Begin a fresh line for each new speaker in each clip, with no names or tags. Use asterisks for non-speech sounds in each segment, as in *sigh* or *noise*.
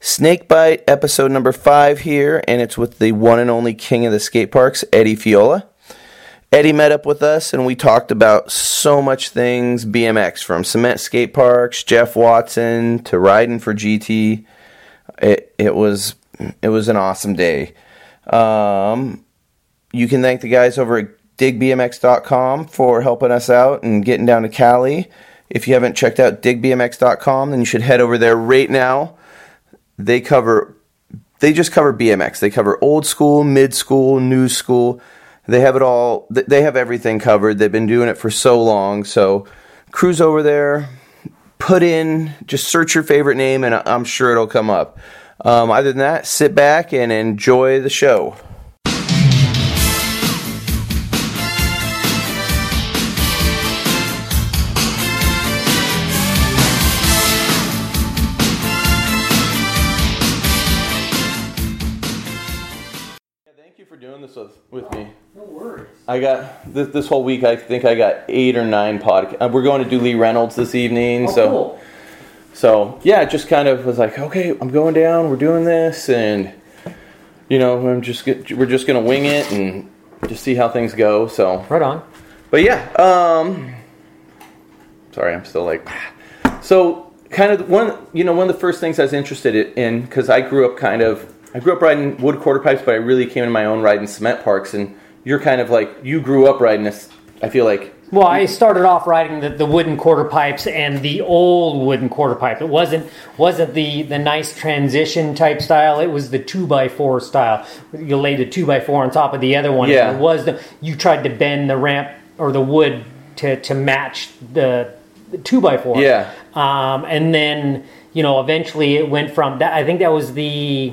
Snakebite episode number five here, and it's with the one and only king of the skate parks, Eddie Fiola. Eddie met up with us, and we talked about so much things BMX from cement skate parks, Jeff Watson to riding for GT. It it was it was an awesome day. Um, you can thank the guys over at digbmx.com for helping us out and getting down to Cali. If you haven't checked out digbmx.com, then you should head over there right now. They cover they just cover BMX. They cover old school, mid school, new school. They have it all. th- They have everything covered. They've been doing it for so long. So cruise over there, put in, just search your favorite name, and I- I'm sure it'll come up. Um, other than that, sit back and enjoy the show. Thank you for doing this with, with me. No worries. I got this, this whole week. I think I got eight or nine podcasts. We're going to do Lee Reynolds this evening, so
Oh, cool.
so yeah, it just kind of was like, okay, I'm going down. We're doing this, and you know, I'm just get, we're just gonna wing it and just see how things go. So,
Right on.
but yeah, um, sorry, I'm still like, so kind of one, you know, one of the first things I was interested in because I grew up kind of, I grew up riding wood quarter pipes, but I really came into my own riding cement parks, and you're kind of like, you grew up riding this. I feel like
Well, I started off riding the, the wooden quarter pipes and the old wooden quarter pipe. It wasn't wasn't the, the nice transition type style. It was the two by four style. You laid the two by four on top of the other one.
Yeah.
It was the you tried to bend the ramp or the wood to, to match the the two by four.
Yeah.
Um, and then you know eventually it went from that. I think that was the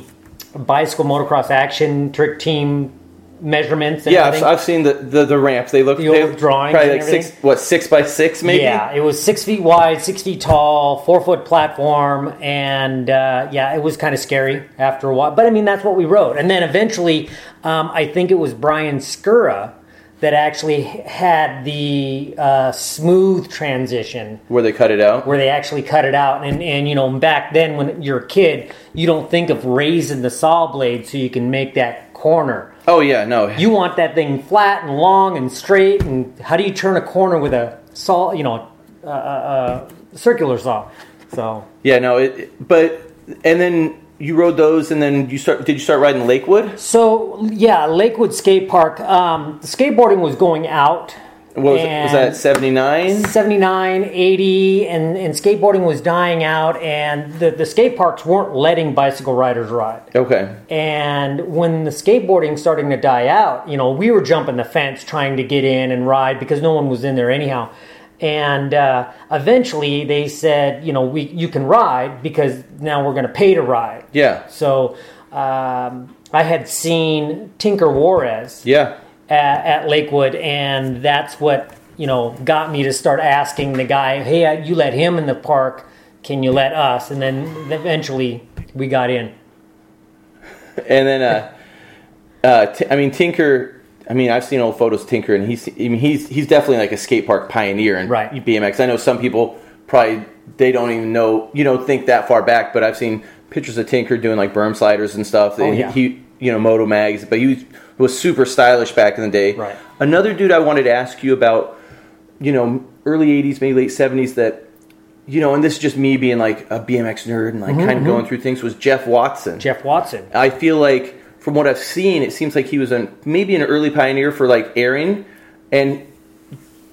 bicycle motocross action trick team measurements. And
Yeah, I've,
everything.
I've seen the, the, the ramps. They look
The old
they-
drawings
probably
and
like six
everything?
what six by six maybe.
Yeah, it was six feet wide, six feet tall, four foot platform, and uh, yeah, it was kind of scary after a while. But I mean, that's what we wrote. And then eventually, um, I think it was Brian Skura that actually had the uh, smooth transition
where they cut it out.
where they actually cut it out. And, and you know, back then when you're a kid, you don't think of raising the saw blade so you can make that corner.
Oh yeah, no,
You want that thing flat and long and straight. And how do you turn a corner with a saw? You know, a, a, a circular saw. So
yeah, no. It, but and then you rode those, and then you start. Did you start riding Lakewood?
so yeah, Lakewood Skate Park. Um, skateboarding was going out.
What was, it? was that
and-
seventy nine?
79, 80, and, and skateboarding was dying out, and the, the skate parks weren't letting bicycle riders ride.
Okay,
And when the skateboarding starting to die out, you know, we were jumping the fence trying to get in and ride because no one was in there anyhow. And uh, eventually they said, you know, we you can ride because now we're going to pay to ride.
yeah,
So um, I had seen Tinker Juarez
yeah,
at, at Lakewood, and that's what you know got me to start asking the guy, "Hey, I- you let him in the park? Can you let us?" And then eventually we got in.
and then uh, uh, t- I mean Tinker. I mean, I've seen old photos of Tinker, and he's I mean, he's he's definitely like a skate park pioneer in
Right.
BMX. I know some people probably they don't even know you know think that far back, but I've seen pictures of Tinker doing like berm sliders and stuff. and
Oh, yeah.
he, he you know moto mags, but he was, was super stylish back in the day.
Right.
Another dude I wanted to ask you about, you know, early '80s, maybe late '70s that. You know, and this is just me being like a BMX nerd and like
Mm-hmm,
kind of going through things. Was Jeff Watson?
Jeff Watson.
I feel like from what I've seen, it seems like he was an, maybe an early pioneer for like airing, and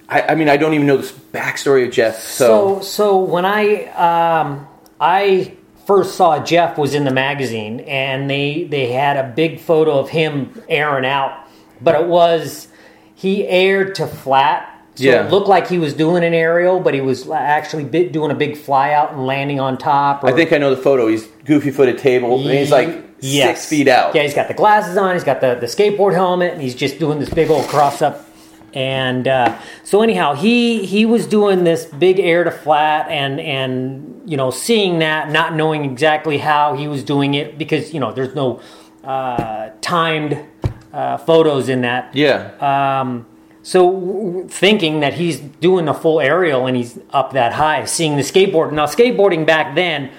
I, I mean I don't even know this backstory of Jeff. So,
so so when I um, I first saw Jeff was in the magazine and they they had a big photo of him airing out, but it was he aired to flat. So
Yeah.
it looked like he was doing an aerial, but he was actually bi- doing a big fly out and landing on top. Or,
I think I know the photo. He's goofy footed table, and he's like
Yes.
six feet out.
Yeah, he's got the glasses on. He's got the, the skateboard helmet, and he's just doing this big old cross up. And uh, so anyhow, he he was doing this big air to flat, and and you know seeing that, not knowing exactly how he was doing it because you know there's no uh, timed uh, photos in that.
Yeah.
Um, so w- w- thinking that he's doing a full aerial and he's up that high, seeing the skateboard. Now skateboarding back then,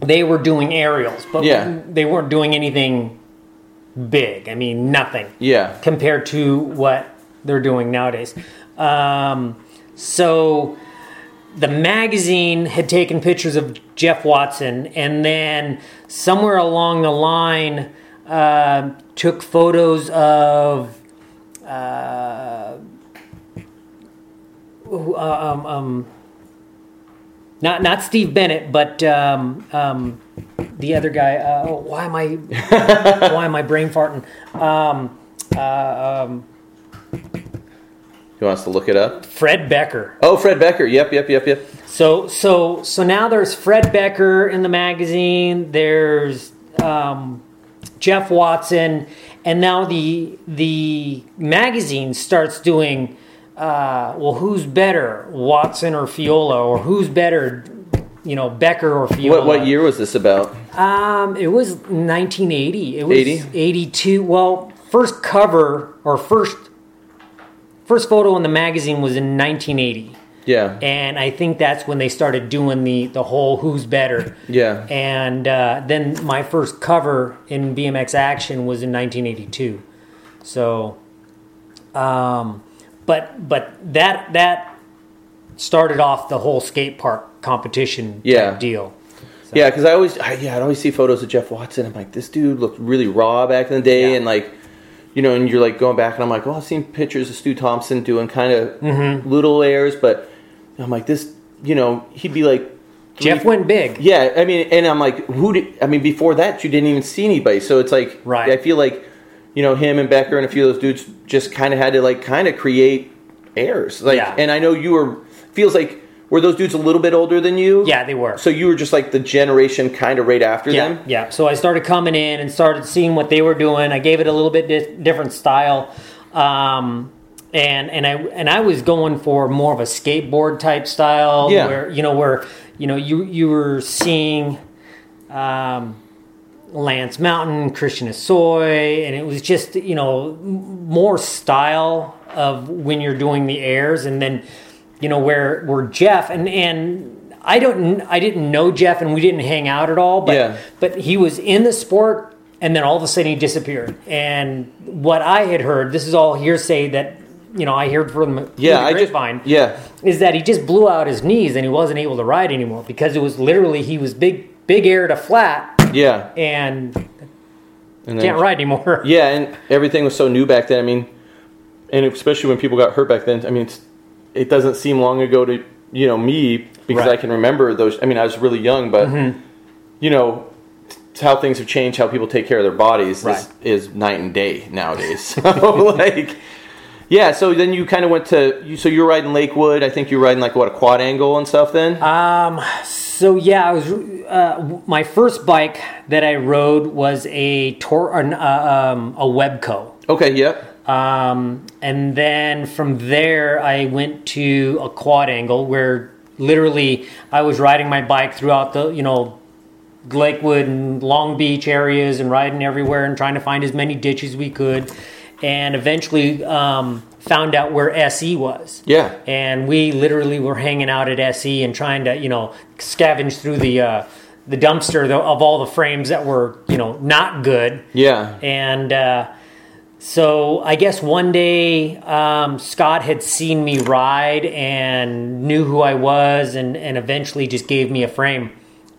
they were doing aerials, but
Yeah.
they weren't doing anything big. I mean, nothing
Yeah.
compared to what they're doing nowadays. Um, so the magazine had taken pictures of Jeff Watson, and then somewhere along the line, uh, took photos of. Uh, who- uh, um, um, not not Steve Bennett, but um, um, the other guy. Uh, oh, why am I *laughs* why am I brain farting? Um, uh, um,
He wants to look it up.
Fred Becker.
Oh, Fred Becker. Yep, yep, yep, yep.
So so so now there's Fred Becker in the magazine. There's um, Jeff Watson, and now the the magazine starts doing. Uh, well, who's better, Watson or Fiola, or who's better, you know, Becker or Fiola?
What what year was this about?
Um, it was 1980. It was
80?
82. Well, first cover or first first photo in the magazine was in 1980,
Yeah.
and I think that's when they started doing the the whole "Who's Better."
Yeah.
And uh, then my first cover in BMX Action was in 1982. So, um, but but that that started off the whole skate park competition type
Yeah.
deal.
Yeah, because I always, I, yeah, I'd always see photos of Jeff Watson. I'm like, this dude looked really raw back in the day,
Yeah.
and like, you know, and you're like going back, and I'm like, oh, I've seen pictures of Stu Thompson doing kind of little airs, but I'm like, this, you know, he'd be like, three-
Jeff went big.
yeah, I mean, and I'm like, who did? I mean, before that, you didn't even see anybody, so it's like,
Right.
I feel like, you know, him and Becker and a few of those dudes just kind of had to like kind of create airs, like,
Yeah.
and I know you were feels like. Were those dudes a little bit older than you?
Yeah, they were.
So you were just like the generation kind of right after
yeah,
them.
Yeah. So I started coming in and started seeing what they were doing. I gave it a little bit di- different style, um, and and I and I was going for more of a skateboard type style.
Yeah.
Where you know where you know you you were seeing. Um, Lance Mountain, Christian Asoy, and it was just you know m- more style of when you're doing the airs, and then you know where where Jeff and and I don't I didn't know Jeff, and we didn't hang out at all, but
Yeah.
but he was in the sport, and then all of a sudden he disappeared. And what I had heard, this is all hearsay that you know I heard from through
Yeah,
the
I just
grapevine,
yeah,
is that he just blew out his knees and he wasn't able to ride anymore because it was literally he was big big air to flat
yeah.
and
And then-
can't ride anymore.
Yeah, and everything was so new back then. I mean, and especially when people got hurt back then. I mean, it's, it doesn't seem long ago to you know me because
Right. Mm-hmm.
I can remember those. I mean, I was really young, but you know, it's how things have changed, how people take care of their bodies
Right.
is, is night and day nowadays. *laughs* so like. Yeah, so then you kind of went to you. So you were riding Lakewood. I think you were riding like what a quad angle and stuff. Then
Um, so yeah, I was uh, my first bike that I rode was a Tor, an, uh, um, a Webco.
okay, yep,
Um, and then from there, I went to a quad angle where literally I was riding my bike throughout the, you know, Lakewood and Long Beach areas and riding everywhere and trying to find as many ditches we could. And eventually um, found out where SE was.
yeah,
And we literally were hanging out at SE and trying to, you know, scavenge through the, uh, the dumpster of all the frames that were, you know, not good.
yeah,
And uh, so I guess one day um, Scott had seen me ride and knew who I was, and, and eventually just gave me a frame.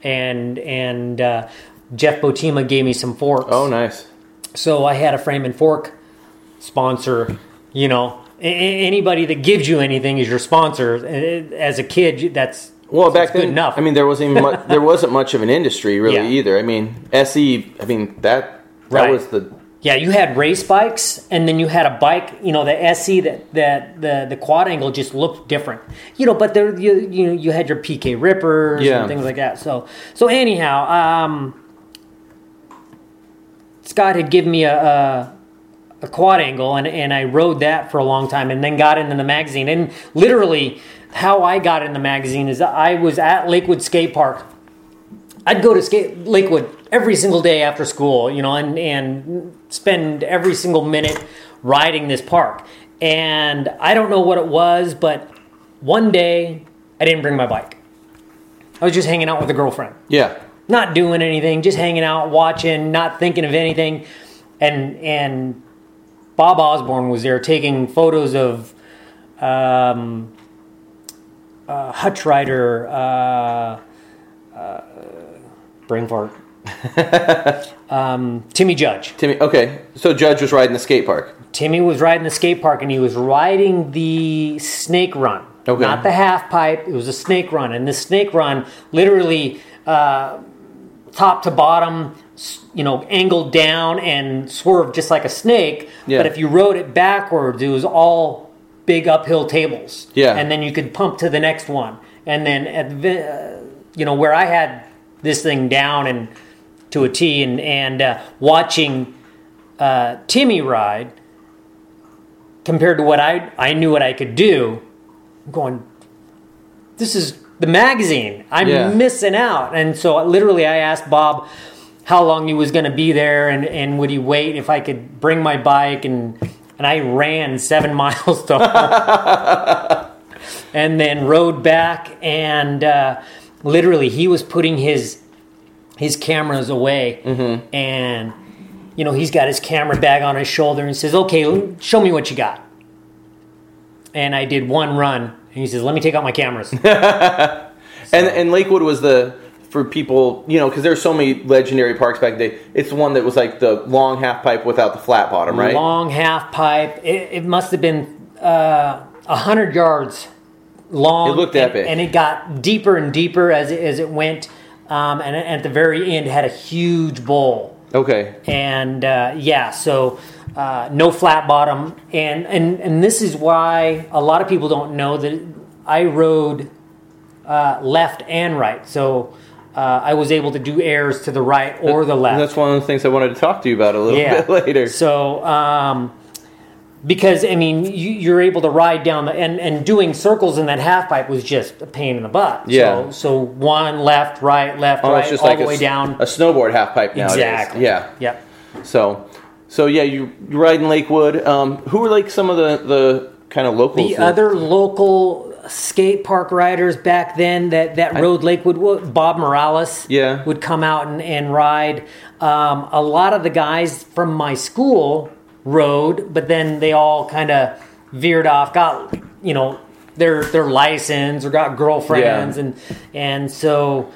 And and uh, Jeff Botima gave me some forks.
Oh, nice.
So I had a frame and fork sponsor. You know, a- a- anybody that gives you anything is your sponsor. A- As a kid, that's
Well, back
that's good
then,
enough.
I mean, there wasn't even much, there wasn't much of an industry really
Yeah.
either. I mean, SE. I mean that that
Right.
was the
Yeah, you had race bikes, and then you had a bike. You know, the SE that that the the quad angle just looked different. You know, but there you you know, you had your PK rippers
Yeah.
and things like that. So so anyhow, um, Scott had given me a. a a quad angle and, and I rode that for a long time and then got into the magazine and literally how I got in the magazine is I was at Lakewood skate park I'd go to skate Lakewood every single day after school, you know, and and spend every single minute riding this park. And I don't know what it was, but one day I didn't bring my bike. I was just hanging out with a girlfriend.
yeah
not doing anything, just hanging out, watching, not thinking of anything. And and Bob Osborne was there taking photos of um, uh, Hutch Rider, uh, uh, brain fart, *laughs* um, Timmy Judge.
Timmy. Okay, so Judge was riding the skate park.
Timmy was riding the skate park and he was riding the snake run.
Okay.
Not the half pipe, it was a snake run. And the snake run, literally uh, top to bottom, s- you know, angled down and swerved just like a snake.
Yeah.
But if you rode it backwards, it was all big uphill tables.
Yeah.
And then you could pump to the next one. And then, at, the- uh, you know, where I had this thing down and to a T and, and uh, watching uh, Timmy ride compared to what I I knew what I could do. I'm going, this is the magazine. I'm
Yeah.
missing out. And so I- literally, I asked Bob how long he was going to be there and and would he wait if I could bring my bike and and I ran seven *laughs* miles to home and then rode back and uh, literally he was putting his his cameras away and you know, he's got his camera bag on his shoulder and says, "Okay, l- show me what you got." And I did one run, and he says, "Let me take out my cameras."
And and Lakewood was the for people you know because there's so many legendary parks back in the day. It's the one that was like the long half pipe without the flat bottom, *laughs* right?
Long half pipe. It, it must have been uh, hundred yards long.
It looked that
and,
big.
and it got deeper and deeper as it, as it went. Um, and at the very end, had a huge bowl.
okay.
and uh, yeah, so uh, no flat bottom, and and and this is why a lot of people don't know that I rode uh, left and right, so uh, I was able to do airs to the right or the left.
And that's one of the things I wanted to talk to you about a little bit *laughs* later.
So, um, because I mean, you, you're able to ride down the and, and doing circles in that half pipe was just a pain in the butt.
Yeah.
So, so one left, right, left,
Almost
right,
Oh, just
all
like
the
a,
way
s-
down.
a snowboard half pipe nowadays.
exactly.
Yeah.
Yep.
So, so yeah, you you ride in Lakewood. Um, who were like some of the the kind of locals?
The
that-
other local skate park riders back then that, that rode Lakewood, wa- Bob Morales,
Yeah.
would come out and, and ride. Um, a lot of the guys from my school rode, but then they all kind of veered off, got you know their their license or got girlfriends,
Yeah.
and and so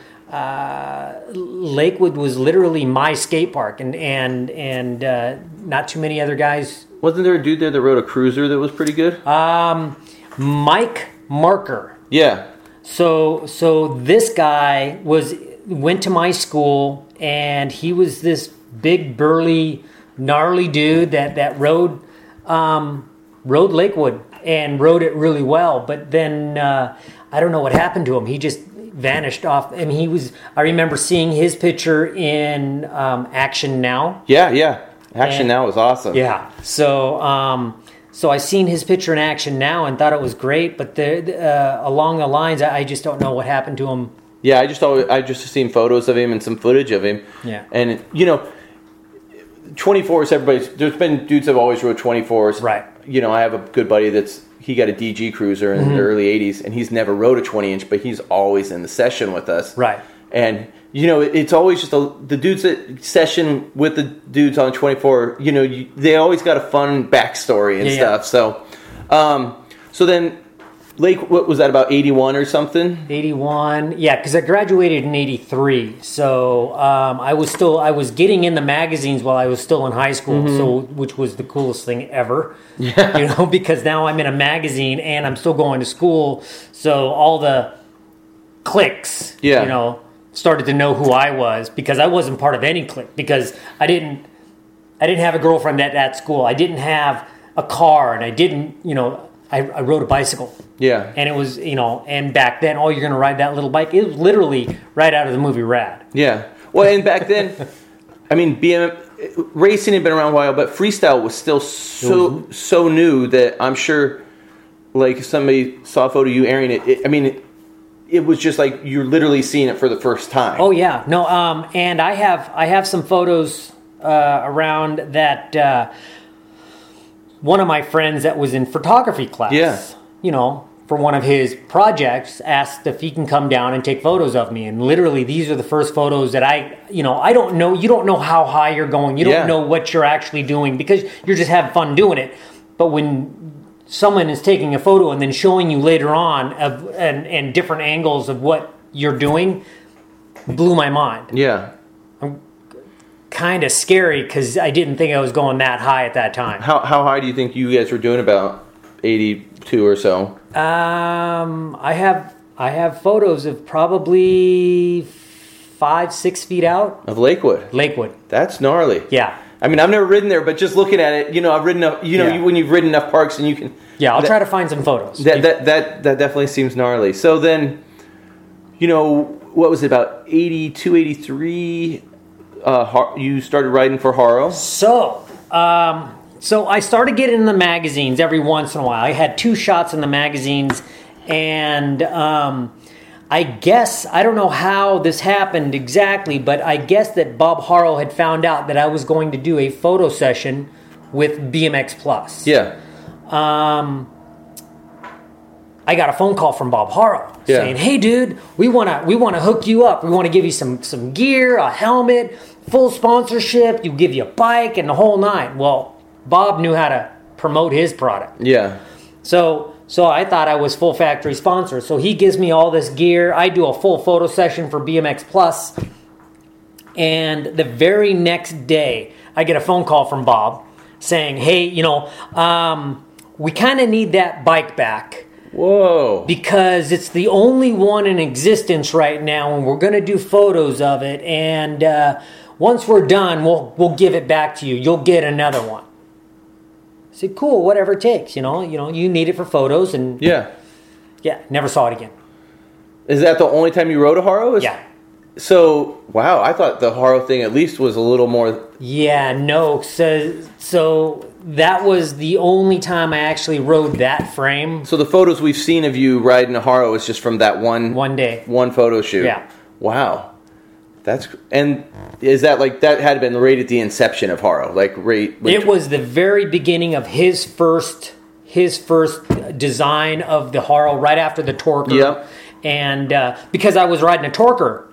uh, Lakewood was literally my skate park, and and and uh, not too many other guys
wasn't there a dude there that rode a cruiser that was pretty good?
um, Mike Marker.
yeah.
So so this guy was went to my school, and he was this big burly, gnarly dude that that rode um, rode Lakewood and rode it really well. But then uh, I don't know what happened to him. He just vanished off. I mean, he was. I remember seeing his picture in um, Action Now.
Yeah. Yeah. Action
And-
now is awesome.
Yeah. So, um, so I seen his picture in action now and thought it was great, but the, the, uh, along the lines, I, I just don't know what happened to him.
Yeah, I just always, I just seen photos of him and some footage of him.
Yeah.
and you know, twenty fours. Everybody's there's been dudes have always rode twenty fours.
Right.
You know, I have a good buddy that's he got a DG cruiser in
Mm-hmm.
the early '80s, and he's never rode a twenty inch, but he's always in the session with us.
Right.
And you know, it's always just a, the dudes that session with the dudes on twenty four. You know, you, they always got a fun backstory and
Yeah, yeah.
stuff. So, um, so then. Lake, what was that about eighty one or something?
81. Yeah. Cause I graduated in 83. So, um, I was still, I was getting in the magazines while I was still in high school. So, which was the coolest thing ever, yeah. you know, *laughs* because now I'm in a magazine and I'm still going to school. So all the clicks,
Yeah.
you know, started to know who I was because I wasn't part of any clique because I didn't I didn't have a girlfriend at that school. I didn't have a car and I didn't, you know, I, I rode a bicycle.
Yeah,
And it was, you know, and back then, oh, you're going to ride that little bike. It was literally right out of the movie Rad.
Yeah. Well, and back
*laughs*
then, I mean, BM racing had been around a while, but freestyle was still so so new that I'm sure, like, if somebody saw a photo of you airing it. it I mean, it, it was just like you're literally seeing it for the first time.
Oh yeah, no. Um, and I have I have some photos uh, around that. Uh, one of my friends that was in photography class.
Yeah.
You know, for one of his projects asked if he can come down and take photos of me and literally these are the first photos that i you know i don't know you don't know how high you're going you don't
Yeah.
know what you're actually doing because you're just having fun doing it but when someone is taking a photo and then showing you later on of and, and different angles of what you're doing blew my mind
Yeah.
kind of scary because i didn't think i was going that high at that time
How how high do you think you guys were doing about 82 or so?
Um, I have I have photos of probably five six feet out
Of Lakewood.
Lakewood.
That's gnarly.
Yeah,
I mean, I've never ridden there, but just looking at it, you know, I've ridden up, you know,
Yeah.
you, when you've ridden enough parks and you can.
yeah. I'll
that,
try to find some photos.
That, that, that, that definitely seems gnarly. So then, you know, what was it, about 82, 83, uh, Har- you started riding for Haro?
so, um, so I started getting in the magazines every once in a while. I had two shots in the magazines, and um, I guess I don't know how this happened exactly, but I guess that Bob Harrell had found out that I was going to do a photo session with BMX Plus.
Yeah.
um, I got a phone call from Bob Harrell
Yeah.
saying, "Hey, dude, we wanna we wanna hook you up. We wanna give you some some gear, a helmet, full sponsorship. You give you a bike and the whole nine." Well, Bob knew how to promote his product,
Yeah.
so so I thought I was full factory sponsor. So he gives me all this gear. I do a full photo session for BMX Plus, and the very next day, I get a phone call from Bob saying, "Hey, you know, um, we kind of need that bike back
Whoa.
because it's the only one in existence right now, and we're going to do photos of it. And uh, once we're done, we'll we'll give it back to you. You'll get another one." I said, "Cool, whatever it takes. You know, you know, you need it for photos." And
yeah.
yeah, never saw it again.
Is that the only time you rode a Haro? Is-
Yeah.
So, wow, I thought the Haro thing at least was a little more.
Yeah, no. So, so that was the only time I actually rode that frame
So the photos we've seen of you riding a Haro is just from that one
one day.
one photo shoot.
Yeah.
Wow. That's and is that like that had been right at the inception of Haro? Like right like,
It was the very beginning of his first his first design of the Harl right after the Torker.
Yep.
And uh, because I was riding a Torker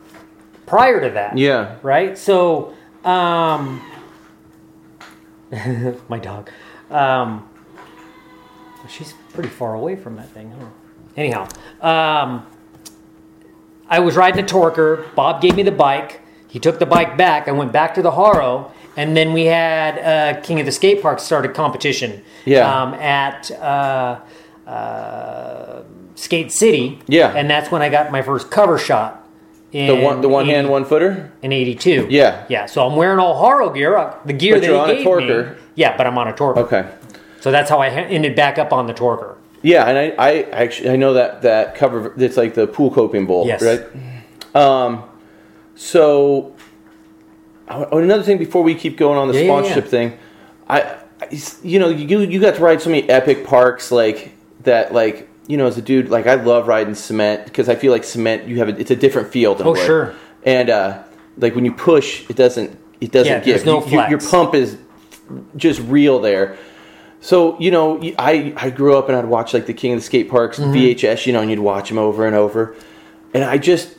prior to that.
Yeah.
Right? So, um, *laughs* my dog. Um, she's pretty far away from that thing, huh? Anyhow, um, I was riding a Torker. Bob gave me the bike. He took the bike back. I went back to the Haro, and then we had uh, King of the Skate Park start a competition.
Yeah.
Um, at uh, uh, Skate City.
Yeah.
And that's when I got my first cover shot. In
the one the one
80
hand one footer?
in '82.
Yeah.
Yeah. So I'm wearing all Haro gear, uh, the gear
But
that
you're on
he
a
gave
Torker.
me. Yeah, but I'm on a Torker.
Okay.
So that's how I ha- ended back up on the Torker.
Yeah, and I, I actually I know that that cover it's like the pool coping bowl,
Yes.
right? Um so I- oh, another thing before we keep going on the
Yeah, yeah, yeah.
sponsorship thing, I I- you know, you you got to ride so many epic parks like that like you know, as a dude, like I love riding cement because I feel like cement you have a, it's a different feel than
Oh,
wood.
sure.
And uh like when you push, it doesn't it doesn't
Yeah,
give
there's no
You- you- your
flex.
pump is just real there. So you know, I I grew up and I'd watch like the King of the Skate Parks VHS, you know, and you'd watch them over and over, and I just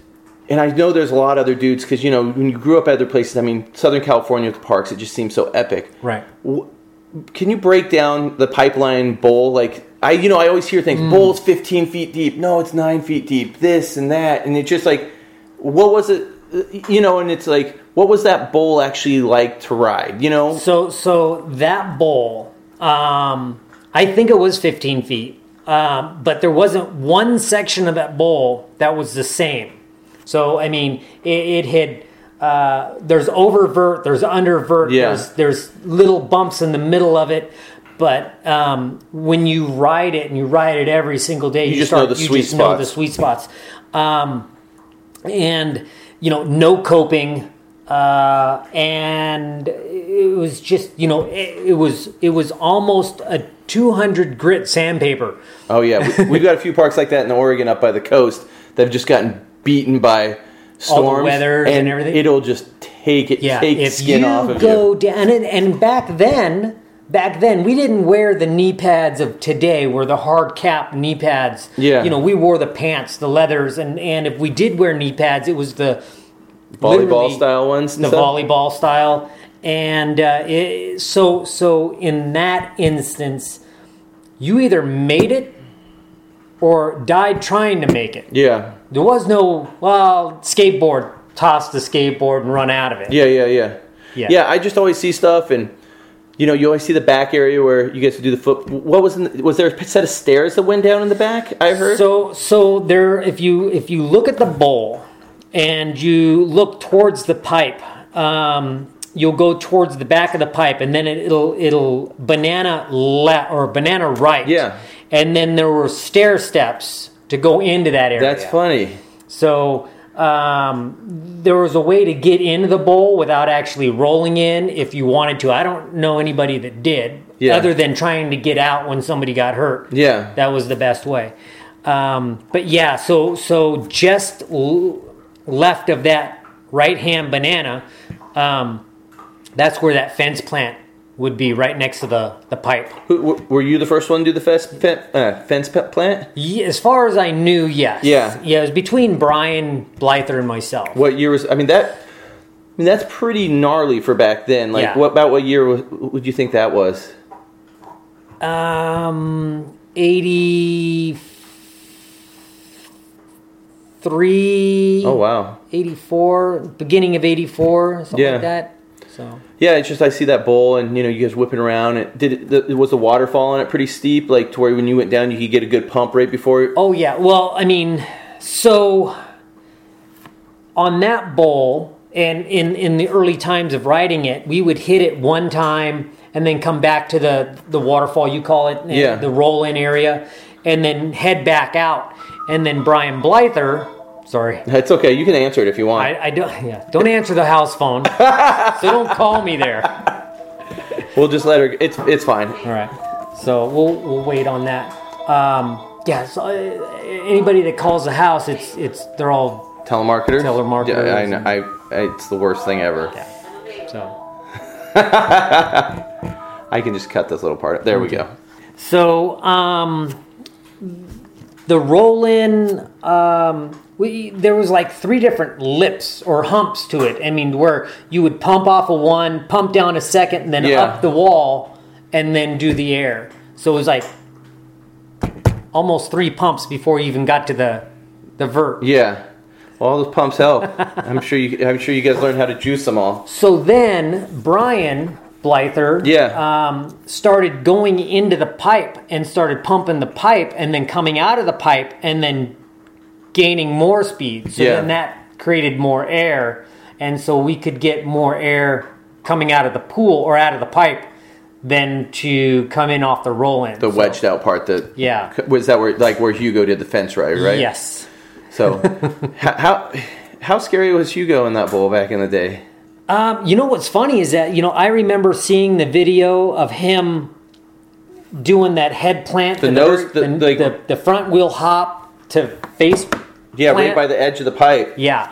and I know there's a lot of other dudes because you know when you grew up at other places. I mean, Southern California with the parks, it just seems so epic.
Right.
W- Can you break down the pipeline bowl? Like I, you know, I always hear things. Bowl's 15 feet deep. No, it's nine feet deep. This and that, and it's just like, what was it? You know, and it's like, what was that bowl actually like to ride? You know,
So so that bowl, um, I think it was 15 feet, um, but there wasn't one section of that bowl that was the same. So I mean, it, it had. Uh, there's oververt, there's undervert,
Yeah.
there's there's little bumps in the middle of it, but um, when you ride it and you ride it every single day, you,
just
start,
know the
you
sweet
just know the
spots.
sweet spots. Um, and you know no coping uh, and it was just you know it, it was it was almost a 200 grit sandpaper
Oh yeah, we, we've got a few parks like that in Oregon up by the coast that have just gotten beaten by storms,
weathers and everything.
It'll just take it,
yeah
take
if
skin
you
off of
go
you.
down and, and back then back then we didn't wear the knee pads of today where the hard cap knee pads
Yeah.
you know we wore the pants the leathers and and if we did wear knee pads it was the
volleyball
literally
style ones. and
the
stuff?
volleyball style and uh, it, so so in that instance you either made it or died trying to make it
Yeah,
there was no well skateboard toss the skateboard and run out of it
yeah, yeah, yeah,
Yeah.
Yeah, I just always see stuff, and you know, you always see the back area where you get to do the foot. What was in the, was there a set of stairs that went down in the back? I heard.
So so there if you if you look at the bowl and you look towards the pipe, um, you'll go towards the back of the pipe and then it, it'll it'll banana left or banana right.
Yeah.
And then there were stair steps to go into that area.
That's funny.
So um, there was a way to get into the bowl without actually rolling in if you wanted to. I don't know anybody that did,
Yeah.
other than trying to get out when somebody got hurt.
Yeah.
that was the best way. Um, but yeah, so so just l- left of that right hand banana, um, that's where that fence plant would be, right next to the the pipe.
Who, w- were you the first one to do the fence, fen- uh, fence pe- plant?
Ye- As far as I knew, yes.
Yeah.
Yeah, it was between Brian Blyther and myself.
What year was? I mean that. I mean that's pretty gnarly for back then. Like,
Yeah.
what about what year was, would you think that was?
Um, 83, Mm.
Oh wow.
84, beginning of 84, something
Yeah.
like that. So,
Yeah, it's just I see that bowl and you know you guys whipping around. It did it, the, was the waterfall on it pretty steep, like to where when you went down you could get a good pump right before.
oh yeah, well, I mean, so on that bowl and in, in the early times of riding it, we would hit it one time and then come back to the, the waterfall, you call it, and
Yeah.
the roll in area, and then head back out. And then Brian Blyther, sorry.
It's okay, you can answer it if you want.
I, I don't. *laughs* Yeah, don't answer the house phone. so don't call me there.
we'll just let her. It's it's fine.
All right. So we'll we'll wait on that. Um, yeah. So uh, anybody that calls the house, it's it's they're all
Telemarketer.
Telemarketers
Yeah, I know.
and-
I, I it's the worst thing ever.
yeah. So
I can just cut this little part. There we go.
so um, the roll in. Um, we, there was like three different lips or humps to it. I mean, where you would pump off a one, pump down a second, and then
Yeah.
up the wall, and then do the air. So it was like almost three pumps before you even got to the the vert.
Yeah. Well, all those pumps
*laughs*
help. I'm sure you. I'm sure you guys learned how to juice them all.
So then Brian Blyther
Yeah.
um, started going into the pipe and started pumping the pipe and then coming out of the pipe and then gaining more speed. So
Yeah.
then that created more air. And so we could get more air coming out of the pool or out of the pipe than to come in off the roll in.
The wedged out part that.
Yeah.
Was that where like where Hugo did the fence right? Right.
Yes. *laughs*
So, how, how how scary was Hugo in that bowl back in the day?
Um, you know what's funny is that you know I remember seeing the video of him doing that head plant, the,
nose- the- like-
the, the front wheel hop to face.
Yeah, right
plant.
by the edge of the pipe.
Yeah,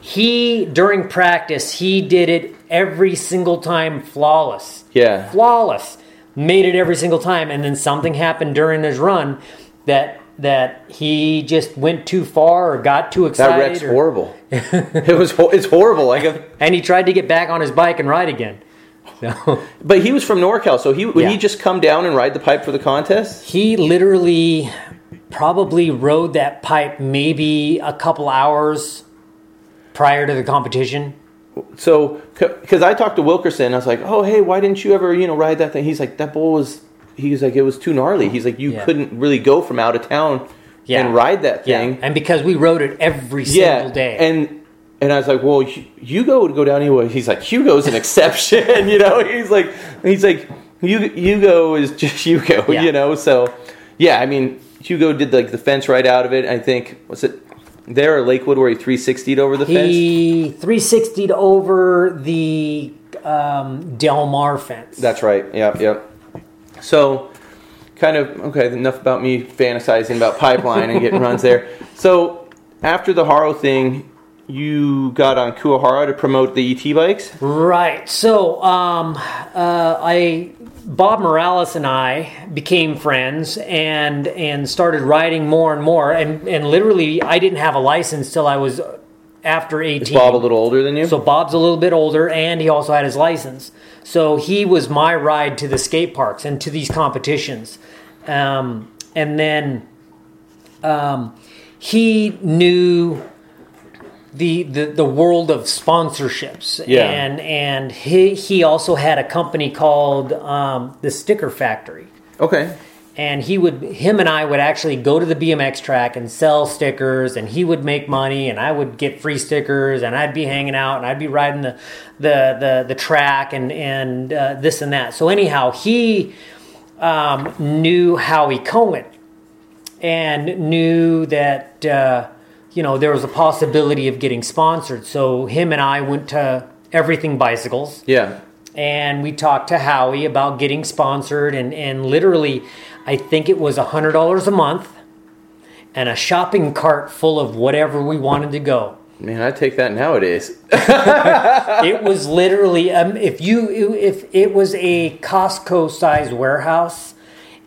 he during practice he did it every single time flawless.
Yeah.
flawless. Made it every single time, and then something happened during his run that that he just went too far or got too
That
excited.
wreck's
or- *laughs*
horrible. it was. Ho- it's horrible. Like, a,
and he tried to get back on his bike and ride again. So. *laughs*
but he was from NorCal, so he would he
Yeah.
just come down and ride the pipe for the contest.
He literally probably rode that pipe maybe a couple hours prior to the competition.
So, because I talked to Wilkerson, I was like, "Oh, hey, why didn't you ever, you know, ride that thing?" He's like, "That bowl was." He was like, "It was too gnarly." He's like, "You
Yeah.
couldn't really go from out of town
Yeah.
and ride that thing."
And because we rode it every single
yeah,
day.
and and I was like, well, Hu- Hugo would go down anyway. He's like, Hugo's an exception, *laughs* you know. He's like, he's like, Hu- Hugo is just *laughs* Hugo,
Yeah.
you know. So, yeah, I mean, Hugo did like the fence right out of it. I think was it there or Lakewood where he three sixtied over the fence.
he 360'd over the um, Del Mar fence.
That's right. Yep, yep. So, kind of okay. Enough about *laughs* me fantasizing about pipeline and getting runs there. So after the Haro thing, you got on Kuahara to promote the ET bikes.
Right. So, um, uh, I Bob Morales and I became friends and and started riding more and more and and literally I didn't have a license till I was after 18.
Bob a little older than you.
So Bob's a little bit older, and he also had his license. So he was my ride to the skate parks and to these competitions. Um, and then um, he knew the, the the world of sponsorships.
Yeah.
And and he he also had a company called um, the Sticker Factory
okay.
and he would him and I would actually go to the BMX track and sell stickers and he would make money and I would get free stickers and I'd be hanging out and I'd be riding the the the, the track and and uh, this and that so anyhow he um, knew Howie Cohen and knew that uh, you know there was a possibility of getting sponsored so him and I went to everything bicycles
Yeah.
and we talked to Howie about getting sponsored and, and literally I think it was hundred dollars a month and a shopping cart full of whatever we wanted to go.
Man, I take that nowadays.
It was literally um, if you if it was a Costco sized warehouse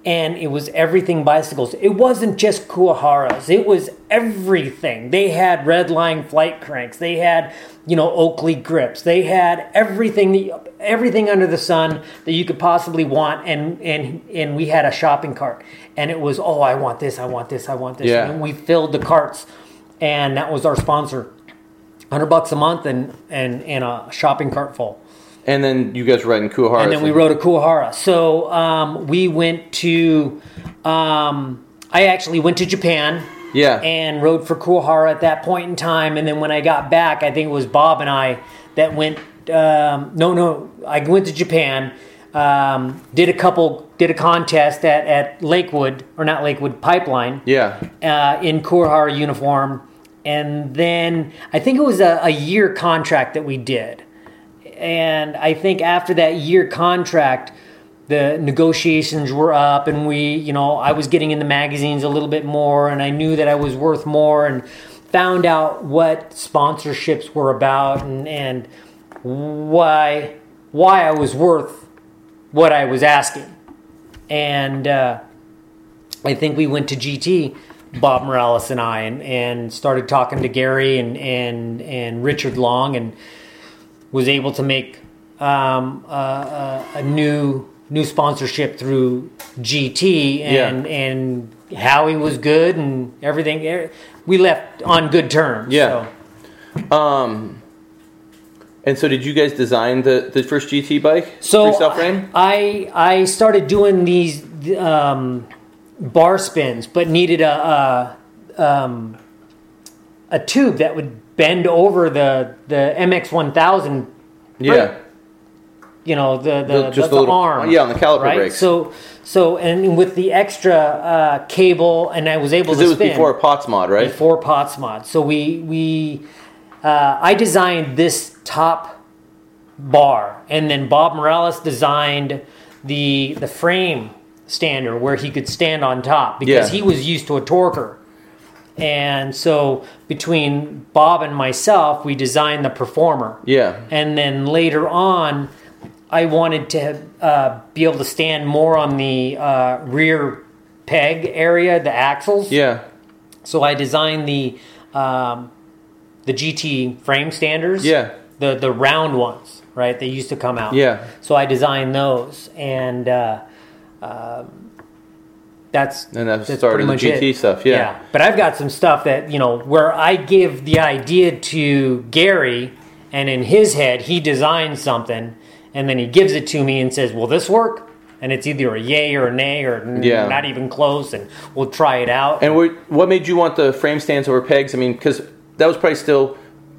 and it was everything bicycles. It wasn't just Kuaharas. It was everything. They had red line flight cranks. They had, you know, Oakley grips. They had everything that everything under the sun that you could possibly want and and and we had a shopping cart and it was oh I want this, I want this, I want this.
Yeah.
And we filled the carts and that was our sponsor. 100 bucks a month and and and a shopping cart full
And then you guys were riding Kuahara.
and then we rode to Kuhara. So um, we went to, um, I actually went to Japan
Yeah.
and rode for Kuhara at that point in time. And then when I got back, I think it was Bob and I that went. Um, no, no, I went to Japan. Um, did a couple, did a contest at, at Lakewood or not Lakewood Pipeline
yeah.
uh, in Kurhara uniform. And then I think it was a, a year contract that we did. And I think after that year contract, the negotiations were up, and we, you know, I was getting in the magazines a little bit more, and I knew that I was worth more, and found out what sponsorships were about and, and why why I was worth what I was asking. And uh, I think we went to GT, Bob Morales and I, and, and started talking to Gary and, and, and Richard Long, and was able to make um, uh, uh, a new new sponsorship through GT, and and Howie was good, and everything. er, We left on good terms.
Yeah. Um. And so, did you guys design the, the first GT bike?
So,
freestyle frame.
I I started doing these um, bar spins, but needed a, a um, a tube that would bend over the the MX one thousand.
Yeah.
You know the the,
The-
the,
just the
the
little-
arm.
yeah, on the caliper
right?
brakes.
So so and with the extra uh, cable, and I was able to
Because it was
spin
before Pots mod, right?
before Pots Mod. So we we uh, I designed this top bar, and then Bob Morales designed the the frame stander where he could stand on top because
Yeah.
he was used to a torquer. And so between Bob and myself, we designed the performer.
Yeah.
And then later on, I wanted to uh, be able to stand more on the uh, rear peg area, the axles.
Yeah.
So I designed the um, the GT frame standers.
Yeah.
The the round ones, right? They used to come out.
Yeah.
So I designed those, and uh, um, that's
And that's
pretty
started the
much
GT
it.
stuff, yeah.
But I've got some stuff that you know where I give the idea to Gary, and in his head he designs something, and then he gives it to me and says, "Will this work?" And it's either a yay or a nay or n-
Yeah.
not even close, and we'll try it out.
And what what made you want the frame stands over pegs? I mean, because that was probably still.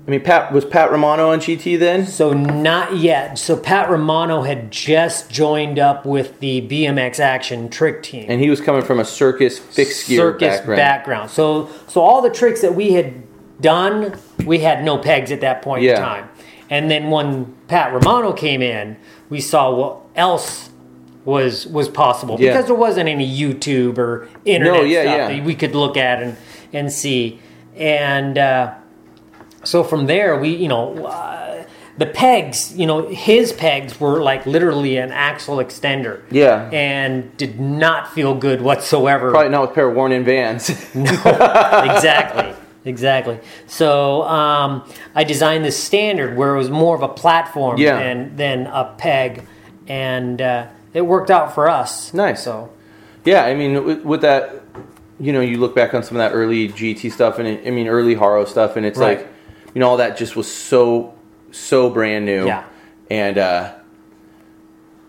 I mean, Pat was Pat Romano on GT then.
So not yet. So Pat Romano had just joined up with the BMX Action Trick Team.
and he was coming from a circus fixed gear
circus
background.
So so all the tricks that we had done, we had no pegs at that point
Yeah.
in time. And then when Pat Romano came in, we saw what else was was possible
Yeah.
because there wasn't any YouTube or internet
yeah,
stuff
yeah.
that we could look at and and see. And uh, so from there we you know uh, the pegs you know his pegs were like literally an axle extender
Yeah.
and did not feel good whatsoever
Probably not with a pair of worn-in Vans. *laughs*
exactly exactly so um, i designed this standard where it was more of a platform
Yeah.
than than a peg and uh, it worked out for us
Nice.
so
yeah, I mean, with, with that, you know, you look back on some of that early GT stuff, and it, I mean, early Haro stuff, and it's
Right.
like, you know, all that just was so, so brand new.
Yeah.
And, uh,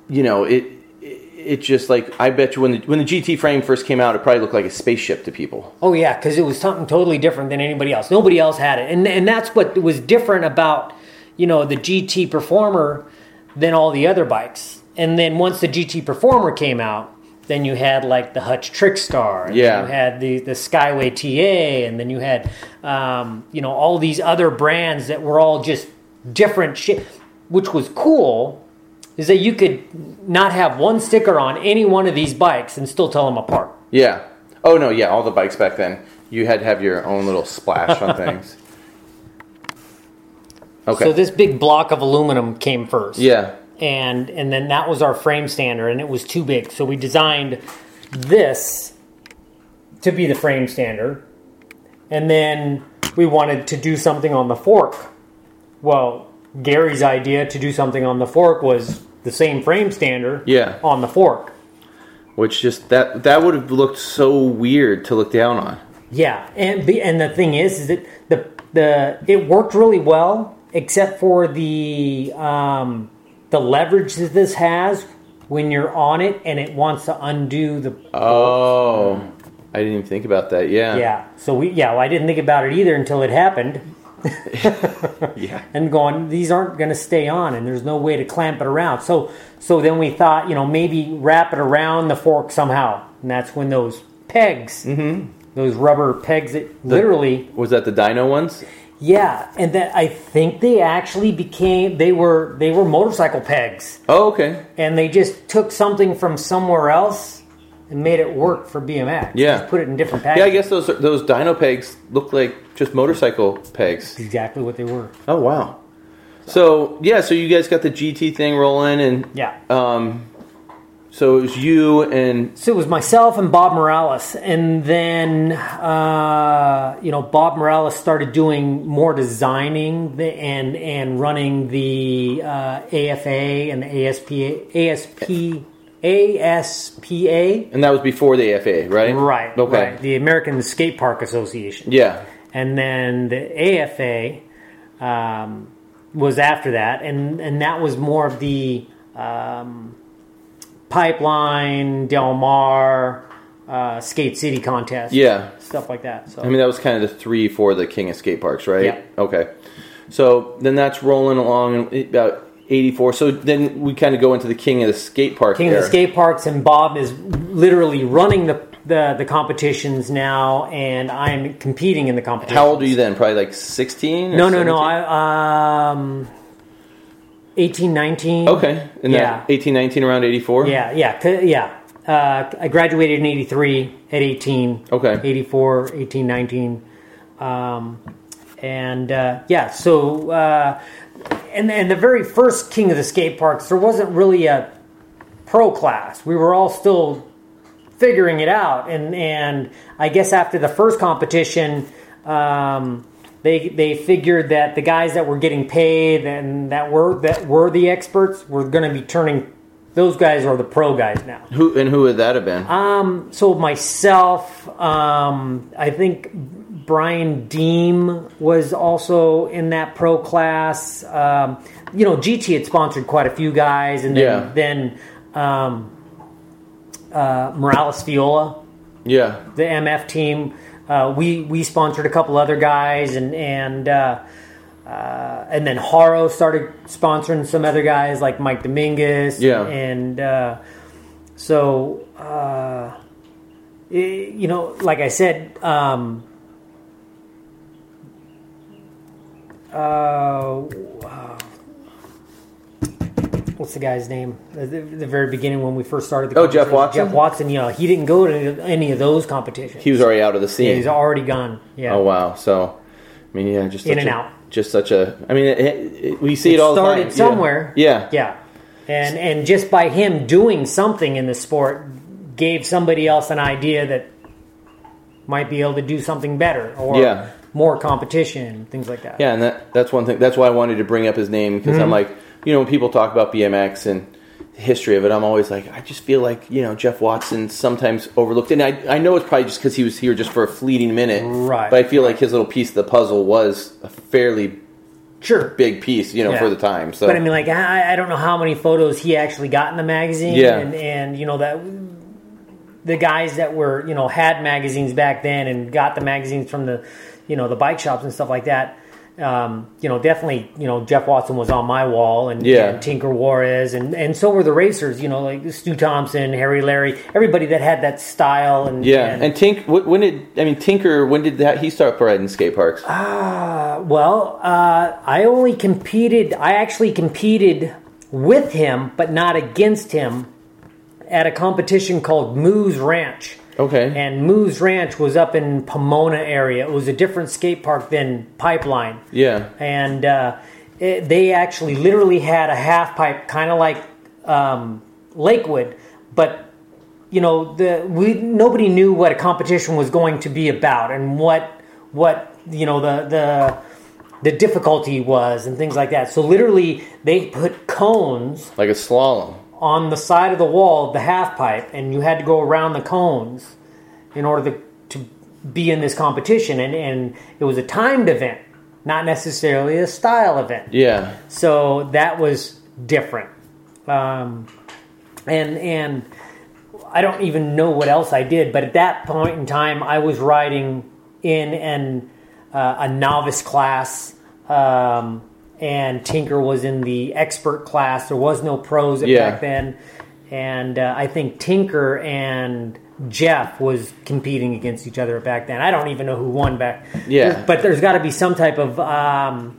you know, it, it, it just like, I bet you when the, when the GT frame first came out, it probably looked like a spaceship to people.
Oh yeah, because it was something totally different than anybody else. Nobody else had it, and and that's what was different about you know the GT Performer than all the other bikes. And then once the GT Performer came out, then you had like the Hutch Trickstar, and then
Yeah.
you had the the Skyway TA, and then you had um, you know all these other brands that were all just different shit, which was cool. Is that you could not have one sticker on any one of these bikes and still tell them apart.
Yeah. Oh, no, yeah, all the bikes back then, you had to have your own little splash on
*laughs*
things. Okay.
So this big block of aluminum came first.
yeah.
And and then that was our frame standard and it was too big. So we designed this to be the frame standard. And then we wanted to do something on the fork. Well, Gary's idea to do something on the fork was the same frame standard
Yeah.
on the fork.
which just that that would have looked so weird to look down on.
Yeah, and the, and the thing is, is that the the it worked really well, except for the um, the leverage that this has when you're on it, and it wants to undo the
Uh. Oh, I didn't even think about that. Yeah,
yeah. So we yeah, well, I didn't think about it either until it happened,
yeah.
and going these aren't going to stay on, and there's no way to clamp it around. So so then we thought you know maybe wrap it around the fork somehow, and that's when those pegs, those rubber pegs that literally
Was that the Dino ones?
Yeah, and that I think they actually became they were they were motorcycle pegs,
Oh, okay.
and they just took something from somewhere else and made it work for BMX.
Yeah.
just put it in different
Yeah, I
packages.
guess those those Dino pegs look like just motorcycle pegs.
exactly what they were.
Oh wow. So yeah, so you guys got the GT thing rolling, and
Yeah.
um, so it was you and
So it was myself and Bob Morales, and then uh, you know Bob Morales started doing more designing the, and and running the uh, AFA and the ASPA ASP ASPA.
and that was before the AFA, right?
Right.
Okay.
Right. The American Skate Park Association.
Yeah.
And then the AFA um, was after that, and and that was more of the um, pipeline Del Mar uh, Skate City contest.
Yeah.
Stuff like that. So
I mean, that was kind of the three for the King of Skate Parks, right?
Yeah.
Okay. So then that's rolling along in about 84. So then we kind of go into the King of the Skate Park
King of
era.
the Skate Parks, and Bob is literally running the, the the competitions now, and I'm competing in the competition.
How old are you then? Probably like 16?
No, no, no. I um, eighteen, nineteen.
Okay. And yeah.
Yeah.
18, 19, around 84?
Yeah, yeah, c- yeah. Uh, I graduated in 83 at 18.
Okay.
84, 18, 19. Um, and uh, yeah, so, uh, and, and the very first King of the Skate Parks, there wasn't really a pro class. We were all still figuring it out. And and I guess after the first competition, um, they they figured that the guys that were getting paid and that were that were the experts were going to be turning. Those guys are the pro guys now.
Who And who would that have been?
Um, so myself, um, I think Brian Deem was also in that pro class. Um, you know, GT had sponsored quite a few guys, and
Yeah.
then, then um, uh, Morales Viola,
yeah.
the MF team. Uh, we we sponsored a couple other guys, and and uh, uh, and then Haro started sponsoring some other guys like Mike Dominguez.
Yeah.
and uh, so uh, it- you know, like I said. Um, uh, what's the guy's name? At the, the very beginning when we first started the
Oh, Jeff
competition,
Watson?
Jeff Watson, yeah, he didn't go to any of those competitions.
He was already out of the scene.
He's already gone. Yeah.
oh, wow. So, I mean, yeah, just
In
such
and
a-
out.
just such a. I mean, it, it, we see it, all
started
the time.
somewhere.
Yeah. yeah.
Yeah. And and just by him doing something in the sport gave somebody else an idea that might be able to do something better or
Yeah.
more competition, things like that.
Yeah, and that that's one thing. That's why I wanted to bring up his name because
Mm-hmm.
I'm like, you know, when people talk about BMX and the history of it, I'm always like, I just feel like you know Jeff Watson sometimes overlooked, and I I know it's probably just because he was here just for a fleeting minute,
Right.
But I feel like his little piece of the puzzle was a fairly
Sure.
big piece, you know,
Yeah.
for the time. So
But I mean, like, I, I don't know how many photos he actually got in the magazine.
Yeah.
And, and, you know, that the guys that were, you know, had magazines back then and got the magazines from the, you know, the bike shops and stuff like that. Um, you know, definitely, you know, Jeff Watson was on my wall and,
Yeah.
and Tinker Juarez and, and so were the racers, you know, like Stu Thompson, Harry Larry, everybody that had that style. And,
yeah, and, Tink, wh- when did I mean Tinker? When did that he start riding skate parks?
Uh, Well, uh, I only competed. I actually competed with him, but not against him, at a competition called Moose Ranch.
okay,
And Moose Ranch was up in Pomona area. It was a different skate park than Pipeline,
yeah,
and uh, it, they actually literally had a half pipe, kind of like um, Lakewood, but you know the we nobody knew what a competition was going to be about and what what you know the the the difficulty was and things like that. So literally they put cones
like a slalom.
on the side of the wall of the half pipe and you had to go around the cones in order to, to be in this competition and, and it was a timed event, not necessarily a style event.
Yeah,
So that was different. Um, and and I don't even know what else I did, but at that point in time, I was riding in an uh, a novice class, um, and Tinker was in the expert class. There was no pros at
Yeah.
back then, and uh, I think Tinker and Jeff was competing against each other back then. I don't even know who won back.
Yeah.
but there's got to be some type of um,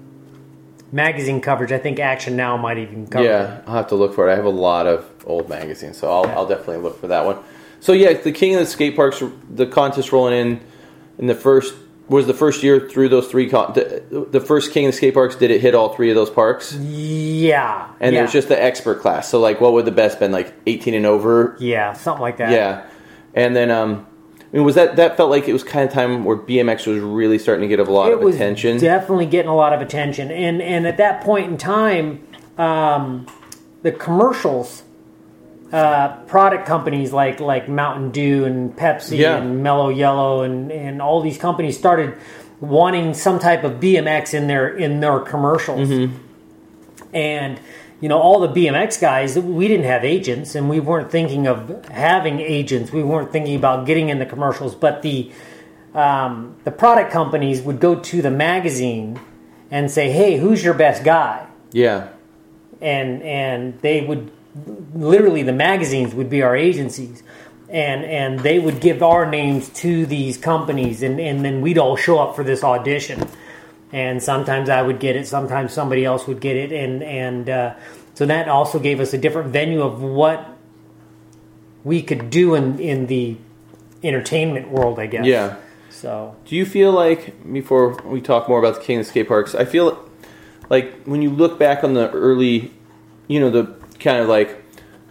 magazine coverage. I think Action Now might even cover. it.
Yeah, I'll have to look for it. I have a lot of old magazines, so I'll, I'll definitely look for that one. So yeah, the King of the Skate Parks, the contest rolling in in the first was the first year through those three. Con- the, the first King of the Skate Parks did it hit all three of those parks, and
yeah,
it
yeah.
was just the expert class. So like, what would the best been like eighteen and over?
yeah, something like that.
Yeah, and then um, I mean, was that that felt like it was kind of time where BMX was really starting to get a lot
it
of
was
attention.
definitely getting a lot of attention and and at that point in time um, the commercials uh, product companies like like mountain dew and pepsi
Yeah.
and mellow yellow and and all these companies started wanting some type of bmx in their in their commercials and you know all the BMX guys we didn't have agents and we weren't thinking of having agents we weren't thinking about getting in the commercials but the um, the product companies would go to the magazine and say hey who's your best guy
yeah,
and and they would literally the magazines would be our agencies and and they would give our names to these companies and and then we'd all show up for this audition and sometimes i would get it sometimes somebody else would get it and and uh, so that also gave us a different venue of what we could do in in the entertainment world i guess
yeah.
so
Do you feel like before we talk more about the King of the Skate Parks, I feel like when you look back on the early, you know, the kind of like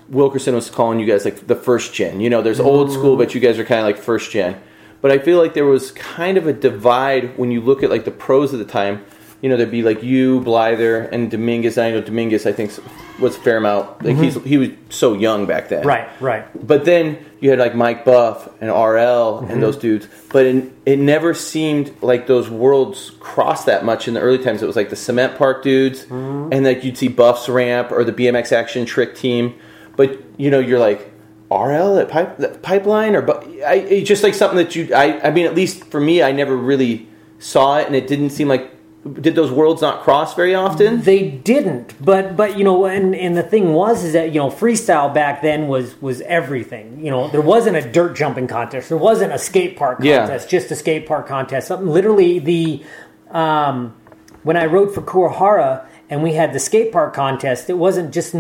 Wilkerson was calling you guys like the first gen. You know, there's old school, but you guys are kind of like first gen. But I feel like there was kind of a divide when you look at like the pros of the time. You know, there'd be like you, Blyther, and Dominguez. I know Dominguez. I think was a fair amount. Like he's he was so young back then,
right right
but then you had like Mike Buff and RL and those dudes, but it, it never seemed like those worlds crossed that much in the early times. It was like the Cement Park dudes, and like you'd see Buff's ramp or the BMX Action Trick team, but you know you're like RL at pipe, that Pipeline or Bu- I, it's just like something that you I I mean at least for me I never really saw it, and it didn't seem like did those worlds not cross very often?
They didn't, but but you know, and and the thing was is that you know freestyle back then was was everything. You know, there wasn't a dirt jumping contest, there wasn't a skate park
Yeah.
contest, just a skate park contest. Something literally the um, when I rode for Kurohara and we had the skate park contest, it wasn't just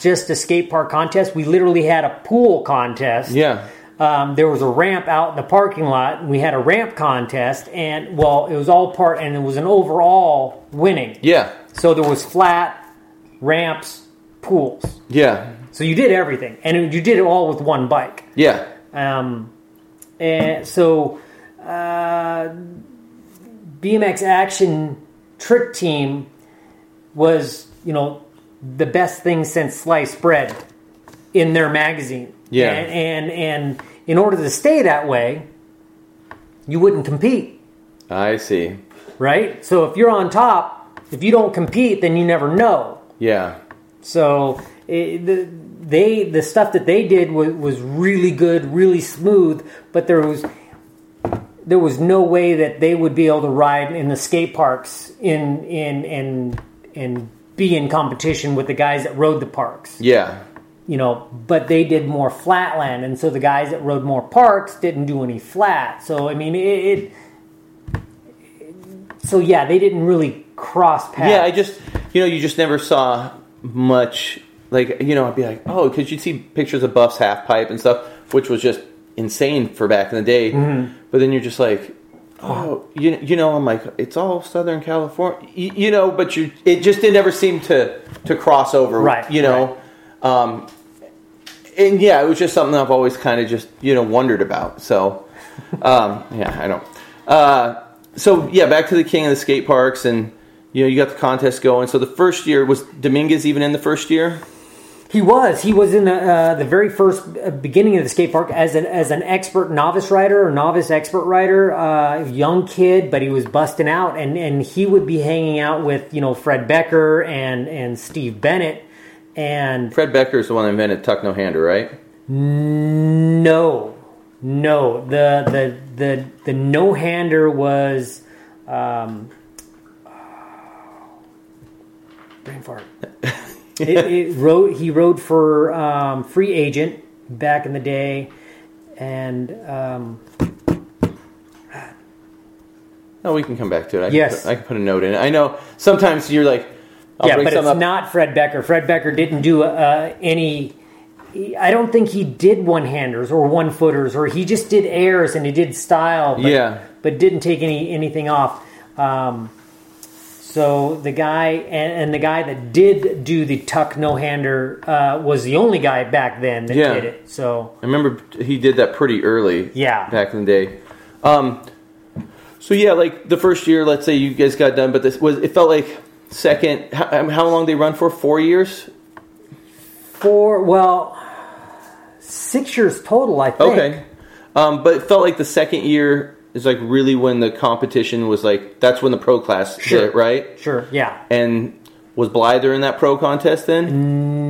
just a skate park contest. We literally had a pool contest
Yeah.
um, there was a ramp out in the parking lot. We had a ramp contest, and well, it was all part, and it was an overall winning.
Yeah.
So there was flat, ramps, pools.
Yeah.
So you did everything, and it- you did it all with one bike.
Yeah.
Um, and so, uh, BMX Action Trick Team was, you know, the best thing since sliced bread in their magazine.
Yeah.
And, and, and in order to stay that way, you wouldn't compete,
I see.
right? So if you're on top, if you don't compete, then you never know.
Yeah.
So it, the, they the stuff that they did was, was really good, really smooth. But there was there was no way that they would be able to ride in the skate parks in in in and be in competition with the guys that rode the parks.
Yeah.
You know, but they did more flatland, and so the guys that rode more parks didn't do any flat. So I mean, it. it so yeah, they didn't really cross paths.
Yeah, I just, you know, you just never saw much. Like, you know, I'd be like, oh, because you'd see pictures of Buff's half pipe and stuff, which was just insane for back in the day. But then you're just like, oh, you, you know, I'm like, it's all Southern California, you, you know, but you, it just didn't ever seem to to cross over,
Right,
You know, um, and yeah, it was just something I've always kind of just you know wondered about. So, *laughs* um, yeah, I don't. Uh, so yeah, back to the king of the skate parks, and you know you got the contest going. So the first year was Dominguez even in the first year?
He was. He was in the uh, the very first uh, beginning of the skate park as an as an expert novice rider or novice expert rider, uh, young kid, but he was busting out, and and he would be hanging out with you know Fred Becker and and Steve Bennett, and
Fred Becker is the one that invented Tuck No Hander, right?
no, no, the the the the no hander was. Um, *sighs*
*laughs*
brain fart. it, it rode, he rode for um, free agent back in the day, and um,
No, Oh, we can come back to it. I
Yes.
can put, I can put a note in it. I know sometimes you're like, I'll
yeah,
bring
but it's
something up.
not Fred Becker. Fred Becker didn't do uh, any. I don't think he did one handers or one footers, or he just did airs and he did style. But,
Yeah.
but didn't take any anything off. Um, so the guy and, and the guy that did do the tuck no hander uh, was the only guy back then that
Yeah.
did it. So
I remember he did that pretty early.
Yeah.
Back in the day. Um, so yeah, like the first year, let's say you guys got done, but this was it felt like second. How, um, how long they run for? Four years.
four, well, six years total, I think.
Okay. Um, but it felt like the second year is like really when the competition was like that's when the pro class did
Sure.
it, right?
sure, yeah.
And was Blyther in that pro contest
Mm.
then?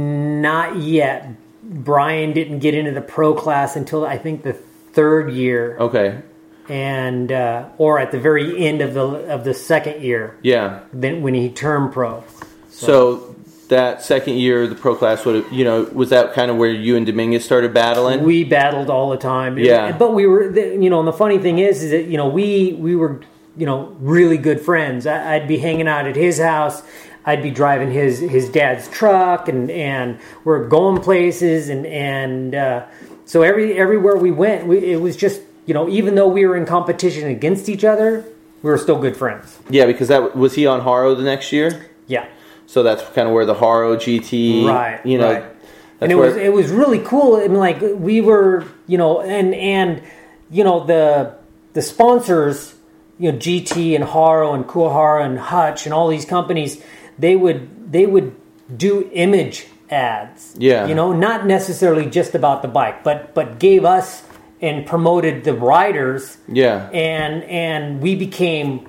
Not yet. Brian didn't get into the pro class until I think the third year,
Okay.
and uh, or at the very end of the of the second year,
Yeah.
then when he turned pro.
So that second year, the pro class would have, you know, was that kind of where you and Dominguez started battling?
We battled all the time. It-
Yeah.
But we were, the- you know, and the funny thing is, is that, you know, we, we were, you know, really good friends. I, I'd be hanging out at his house. I'd be driving his, his dad's truck and, and we're going places. And, and, uh, so every, everywhere we went, we, it was just, you know, even though we were in competition against each other, we were still good friends.
yeah, because that was he on Haro the next year.
Yeah.
So that's kind of where the Haro GT,
Right,
You know,
right.
that's
and it
where,
was it was really cool. I mean, like we were, you know, and and you know the the sponsors, you know, GT and Haro and Kuhara and Hutch and all these companies, they would they would do image ads.
Yeah.
you know, not necessarily just about the bike, but but gave us and promoted the riders,
yeah.
and and we became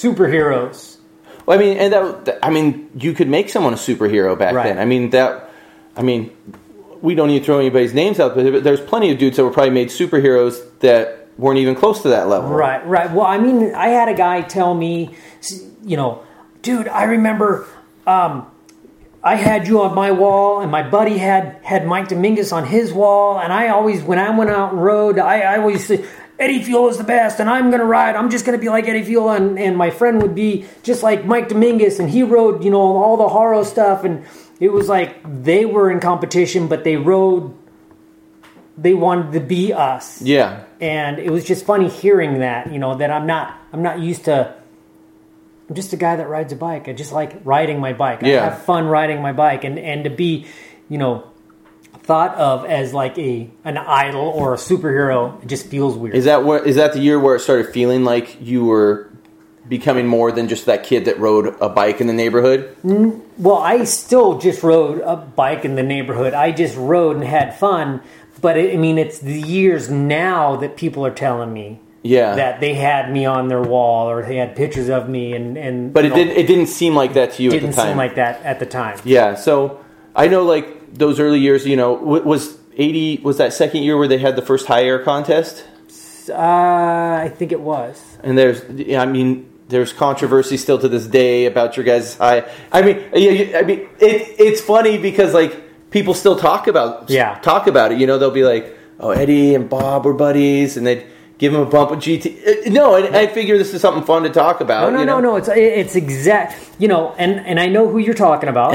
superheroes.
Well, I mean, and that, that- I mean, you could make someone a superhero back
Right.
then. I mean that, I mean, we don't need to throw anybody's names out, but there's plenty of dudes that were probably made superheroes that weren't even close to that level.
Right, right. Well, I mean, I had a guy tell me, s- you know, dude, I remember um, I had you on my wall, and my buddy had had Mike Dominguez on his wall, and I always, when I went out and rode, I, I always said, Eddie Fuel is the best, and I'm gonna ride. I'm just gonna be like Eddie Fuel, and, and my friend would be just like Mike Dominguez, and he rode, you know, all the Haro stuff, and it was like they were in competition, but they rode they wanted to be us.
Yeah.
and it was just funny hearing that you know that i'm not i'm not used to i'm just a guy that rides a bike i just like riding my bike
Yeah.
i have fun riding my bike and and to be you know thought of as like a an idol or a superhero it just feels weird
Is that where is that the year where it started feeling like you were becoming more than just that kid that rode a bike in the neighborhood?
well i still just rode a bike in the neighborhood i just rode and had fun but it, i mean it's the years now that people are telling me
Yeah.
that they had me on their wall or they had pictures of me and and
but
you
it
know,
didn't it didn't seem like that to you at
didn't
the time.
seem like that at the time
Yeah, so I know like those early years, you know, w- was 80 was that second year where they had the first high air contest?
Uh, I think it was.
And there's I mean there's controversy still to this day about your guys' high. I mean, yeah, you- I mean it it's funny because like people still talk about
Yeah.
talk about it, you know, they'll be like, "Oh, Eddie and Bob were buddies." And they'd give him a bump with GT. uh, No, I, I figure this is something fun to talk about.
No, no,
you know?
no, no. It's it- it's exact. You know, and and I know who you're talking
*laughs*
about.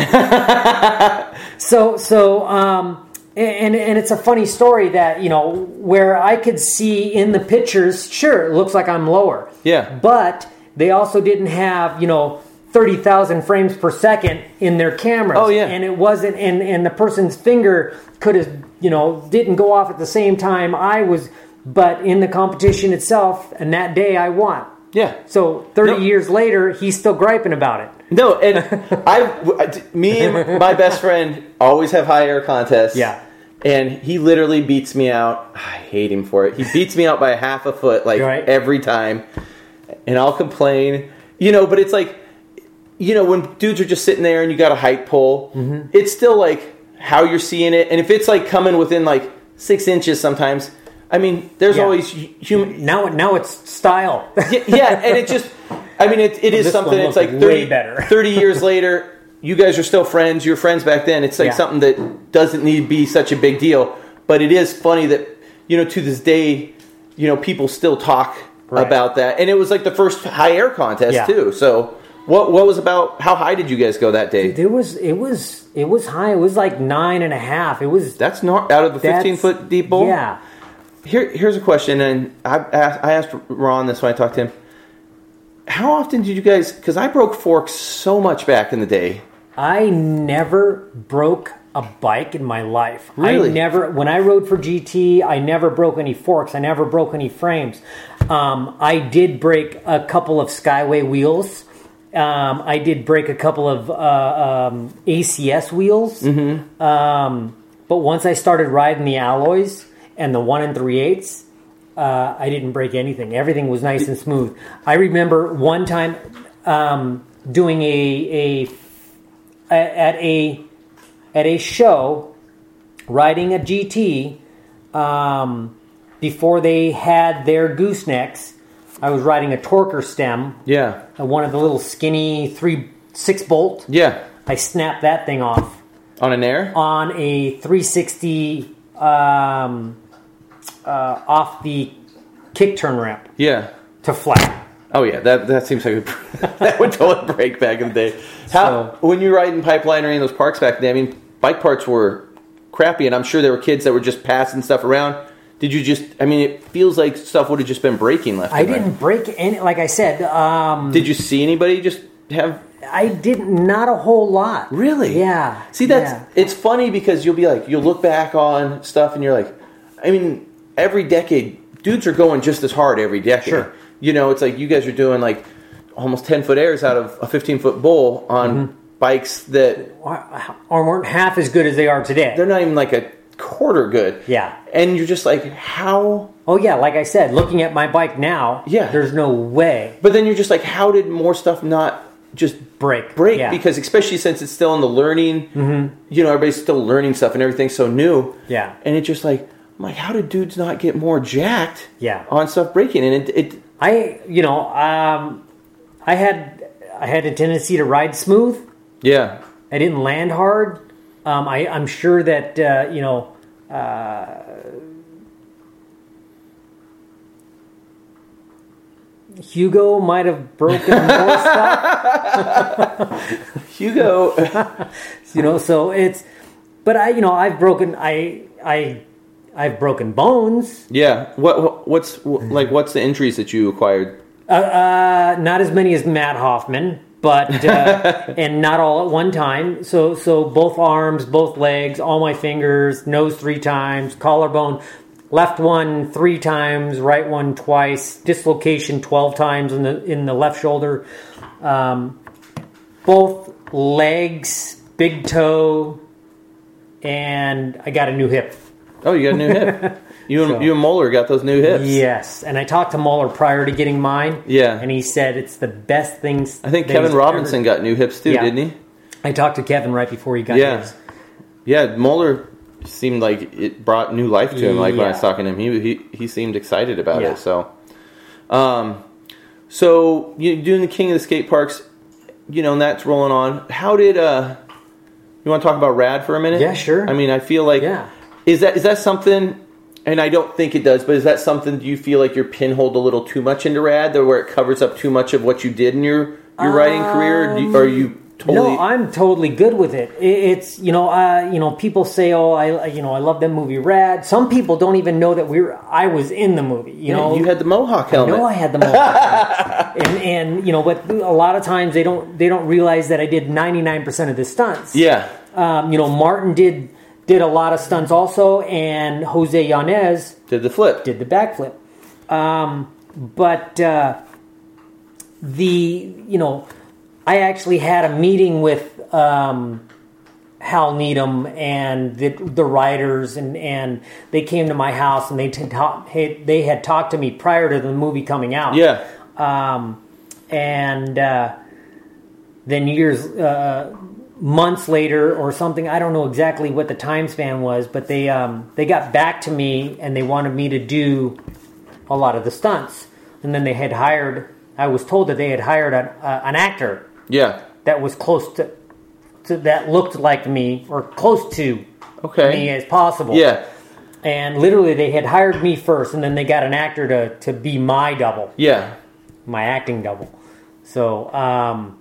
so so um, and and it's a funny story that you know where I could see in the pictures. Sure, it looks like I'm lower.
Yeah.
but they also didn't have you know. 30,000 frames per second in their cameras.
Oh, yeah.
And it wasn't, and, and the person's finger could have, you know, didn't go off at the same time I was, but in the competition itself, and that day I won.
Yeah.
So 30
No.
years later, he's still griping about it.
No,
*laughs*
and I, me and my best friend always have high air contests.
Yeah.
And he literally beats me out. I hate him for it. He beats me out by half a foot, like
Right.
every time. And I'll complain, you know. But it's like, you know, when dudes are just sitting there and you got a height pole,
Mm-hmm.
it's still like how you're seeing it. And if it's like coming within like six inches, sometimes, I mean, there's
Yeah.
always human
Now, now it's style. *laughs*
yeah, yeah, and it just I mean it, it is
This
something
one
it's like
looked
30, *laughs*
way better.
30 years later you guys are still friends you're friends back then it's like
Yeah.
something that doesn't need to be such a big deal but it is funny that you know to this day you know people still talk
Right.
about that and it was like the first high air contest
Yeah.
too so what what was about how high did you guys go that day
there was it was it was high. It was like nine and a half. It was
that's not out of the
that's-
15 foot deep bowl
Yeah,
Here, here's a question, and I asked, I asked Ron this when I talked to him. How often did you guys? Because I broke forks so much back in the day.
I never broke a bike in my life.
Really?
I never when I rode for GT, I never broke any forks. I never broke any frames. Um, I did break a couple of Skyway wheels. Um, I did break a couple of uh, um, ACS wheels. Um, but once I started riding the alloys and the one and three eighths, uh, I didn't break anything. Everything was nice and smooth. I remember one time um, doing a, a at a at a show riding a GT um, before they had their goosenecks. I was riding a torquer stem,
Yeah,
uh, one of the little skinny three six bolt.
yeah.
I snapped that thing off
On an air.
on a 360 um, uh, off the kick turn ramp
Yeah.
to flat.
Oh yeah. That that seems like a, *laughs* that would totally break back in the day. How when you were riding pipeline or in those parks back then? I mean, bike parts were crappy, and I'm sure there were kids that were just passing stuff around. Did you just? I mean, it feels like stuff would have just been breaking left.
I
and right.
didn't break any. Like I said, um,
Did you see anybody just have
I didn't. Not a whole lot.
Really?
Yeah.
See, that's
yeah.
it's funny because you'll be like, you'll look back on stuff and you're like, I mean, every decade, dudes are going just as hard every decade.
Sure.
You know, it's like you guys are doing like almost 10 foot airs out of a 15 foot bowl on
Mm-hmm.
bikes that
Or- or weren't half as good as they are today.
they're not even like a quarter good.
Yeah.
And you're just like, how?
Oh yeah, like I said, looking at my bike now,
Yeah.
there's no way
But then you're just like, how did more stuff not just
break
break
yeah. Mm-hmm.
because especially since it's still in the learning you know everybody's still learning stuff and everything's so new
Yeah.
and it's just like I'm like how do dudes not get more jacked
Yeah.
on stuff breaking and it, it
I you know um, I had I had a tendency to ride smooth.
yeah
I didn't land hard. Um, I, I'm sure that uh, you know. Uh, Hugo might have broken
*laughs*
more stuff,
Hugo *laughs*
you know. So it's, but I, you know, I've broken. I I I've broken bones.
Yeah. What, what what's wh- like what's the injuries that you acquired?
Uh, uh, not as many as Matt Hoffman, but uh, and not all at one time. So so both arms, both legs, all my fingers, nose three times, collarbone, left one three times, right one twice, dislocation twelve times in the in the left shoulder. Um, both legs, big toe, and I got a new hip
Oh, you got a new
*laughs*
hip. You and
So-
you and Moeller got those new hips.
Yes, and I talked to Mueller prior to getting mine.
Yeah.
and he said it's the best things.
I think
that he's
Kevin
ever-
Robinson got new hips too,
Yeah.
didn't he?
I talked to Kevin right before he got
Yeah.
his.
Yeah, Moeller seemed like it brought new life to him. Like when I was
Yeah.
talking to him, he he, he seemed excited about
Yeah.
it. So, um, so you doing the King of the Skate Parks, you know, and that's rolling on. How did uh, you want to talk about Rad for a minute?
Yeah, sure.
I mean, I feel like
Yeah.
is that is that something? And I don't think it does, but is that something? Do you feel like you're pinholed a little too much into Rad, that where it covers up too much of what you did in your your writing career? Or do you, are you totally?
Um, No, I'm totally good with it. I- It's you know, uh, you know, people say, "Oh, I you know, I love that movie Rad." Some people don't even know that we were I was in the movie. You
Yeah,
know,
you had the Mohawk helmet.
No, I had the mullet.
*laughs*
and, and you know, but a lot of times they don't they don't realize that I did 99% of the stunts.
yeah,
Um, you know, Martin did did a lot of stunts also, and Jose Yanez
did the flip.
did the backflip. Um, but uh, the you know, I actually had a meeting with um, Hal Needham and the the writers, and, and they came to my house and they t- ta- had- they had talked to me prior to the movie coming out.
Yeah.
Um, and uh, then years, uh, months later or something, I don't know exactly what the time span was, but they um, they got back to me and they wanted me to do a lot of the stunts. And then they had hired. I was told that they had hired an, uh, an actor
Yeah.
that was close to, to that looked like me or close to me
Okay.
as possible.
Yeah.
And literally, they had hired me first, and then they got an actor to to be my double
Yeah.
my acting double. So, um,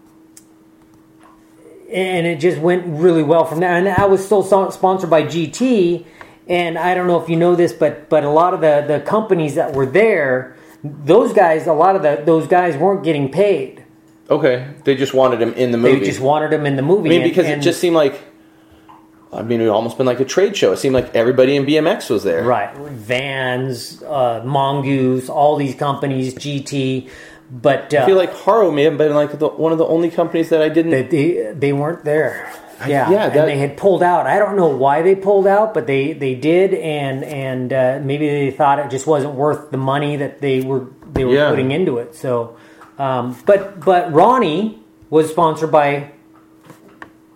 and it just went really well from there. And I was still so- sponsored by GT, and I don't know if you know this, but but a lot of the the companies that were there, those guys, a lot of the those guys weren't getting paid.
Okay. They just wanted him in the
They
movie.
just wanted them in the
I
movie.
mean,
and-
because
and-
it just seemed like, I mean, it almost been like a trade show. It seemed like everybody in BMX was there.
Right. Vans, uh, Mongoose, all these companies, GT, but uh,
I feel like Haro may have been like the, one of the only companies that I didn't.
that they they weren't there. Yeah,
yeah, that-
and they had pulled out. I don't know why they pulled out, but they they did, and and uh, maybe they thought it just wasn't worth the money that they were they were
Yeah.
putting into it. So, um, but but Ronnie was sponsored by.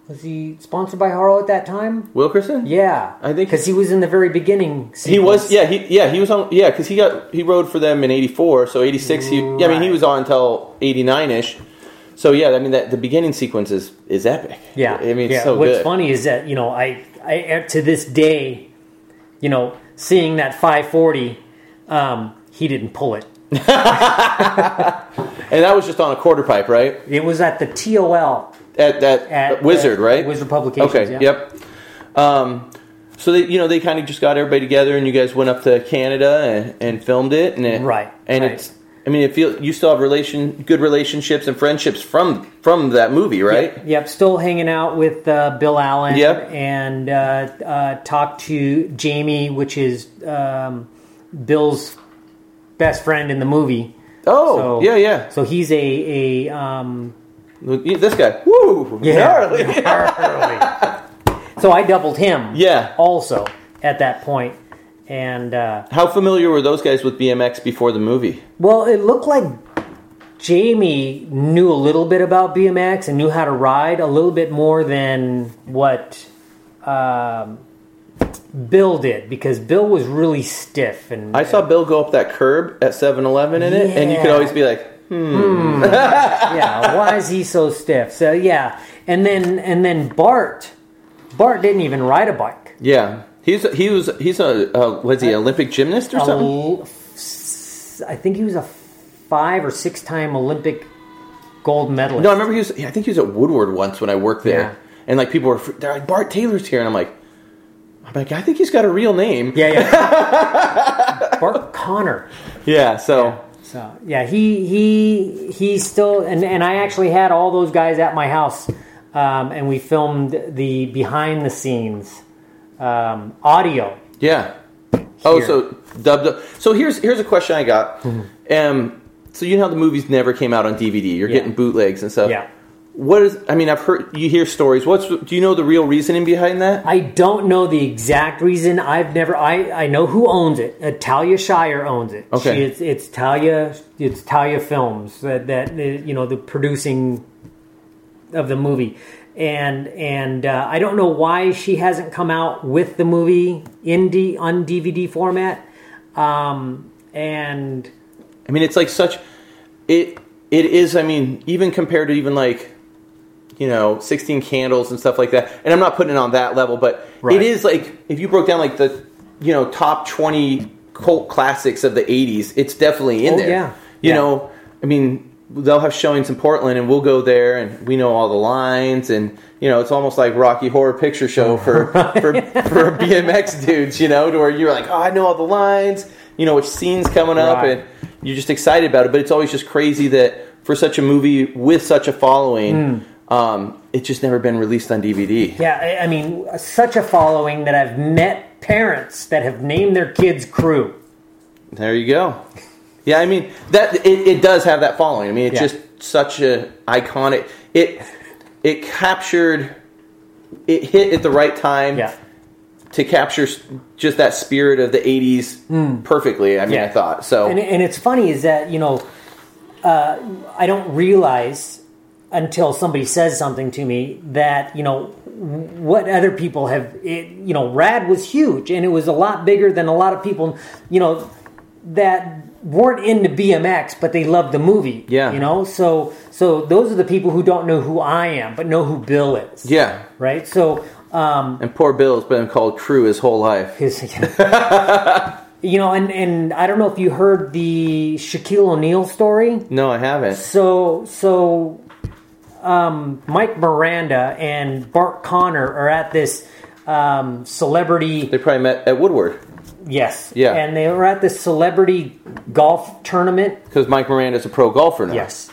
Was he sponsored by Harlow at that time?
Wilkerson?
Yeah,
I think-
because he was in the very beginning.
He was,
sequence.
yeah, he, yeah, he was on, yeah, because he got, he rode for them in '84, so '86, he, yeah, I mean, he
Right.
was on until '89 ish. So yeah, I mean, that the beginning sequence is is epic.
Yeah,
I mean, it's
yeah.
so
What's
good.
funny is that you know I, I to this day, you know, seeing that 540, um, he didn't pull it.
And that was just on a quarter pipe, right?
It was at the TOL
At that
at
Wizard,
at
right?
Wizard Publications.
Okay.
yeah.
Yep. Um, so they, you know, they kind of just got everybody together, and you guys went up to Canada and, and filmed it, and it,
Right,
and
right.
it's. I mean, it feel you still have relation, good relationships and friendships from from that movie, right?
Yep, yep, still hanging out with uh, Bill Allen.
Yep.
and uh, uh, talked to Jamie, which is um, Bill's best friend in the movie.
Oh,
So-
yeah, yeah.
So he's a a um,
Yeah, This guy, woo, gnarly.
*laughs* so I doubled him.
Yeah.
Also at that point, and uh,
How familiar were those guys with BMX before the movie?
well, it looked like Jamie knew a little bit about BMX and knew how to ride a little bit more than what um, Bill did because Bill was really stiff and
*laughs* I saw Bill go up that curb at 7-Eleven in it, and you could
Yeah.
always be like,
yeah, why is he so stiff? So yeah, and then and then Bart, Bart didn't even ride a bike.
yeah, he's he was he's a uh, was he an Olympic gymnast or
a
something?
l- s- I think he was a five or six time Olympic gold medalist.
No, I remember he was. I think he was at Woodward once when I worked there,
Yeah.
and like people were. They're like Bart Taylor's here, and I'm like, I'm like, I think he's got a real name.
Yeah, yeah. Bart Connor.
Yeah, so
So yeah, he he he still and and I actually had all those guys at my house, um, and we filmed the behind the scenes um, audio.
yeah. Oh,
Here.
so dubbed up. So here's here's a question I
*laughs*
got. Um, so you know how the movies never came out on DVD. You're
Mm-hmm. Yeah.
getting bootlegs and stuff.
Yeah.
What is? I mean, I've heard you hear stories. What's? Do you know the real reasoning behind that?
I don't know the exact reason. I've never. I, I know who owns it. Uh, Talia Shire owns it.
Okay.
She, it's it's Talia. It's Talia Films that that uh, you know the producing of the movie, and and uh, I don't know why she hasn't come out with the movie in D, on DVD format. Um, and
I mean, it's like such. It it is. I mean, even compared to even like, you know, sixteen candles and stuff like that. And I'm not putting it on that level, but
Right.
it is like if you broke down like the you know top twenty cult classics of the '80s, it's definitely in
Oh,
there.
yeah.
You
Yeah.
know, I mean, they'll have showings in Portland, and we'll go there, and we know all the lines, and you know, it's almost like Rocky Horror Picture Show for for for BMX dudes. You know, to where you're like, oh, I know all the lines. You know which scenes coming up,
Right.
and you're just excited about it. But it's always just crazy that for such a movie with such a following, um, it's just never been released on DVD.
yeah, I, I mean, such a following that I've met parents that have named their kids Crew.
There you go. Yeah, I mean that it, it does have that following. I mean, it's
Yeah.
just such a iconic. It it captured. It hit at the right time
Yeah.
to capture s- just that spirit of the '80s perfectly. I mean, I
Hmm. Yeah.
thought so.
And, and it's funny is that you know, uh, I don't realize until somebody says something to me that you know what other people have. It, you know, Rad was huge, and it was a lot bigger than a lot of people. You know, that weren't into BMX, but they loved the movie.
Yeah.
you know, so so those are the people who don't know who I am, but know who Bill is.
yeah,
right. So
and poor Bill's been called crew his whole life. *laughs*
His, *laughs* you know, and and I don't know if you heard the Shaquille O'Neal story.
No, I haven't.
So so um, Mike Miranda and Bart Connor are at this um, celebrity
They probably met at Woodward
yes
Yeah.
and they were at this celebrity golf tournament
because Mike Miranda's a pro golfer now.
yes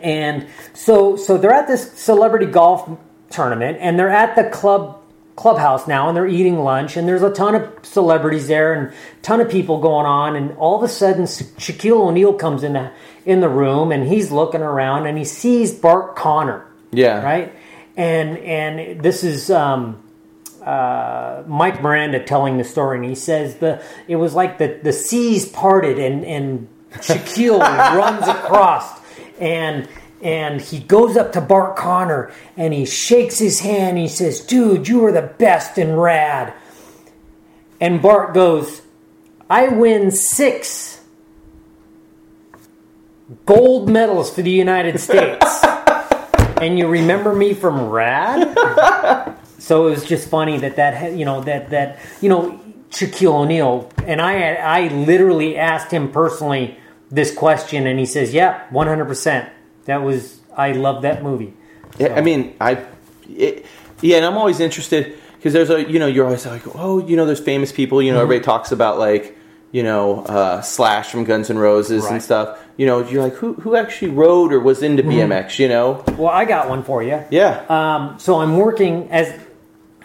and so so they're at this celebrity golf tournament and they're at the club clubhouse now and they're eating lunch and there's a ton of celebrities there and ton of people going on and all of a sudden Shaquille O'Neal comes in the in the room and he's looking around and he sees Bart Connor
Yeah.
right? And and this is um, uh, Mike Miranda telling the story, and he says the it was like the the seas parted, and and Shaquille runs across, and and he goes up to Bart Connor, and he shakes his hand, and he says, "Dude, you were the best and rad." And Bart goes, "I win six gold medals for the United States." and you remember me from Rad. so it was just funny that that had- you know that that you know Shaquille O'Neal and I had- I literally asked him personally this question, and he says, "Yeah, one hundred percent. That was I love that movie."
Yeah,
Oh.
I mean, I, it, yeah, and I'm always interested because there's a, you know, you're always like, oh, you know, there's famous people, you know, everybody
Mm-hmm.
talks about like, you know, uh, Slash from Guns N' Roses and
Right. Mm-hmm.
stuff. You know, you're like, who who actually rode or was into BMX? You know, Uh,
Well, I got one for you.
yeah,
Um, so I'm working as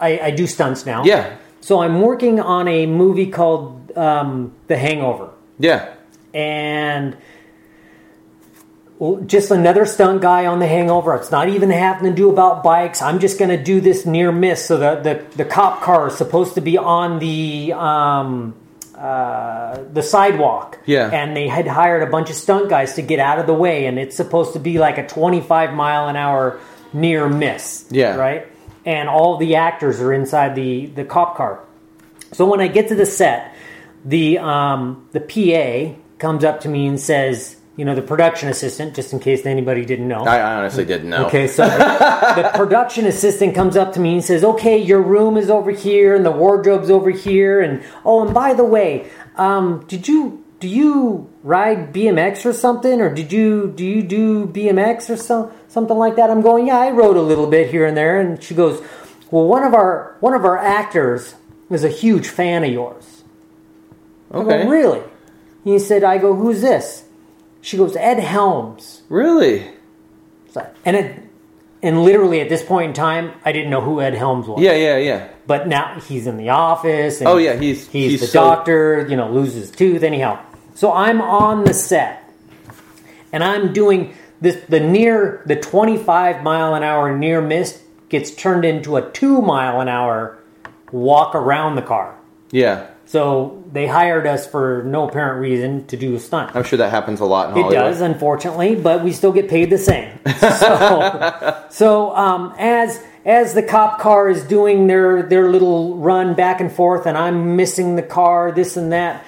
I, I do stunts now.
Yeah.
So I'm working on a movie called um, The Hangover.
yeah,
and well, just another stunt guy on the hangover. It's not even having to do about bikes. I'm just going to do this near miss. So the, the, the cop car is supposed to be on the um, uh, the sidewalk.
Yeah.
And they had hired a bunch of stunt guys to get out of the way, and it's supposed to be like a 25 mile an hour near miss.
Yeah.
Right? And all the actors are inside the, the cop car. So when I get to the set, the um, the PA comes up to me and says, you know, the production assistant, just in case anybody didn't know.
I, I honestly didn't know.
Okay, so *laughs* the production assistant comes up to me and says, "Okay, your room is over here, and the wardrobe's over here, and oh, and by the way, um, did you do you ride BMX or something, or did you do you do BMX or so, something like that?" I'm going, "Yeah, I rode a little bit here and there," and she goes, "Well, one of our one of our actors was a huge fan of yours. I
Okay.
go, Oh, really? He said, I go, who's this? She goes, Ed Helms.
Really?
It's like- And it, and literally at this point in time, I didn't know who Ed Helms was.
Yeah, yeah, yeah.
But now he's in the office. And
Oh, yeah, he's-
he's,
he's
the
so-
doctor. You know, loses tooth anyhow. So I'm on the set, and I'm doing this. The near the 25 mile an hour near miss gets turned into a two mile an hour walk around the car.
Yeah.
So they hired us for no apparent reason to do a stunt.
I'm sure that happens a lot in
It
Hollywood.
does, unfortunately, but we still get paid the same. So, so um, as as the cop car is doing their their little run back and forth, and I'm missing the car, this and that.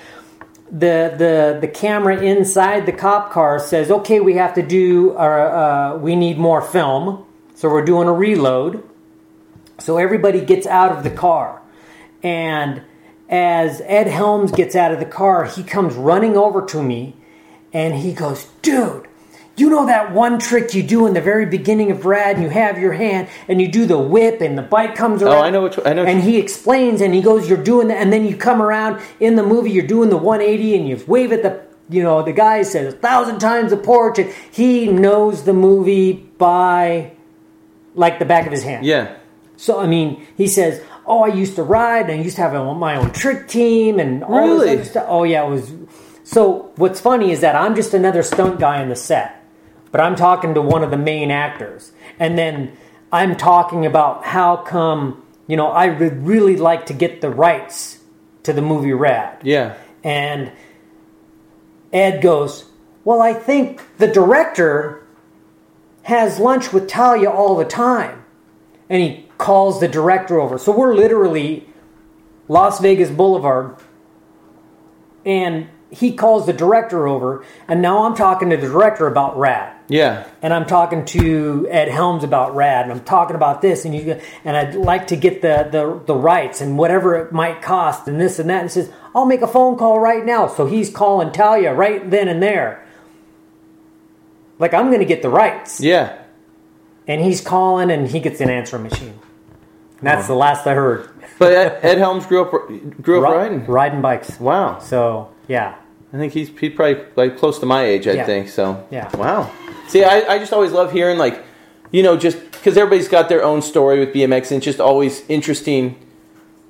The the the camera inside the cop car says, "Okay, we have to do our, uh, we need more film, so we're doing a reload." So everybody gets out of the car. And as Ed Helms gets out of the car, he comes running over to me and he goes, Dude, you know that one trick you do in the very beginning of Brad and you have your hand and you do the whip and the bike comes around.
Oh, I know which- I know which-
And he explains and he goes, You're doing that. And then you come around in the movie, you're doing the 180 and you wave at the, you know, the guy says a thousand times the porch. And he knows the movie by like the back of his hand.
Yeah.
So I mean, he says, "Oh, I used to ride, and I used to have my own trick team, and all this
Really?
other stuff." Oh yeah, it was. So what's funny is that I'm just another stunt guy in the set, but I'm talking to one of the main actors, and then I'm talking about how come you know I would really like to get the rights to the movie Rad.
Yeah.
And Ed goes, Well, I think the director has lunch with Talia all the time. And he calls the director over. So we're literally Las Vegas Boulevard. And he calls the director over. And now I'm talking to the director about Rat
Yeah.
and I'm talking to Ed Helms about Rad, and I'm talking about this, and you and I'd like to get the the, the rights and whatever it might cost, and this and that, and says I'll make a phone call right now. So he's calling Talia right then and there. Like I'm going to get the rights,
Yeah.
and he's calling, and he gets an answering machine. And that's the last I heard.
But Ed, Ed Helms grew up grew up
Ri-
riding.
riding bikes.
Wow.
So yeah,
I think he's he's probably like close to my age. I
Yeah.
think so.
Yeah.
Wow. See, I, I just always love hearing like, you know, just because everybody's got their own story with BMX, and it's just always interesting.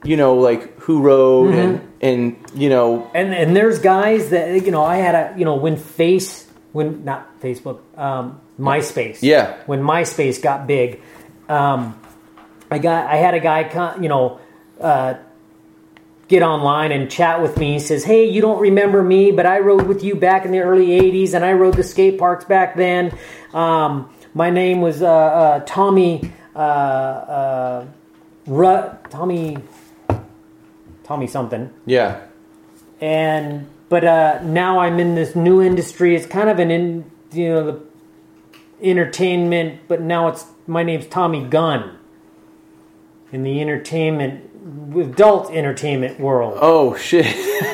You know, like who rode
Mm-hmm.
and and you know
and and there's guys that you know I had a you know when face when not Facebook um, MySpace
Yeah.
when MySpace got big um, I got I had a guy con- you know uh, get online and chat with me he says hey you don't remember me but I rode with you back in the early 80s and I rode the skate parks back then um, my name was uh, uh, Tommy uh, uh, Ru- Tommy Tommy something
yeah
and but uh, now I'm in this new industry. It's kind of an in you know the entertainment, but now it's my name's Tommy Gunn in the entertainment adult entertainment world.
oh shit *laughs*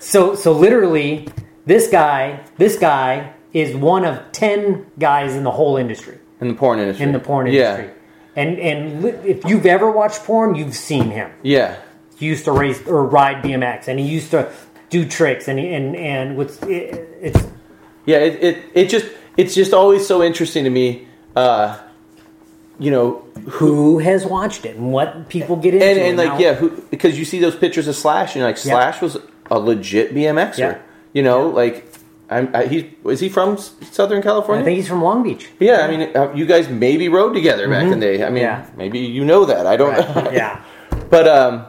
So so literally, this guy this guy is one of ten guys in the whole industry
in the porn industry
in the porn
Yeah.
industry. And and li- if you've ever watched porn, you've seen him.
yeah
he used to race or ride BMX, and he used to do tricks, and he, and and what's it, it's
yeah it, it it just it's just always so interesting to me uh you know
who has watched it and what people get into,
and, and like
how-
yeah who, because you see those pictures of slash and you're like slash was a legit bmxer
Yeah.
you know like I'm, I, he is he from S- Southern California?
I think he's from Long
*laughs*
Beach.
yeah, I mean, uh, you guys maybe rode together back in the day. I mean,
Mm-hmm. Yeah.
maybe you know that. I don't. know.
*laughs* yeah,
But um,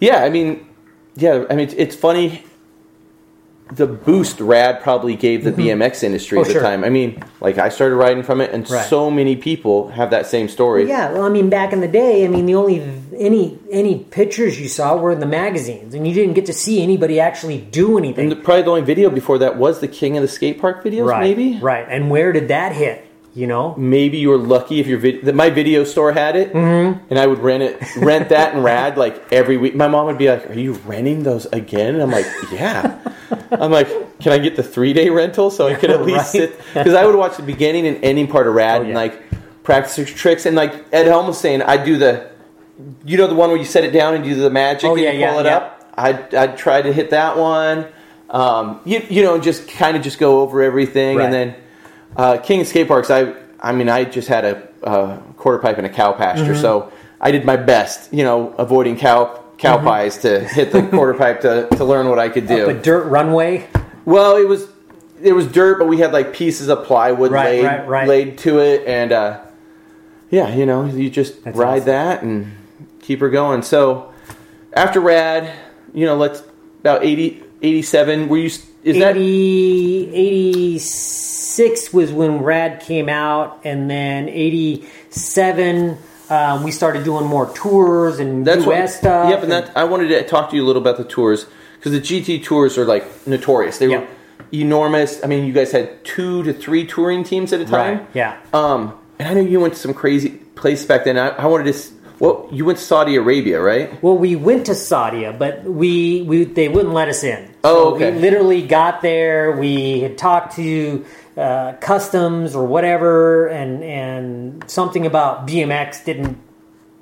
yeah, I mean, yeah, I mean, it's, it's funny. The boost Rad probably gave the BMX industry
Oh,
at the
sure.
time. I mean, like I started riding from it, and
Right.
so many people have that same story.
yeah. Well, I mean, back in the day, I mean, the only any any pictures you saw were in the magazines, and you didn't get to see anybody actually do
And
anything.
the, probably the only video before that was the King of the Skate Park videos.
right,
Maybe,
right. And where did that hit? You know,
maybe you were lucky if your vid- that my video store had it,
Mm-hmm.
and I would rent it, rent that and Rad like every week. My mom would be like, "Are you renting those again?" And I'm like, "Yeah." I'm like, "Can I get the three day rental so I could
*laughs*
at least
Right. Oh,
sit?" Because I would watch the beginning and ending part of Rad and
yeah.
like practice your tricks and like Ed Helm was saying, I do the you know the one where you set it down and do the magic
Oh,
and
yeah,
you
yeah,
pull it
yeah.
up. I I tried to hit that one. Um, you you know just kind of just go over everything
Right.
and then uh, King of Skate Parks. I I mean I just had a, uh quarter pipe and a cow pasture,
Mm-hmm.
so I did my best. You know, avoiding cow cow pies to hit the quarter pipe to, to learn what I could do.
Mm-hmm. Up a dirt runway.
Well, it was it was dirt, but we had like pieces of plywood
Right,
laid
right, right.
laid to it, and uh, yeah, you know, you just
That's
ride
awesome.
that and keep her going. So after rad, you know, let's about 80, 87. Were you? s- Is that
80, 86 was when Rad came out, and then 87, um, we started doing more tours and
that's
US
what?
stuff.
Yep, and that I wanted to talk to you a little about the tours because the GT tours are like notorious. They
Yep.
were enormous. I mean, you guys had two to three touring teams at a time.
Right, yeah.
Um, and I know you went to some crazy place back then. I, I wanted to. s- Well, you went to Saudi Arabia, right?
Well, we went to Saudi, but we, we they wouldn't let us in.
Oh,
So
okay.
We literally got there. We had talked to uh, customs or whatever, and and something about BMX didn't.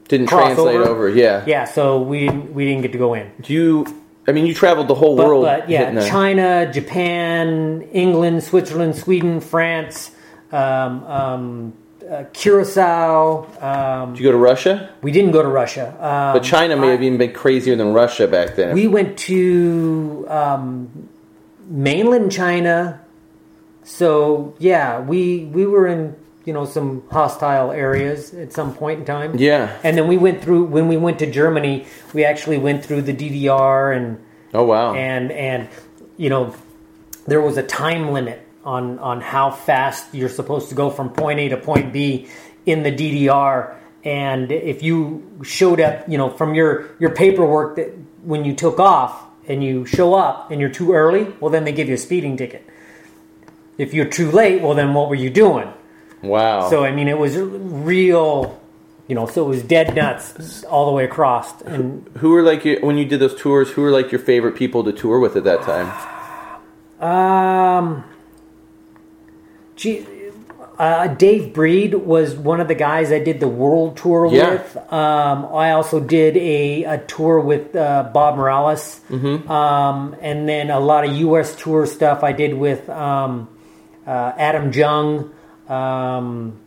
Didn't
Crossover?
translate over. Yeah.
Yeah, so we didn't we didn't get to go in.
You. I mean, you traveled the whole
But,
world.
but yeah,
hitting a-
China, Japan, England, Switzerland, Sweden, France, um, um, uh, Curacao. Um,
Did you go to Russia?
we didn't go to Russia. Um,
But China may have even been crazier than Russia back then.
We went to um, mainland China, so yeah, we we were in you know some hostile areas at some point in time.
Yeah.
and then we went through when we went to Germany, we actually went through the DDR and
oh wow.
and and you know there was a time limit on on how fast you're supposed to go from point A to point B in the DDR and if you showed up you know from your your paperwork that when you took off and you show up and you're too early well then they give you a speeding ticket if you're too late well then what were you doing
wow.
so I mean it was real you know so it was dead nuts all the way across and
who were like your, when you did those tours? Who were like your favorite people to tour with at that time?
Um, gee, uh, Dave Breed was one of the guys I did the world tour
Yeah.
with. Um, I also did a, a tour with uh, Bob Morales, um, and then a lot of U.S. tour stuff I did with um, uh, Adam Jung, um,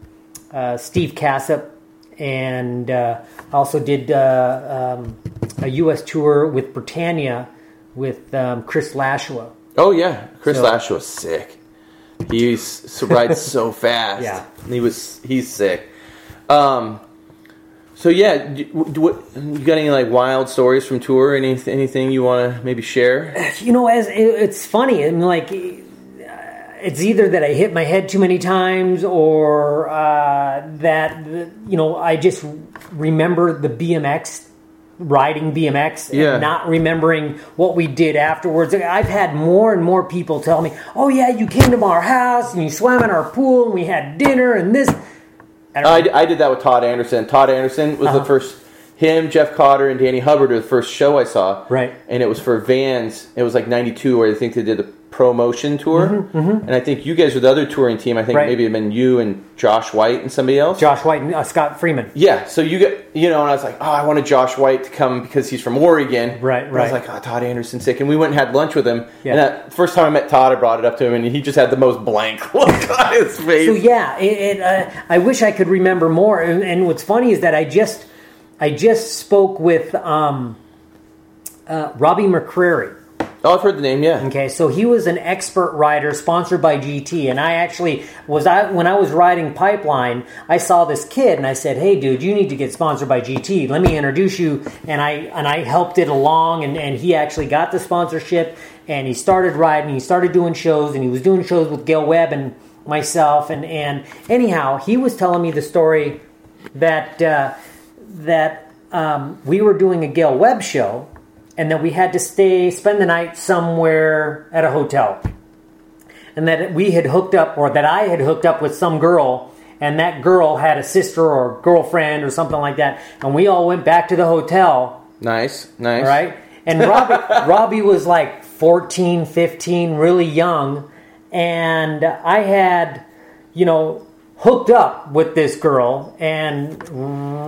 uh, Steve Cassap, and uh, I also did uh, um, a U.S. tour with Britannia with um, Chris Lashua.
Oh yeah, Chris
So-
Lash was sick. He s- rides
*laughs*
so fast.
Yeah.
he was. He's sick. Um. So yeah, d- w- d- what, you got any like wild stories from tour? Any anything you want to maybe share?
you know, as it, it's funny, I'm like, uh, it's either that I hit my head too many times, or uh, that you know I just remember the BMX riding BMX
Yeah.
and not remembering what we did afterwards. I've had more and more people tell me, "Oh yeah, you came to our house and you swam in our pool and we had dinner and this." I don't
I, d- I did that with Todd Anderson. Todd Anderson was the
Uh-huh.
first. Him, Jeff Cotter, and Danny Hubbard were the first show I saw.
Right.
and it was for Vans. It was like '92, where I think they did the promotion tour, and I think you guys were the other touring team. I think
Mm-hmm, Right.
maybe it had been you and Josh White and somebody else.
Josh White and uh, Scott Freeman.
Yeah, so you get you know, and I was like, oh, I wanted Josh White to come because he's from Oregon,
Right,
And I was
right.
like, oh, Todd Anderson's sick, and we went and had lunch with him.
Yeah.
And that first time I met Todd, I brought it up to him, and he just had the most blank *laughs* look on his face.
So yeah, it, it, uh, I wish I could remember more. And, and what's funny is that I just I just spoke with um, uh, Robbie McCrary.
Oh, I've heard the name. Yeah,
Okay, so he was an expert rider sponsored by GT, and I actually was I when I was riding Pipeline, I saw this kid and I said, "Hey, dude, you need to get sponsored by GT. Let me introduce you." And I and I helped it along, and and he actually got the sponsorship, and he started riding, he started doing shows, and he was doing shows with Gail Webb and myself, and and anyhow, he was telling me the story that uh, that um, we were doing a Gail Webb show, and that we had to stay spend the night somewhere at a hotel, and that we had hooked up, or that I had hooked up with some girl, and that girl had a sister or girlfriend or something like that, and we all went back to the hotel,
nice, nice.
right?
*laughs*
And Robbie, Robbie was like 14, 15, really young, and I had, you know, hooked up with this girl, and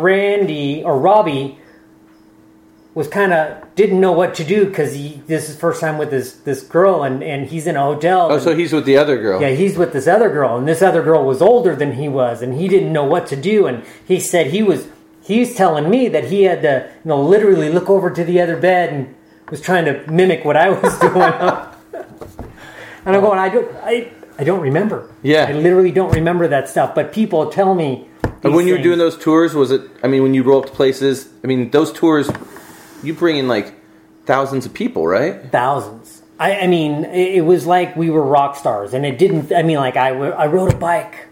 Randy or Robbie was kind of didn't know what to do because this is first time with this this girl, and and he's in a hotel.
Oh,
and-
so he's with the other girl.
yeah, he's with this other girl, and this other girl was older than he was, and he didn't know what to do. And he said he was he's telling me that he had to you know literally look over to the other bed and was trying to mimic what I was *laughs* doing. and I'm going, I don't, I, I don't remember.
Yeah.
I literally don't remember that stuff. But people tell me.
And
these
when you were
things.
doing those tours, was it? I mean, when you rolled places, I mean, those tours, you bring in like thousands of people, right?
thousands. I, I mean, it, it was like we were rock stars, and it didn't. I mean, like I, w- I rode a bike,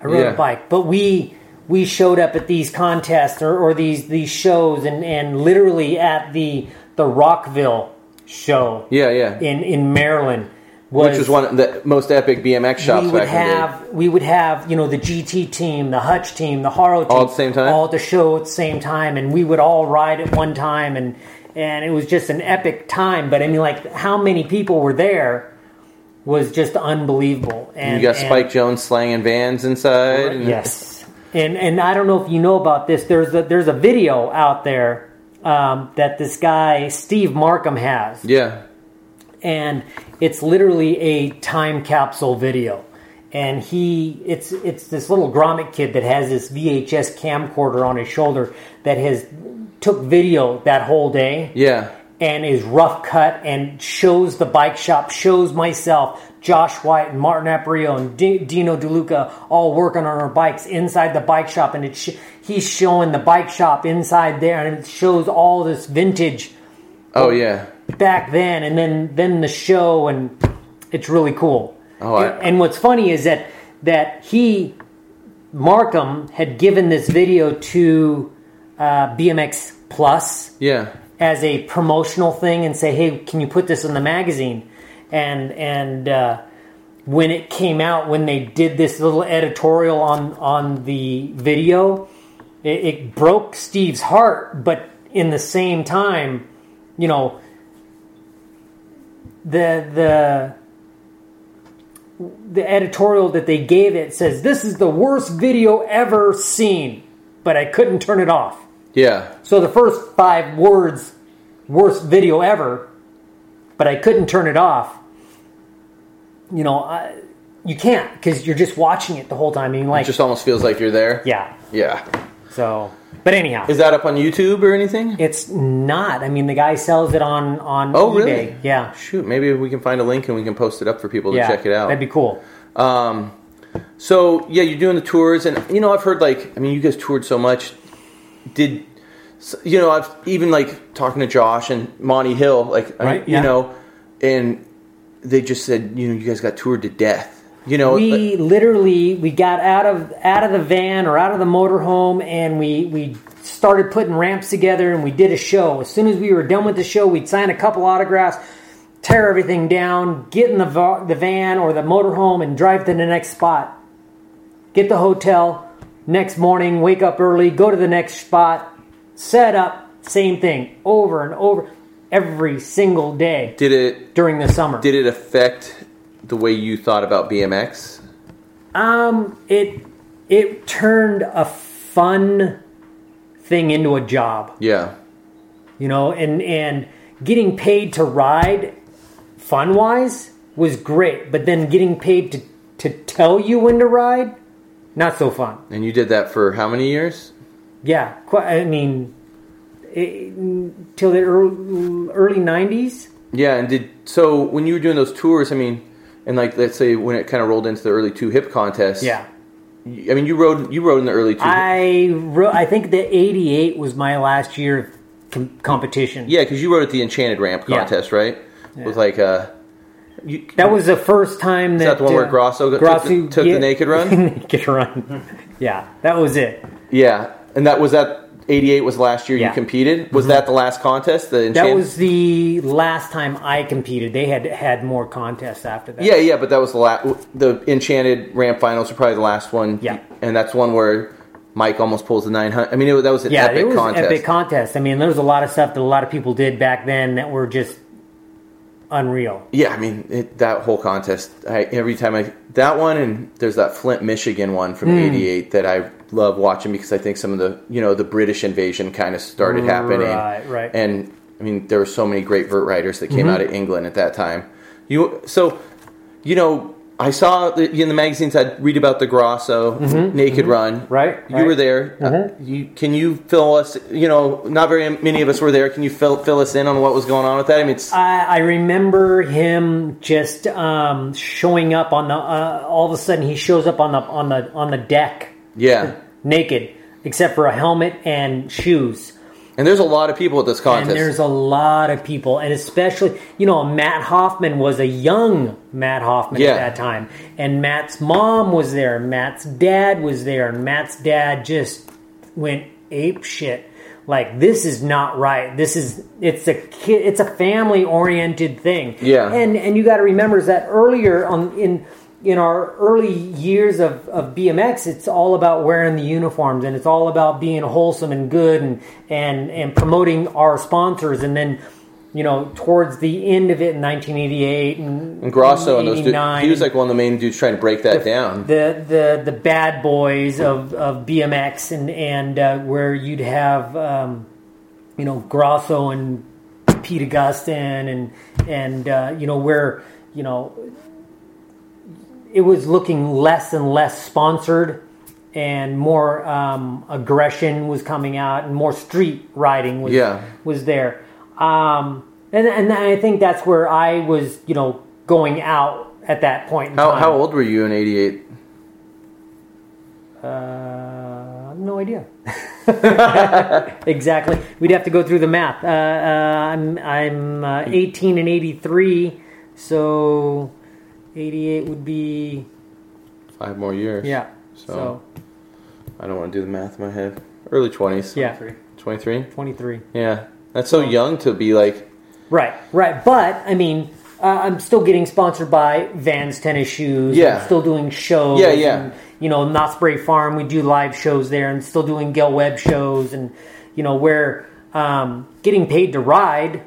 I rode
Yeah.
a bike, but we we showed up at these contests or, or these these shows, and and literally at the the Rockville show
Yeah, yeah.
in in Maryland
Which was one of the most epic BMX shops
we would
back in the day.
have we would have you know the GT team, the Hutch team, the Haro team,
All at the same time?
all at the show at the same time, and we would all ride at one time, and and it was just an epic time. But I mean, like how many people were there was just unbelievable. And
You got
and-
Spike Jones slanging vans inside. and-
Yes. And and I don't know if you know about this. There's a there's a video out there um, that this guy Steve Markham has
Yeah.
and it's literally a time capsule video. And he, it's it's this little grommet kid that has this VHS camcorder on his shoulder that has took video that whole day
Yeah.
and is rough cut and shows the bike shop, shows myself, Josh White, and Martin Aprio, and D- Dino DeLuca all working on our bikes inside the bike shop, and it sh- he's showing the bike shop inside there, and it shows all this vintage
Oh, yeah.
back then and then then the show and it's really cool
Oh, I-
and, and what's funny is that that he markham had given this video to uh, bmx plus
Yeah.
as a promotional thing and say hey can you put this in the magazine and and uh, when it came out when they did this little editorial on on the video it, it broke steve's heart but in the same time you know the the the editorial that they gave it says this is the worst video ever seen but i couldn't turn it off
Yeah.
so the first five words worst video ever but i couldn't turn it off you know I, you can't because you're just watching it the whole time and you're
It
like
just almost feels like you're there.
yeah
Yeah.
so but anyhow
Is that up on YouTube or anything?
it's not i mean the guy sells it on on
Oh,
ebay
really?
yeah
Shoot, maybe we can find a link and we can post it up for people to
yeah
check it out.
that'd be cool
Um, so yeah, you're doing the tours, and you know I've heard like I mean you guys toured so much. Did s- you know I've even like talking to Josh and Monty Hill, like I-
Right,
you
yeah.
know, and they just said you know you guys got toured to death. You know,
we literally we got out of out of the van or out of the motorhome and we we started putting ramps together and we did a show as soon as we were done with the show we'd sign a couple autographs tear everything down get in the, va- the van or the motorhome and drive to the next spot get the hotel next morning wake up early go to the next spot set up same thing over and over every single day
did it
during the summer
did it affect the way you thought about BMX?
Um, it it turned a fun thing into a job,
Yeah,
you know, and and getting paid to ride, fun wise, was great. But then getting paid to to tell you when to ride, not so fun.
and you did that for how many years?
Yeah, quite, I mean, it, till the early, early '90s.
Yeah, and did so when you were doing those tours? I mean, and like let's say when it kind of rolled into the early two hip contest.
Yeah,
I mean, you rode you rode in the early two.
I ro- I think the '88 was my last year of com- competition.
yeah, because you rode at the Enchanted Ramp
Yeah.
contest, right? With like uh, you,
That was the first time that.
that the one where
uh,
Grosso got- took the- took the naked run?
*laughs* naked run. Yeah, that was it.
yeah, and that was that eighty eight was last year
Yeah. Mm-hmm.
you competed. Was that the last contest? The
That
Enchanted.
was the last time I competed. They had had more contests after that.
yeah, yeah, but that was the la- the Enchanted Ramp finals were probably the last one.
Yeah.
and that's one where Mike almost pulls the nine hundred. I mean, it, was- that was an
Yeah,
epic
it was an
contest.
epic contest. I mean, there was a lot of stuff that a lot of people did back then that were just unreal.
Yeah, I mean it, that whole contest. I, every time I that one and there's that Flint, Michigan one from
Hmm.
'88 that I love watching because I think some of the you know the British invasion kind of started happening.
Right, right. Mm-hmm.
And I mean there were so many great vert riders that came out of England at that time. You so you know I saw the, in the magazines I'd read about the Grosso Naked Run.
Mm-hmm. Right,
you
right. Mm-hmm.
were there. Uh, you, can you fill us? You know, not very many of us were there. Can you fill fill us in on what was going on with that? I mean, it's
I, I remember him just um, showing up on the. Uh, all of a sudden, he shows up on the on the on the deck
yeah.
naked, except for a helmet and shoes.
And there's a lot of people at this
And
contest.
there's a lot of people, and especially, you know, Matt Hoffman was a young Matt Hoffman
Yeah.
at that time. And Matt's mom was there, and Matt's dad was there, and Matt's dad just went ape shit. Like this is not right. This is it's a kid, it's a family oriented thing.
Yeah.
and and you got to remember is that earlier on in in our early years of, of BMX, it's all about wearing the uniforms and it's all about being wholesome and good and and and promoting our sponsors. And then, you know, towards the end of it in 1988 and,
and Grosso and those dudes.
89,
He was like one of the main dudes trying to break that down.
the the the bad boys of, of BMX and and uh, where you'd have um, you know Grosso and Pete Augustine and and uh, you know where you know it was looking less and less sponsored and more um, aggression was coming out and more street riding was
Yeah.
was there um, and and I think that's where I was you know going out at that point in
how,
time.
how old were you in '88?
Uh, no idea. *laughs* exactly. We'd have to go through the math. Uh, uh, I'm I'm uh, 18 and 83, so 88 would be
Five more years.
yeah. So,
So- I don't want to do the math in my head. Early 20s.
yeah,
23.
23.
Yeah. That's so young to be like.
Right, right. But I mean, uh, I'm still getting sponsored by Vans tennis shoes.
Yeah.
I'm still doing shows.
Yeah, yeah.
And, you know, Knott's Berry Farm, we do live shows there, and still doing Gel Web shows, and you know, where um, getting paid to ride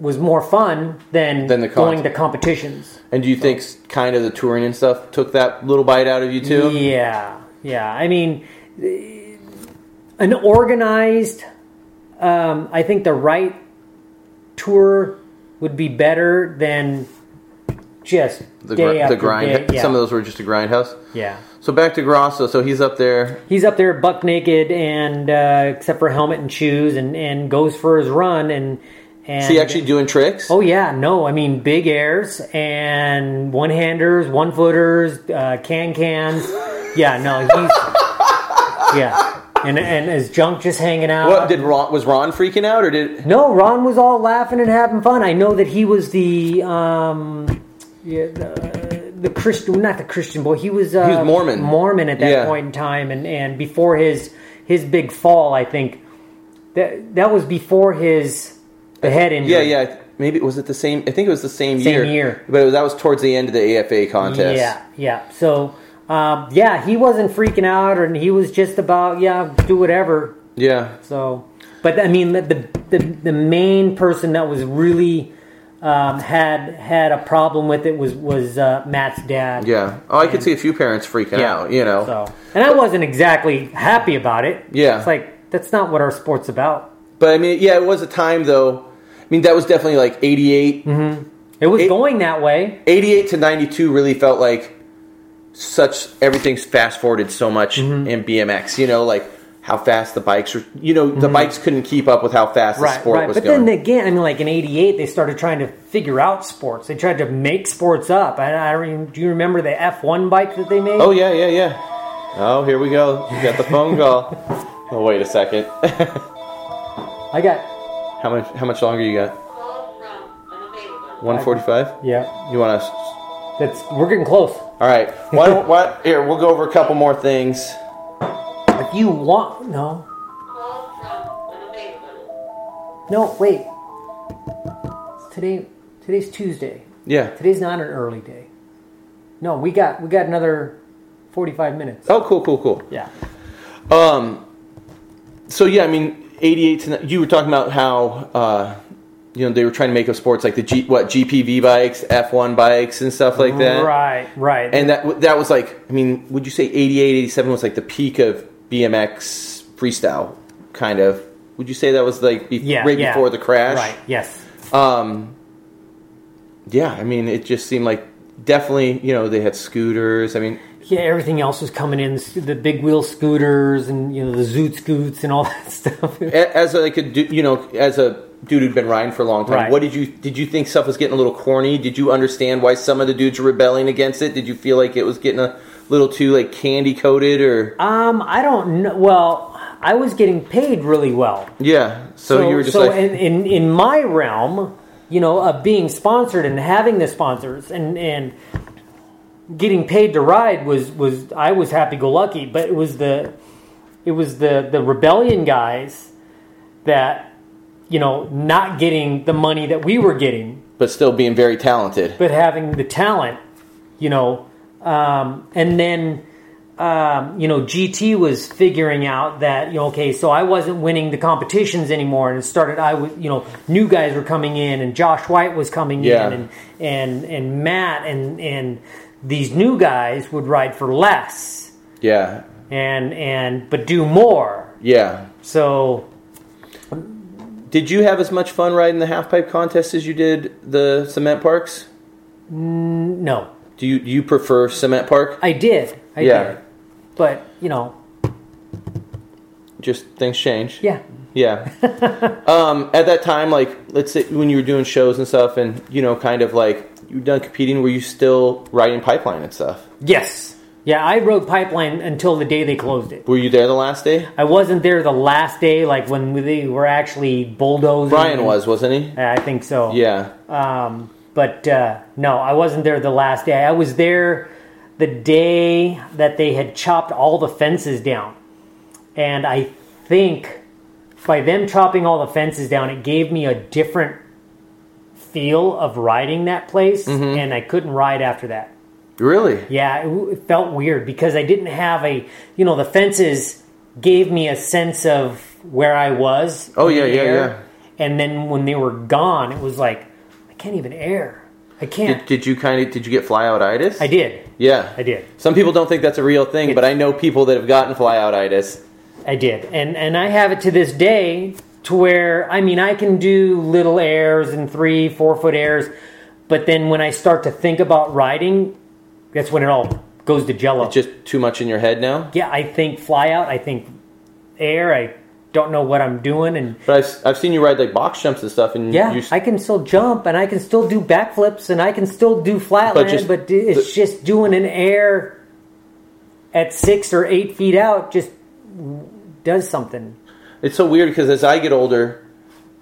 was more fun than,
Than the con-
going to competitions.
And do you think s- kind of the touring and stuff took that little bite out of you too?
Yeah, yeah. I mean, an organized. Um, I think the right tour would be better than just
The,
day
gr-
after
the grind.
day. Yeah.
Some of those were just a grindhouse.
Yeah,
So back to Grosso. So he's up there.
he's up there buck naked and uh, except for helmet and shoes and and goes for his run and and
Is he actually doing tricks?
Oh yeah, no, I mean big airs and one handers, one footers, uh, can cans. Yeah, no, he's *laughs* yeah, and and his junk just hanging out.
What did Ron? Was Ron freaking out or did?
No, Ron was all laughing and having fun. I know that he was the um, yeah, the, the Christian, not the Christian boy. He was uh,
He was Mormon.
Mormon at that
Yeah.
point in time, and and before his his big fall, I think that that was before his the head injury.
Yeah, yeah. Maybe was it the same? I think it was the same,
Same
year.
year.
but it was, that was towards the end of the AFA contest.
Yeah, yeah. So, um, yeah, he wasn't freaking out, and he was just about yeah, do whatever.
yeah.
So, but I mean, the the the, the main person that was really um, had had a problem with it was was uh, Matt's dad.
Yeah. Oh, I could see a few parents freaking out. You know.
So, and I wasn't exactly happy about it.
Yeah.
It's like that's not what our sport's about.
But I mean, yeah, it was a time though. I mean, that was definitely like 88,
Mm-hmm. It was
It-
going that way.
88 to ninety two. Really felt like such everything's fast forwarded so much
Mm-hmm.
in BMX. You know, like how fast the bikes were. You know, the bikes couldn't keep up with how fast the sport was
Mm-hmm. But
going.
then again, I mean, like in '88, they started trying to figure out sports. They tried to make sports up. I, I don't even- do you remember the F1 bike that they made?
oh yeah, yeah, yeah. Oh, here we go. You got the
*laughs*
phone call. Oh, wait a second. *laughs*
I got
how much? How much longer you got?
One.
One forty-five.
yeah.
You want to?
That's we're getting close.
All right. Why don't? Why, here, we'll go over a couple more things.
If you want, no, no, wait. Today, today's Tuesday.
Yeah.
Today's not an early day. No, we got we got another forty-five minutes.
Oh, cool, cool, cool.
Yeah.
Um, so yeah, I mean, eighty-eight. To, you were talking about how uh, you know they were trying to make up sports like the G, what GPV bikes, F1 bikes, and stuff like that.
Right, right.
And that that was like, I mean, would you say 88, 87 was like the peak of BMX freestyle, kind of? Would you say that was like be-
yeah,
right
yeah.
before the crash?
Right. Yes.
Um, yeah, I mean, it just seemed like definitely, you know, they had scooters. I mean,
Yeah, everything else was coming in the the big wheel scooters and you know the zoot scoots and all *laughs* that stuff.
a- as like a du- you know, as a dude who'd been riding for a long time,
Right.
what did you did you think stuff was getting a little corny? Did you understand why some of the dudes were rebelling against it? Did you feel like it was getting a little too like candy coated or
Um, I don't know. Well, I was getting paid really well.
yeah? So, you were just like,
in, in in my realm, you know, of being sponsored and having the sponsors and and getting paid to ride was was I was happy go lucky, but it was the it was the the rebellion guys that you know not getting the money that we were getting
but still being very talented.
but having the talent, you know, um, and then um, you know GT was figuring out that you know okay, so I wasn't winning the competitions anymore, and it started I was you know new guys were coming in, and Josh White was coming
Yeah.
in, and and and Matt and and these new guys would ride for less
Yeah,
and and but do more,
yeah.
so.
Did you have as much fun riding the half pipe contest as you did the cement parks?
No,
Do you do you prefer cement park?
I did. I
Yeah.
did. But, you know,
Just things change.
yeah. *laughs*
Yeah. um, at that time, like let's say when you were doing shows and stuff, and you know, kind of like you were done competing, were you still riding pipeline and stuff?
Yes. Yeah, I rode Pipeline until the day they closed it.
Were you there the last day?
I wasn't there the last day, like when they were actually bulldozing.
Brian was, wasn't he?
I think so.
Yeah.
Um, but uh, no, I wasn't there the last day. I was there the day that they had chopped all the fences down. And I think by them chopping all the fences down, it gave me a different feel of riding that place.
Mm-hmm.
And I couldn't ride after that.
Really?
Yeah, it, w- it felt weird because I didn't have a, you know, the fences gave me a sense of where I was.
Oh,
in
yeah,
the
yeah,
air.
yeah.
And then when they were gone, it was like I can't even air. I can't.
Did, did you kind of did you get flyoutitis?
I did.
Yeah,
I did.
Some people don't think that's a real thing, but I know people that have gotten flyoutitis.
I did. And and I have it to this day to where I mean I can do little airs and three, four foot airs, but then when I start to think about riding, that's when it all goes to jello.
Just too much in your head now.
yeah, I think fly out, I think air, I don't know what I'm doing and
But I've, I've seen you ride like box jumps and stuff, and
yeah,
you,
I can still jump and I can still do backflips and I can still do flatland,
But
but,
just
it's just doing an air at six or eight feet out just does something.
it's so weird because as I get older,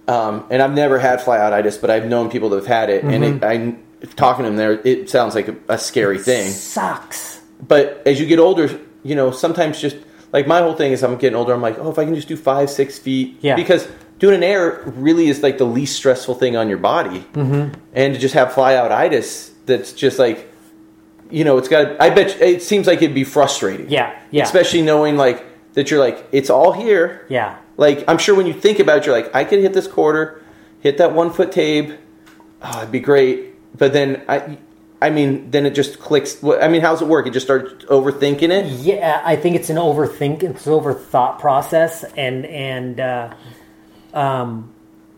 um, and I've never had flyoutitis, but I've known people that have had it, and it,
Mm-hmm.
I talking to them there, it sounds like a, a scary thing.
Sucks.
But as you get older, you know, sometimes just like my whole thing is I'm getting older. I'm like, oh, if I can just do five, six feet,
Yeah.
because doing an air really is like the least stressful thing on your body, mm-hmm. and to just have flyoutitis, that's just like, you know, it's got. I bet you- it seems like it'd be frustrating.
Yeah, yeah.
Especially knowing like that you're like it's all here.
Yeah.
Like I'm sure when you think about it, you're like, I could hit this quarter, hit that one foot tape. Oh, it'd be great. But then I, I mean, then it just clicks. Well, I mean, how's it work? It just starts overthinking it.
Yeah, I think it's an overthink, it's an overthought process, and and uh, um,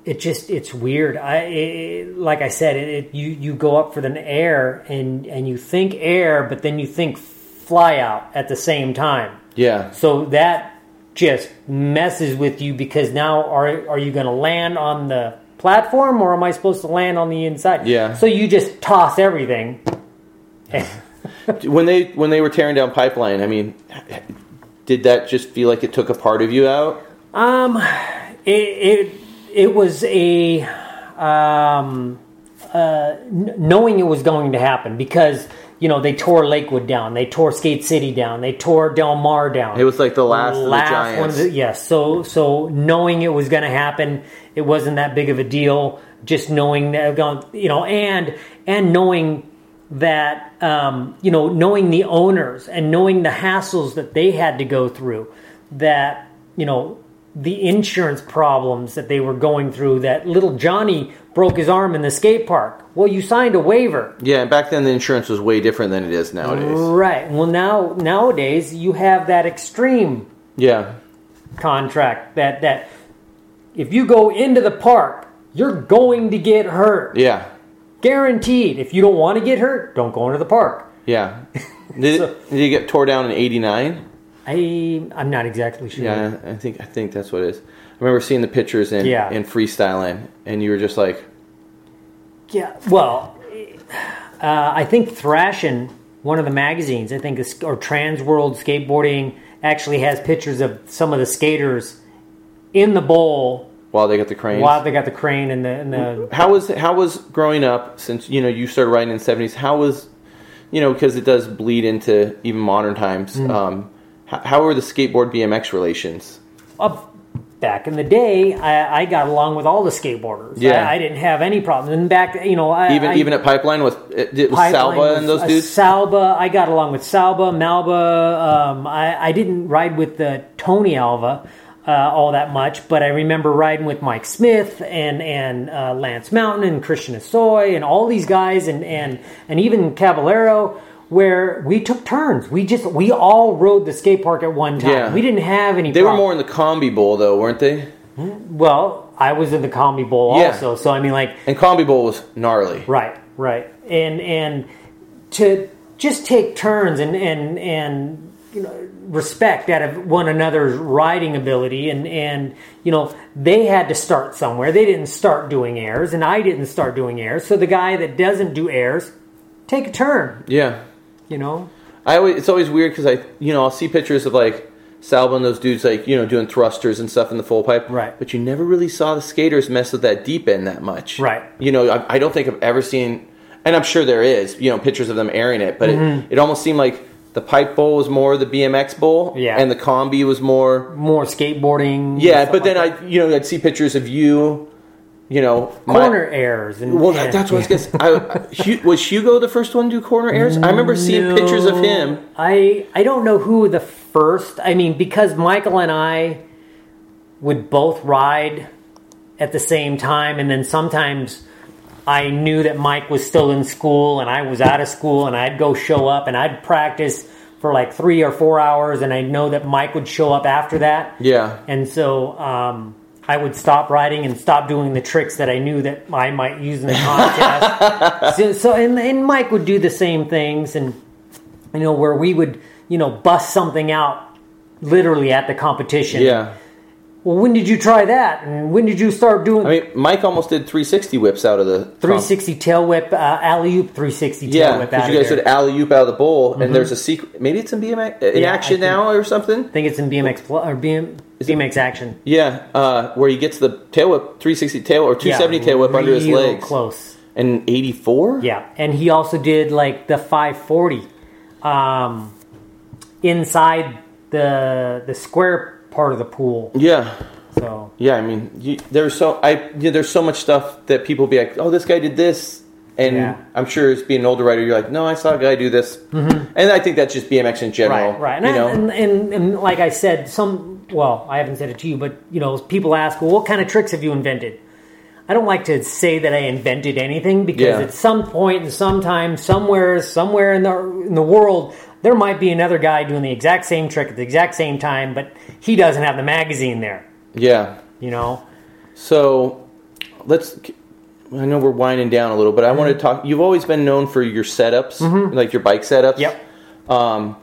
it just it's weird. I it, like I said, it, it, you you go up for the air and and you think air, but then you think fly out at the same time.
Yeah.
So that just messes with you because now are are you going to land on the platform or am I supposed to land on the inside?
Yeah.
So you just toss everything.
When they when they were tearing down pipeline, I mean, did that just feel like it took a part of you out?
Um, it it, it was a um, uh, kn- knowing it was going to happen because you know they tore Lakewood down, they tore Skate City down, they tore Del Mar down.
It was like the last, of the
one
giants.
of the- yes. So so knowing it was going to happen, it wasn't that big of a deal. Just knowing that going, you know, and and knowing that um, you know, knowing the owners and knowing the hassles that they had to go through, that you know, the insurance problems that they were going through that little Johnny broke his arm in the skate park. Well, you signed a waiver.
Yeah, and back then the insurance was way different than it is nowadays.
Right. Well, now nowadays you have that extreme
Yeah.
contract that that if you go into the park, you're going to get hurt.
Yeah.
Guaranteed. If you don't want to get hurt, don't go into the park.
Yeah. Did,
So-
it, did it get tore down in 89?
I I'm not exactly sure.
Yeah, I think I think that's what it is. I remember seeing the pictures in
Yeah.
in freestyling and you were just like,
Yeah, Well, uh, I think Thrashing, one of the magazines, I think, is- or Trans World Skateboarding, actually has pictures of some of the skaters in the bowl
"Wow, they got the cranes."
while they got the crane and the and the.
how was how was growing up since you know you started writing in the 70s how was you know because it does bleed into even modern times
Mm.
um how, how were the skateboard bmx relations
Up back in the day, I, I got along with all the skateboarders.
Yeah.
I, I didn't have any problems. And back, you know, I
even
I,
even at pipeline with it, it was
Pipeline
salva
was-
and those
uh,
dudes
Salva, I got along with Salva, Malba. Um, I, I didn't ride with uh, Tony Alva uh, all that much, but I remember riding with Mike Smith and and uh, Lance Mountain and Christian Asoy and all these guys and and and even Caballero. Where we took turns, we just we all rode the skate park at one time.
Yeah.
We didn't have any.
they were
problem.
more in the combi bowl though weren't they
well. I was in the comedy bowl
Yeah.
also, so I mean, like
and combi bowl was gnarly
Right, right. And and to just take turns and and and you know respect out of one another's riding ability and and you know they had to start somewhere. They didn't start doing airs and I didn't start doing airs. So the guy that doesn't do airs take a turn,
yeah
you know.
i always it's always weird because i you know i'll see pictures of like salva and those dudes like you know doing thrusters and stuff in the full pipe
Right.
but you never really saw the skaters mess with that deep end that much
Right.
you know I, I don't think i've ever seen and i'm sure there is you know pictures of them airing it but
Mm-hmm.
it, it almost seemed like the pipe bowl was more the bmx bowl
Yeah.
and the combi was more
More skateboarding.
yeah
stuff
but
like
then i you know i'd see pictures of you you know my-
corner airs and
well,
and-
that, that's what I was gonna say. I, I- Hu- was Hugo the first one to do corner airs? I remember seeing
No,
pictures of him.
I I don't know who the first. I mean, because Michael and I would both ride at the same time, and then sometimes I knew that Mike was still in school and I was out of school, and I'd go show up and I'd practice for like three or four hours, and I know that Mike would show up after that.
Yeah,
And so um, I would stop riding and stop doing the tricks that I knew that I might use in
*laughs*
the contest. so, so and, and Mike would do the same things, and you know where we would you know bust something out literally at the competition.
yeah.
Well, when did you try that? And when did you start doing?
I mean, Mike almost did 360 whips out of the comp.
360 tail whip, uh, alley oop 360 tail
Yeah,
whip out
because
of
you guys
there. Mm-hmm.
would alley oop out of the bowl, and there's a secret. Maybe it's in BMX in
Yeah, I
action
think-
now or something.
I think it's in BMX pl- or BM,
it-
BMX action.
Yeah, uh, where he gets the tail whip, 360 tail or 270
Yeah,
tail whip under his
real
legs.
Close.
And 84?
Yeah, and he also did like the 540 um, inside the the square part of the pool.
Yeah.
So
Yeah, I mean, you, there's so I yeah, there's so much stuff that people be like, "Oh, this guy did this." And
Yeah.
I'm sure as being an older writer, you're like, "No, I saw a guy do this." And I think that's just BMX in general.
Mm-hmm. right, right, and,
You
I-
know?
and, and and like I said, some well, I haven't said it to you, but you know, people ask, well, what kind of tricks have you invented? I don't like to say that I invented anything because
Yeah.
at some point and sometime, somewhere, somewhere in the in the world, there might be another guy doing the exact same trick at the exact same time, but he doesn't have the magazine there,
yeah.
you know.
So let's. I know we're winding down a little, but I
Mm-hmm.
want to talk. You've always been known for your setups, like your bike setups.
Yep.
Um,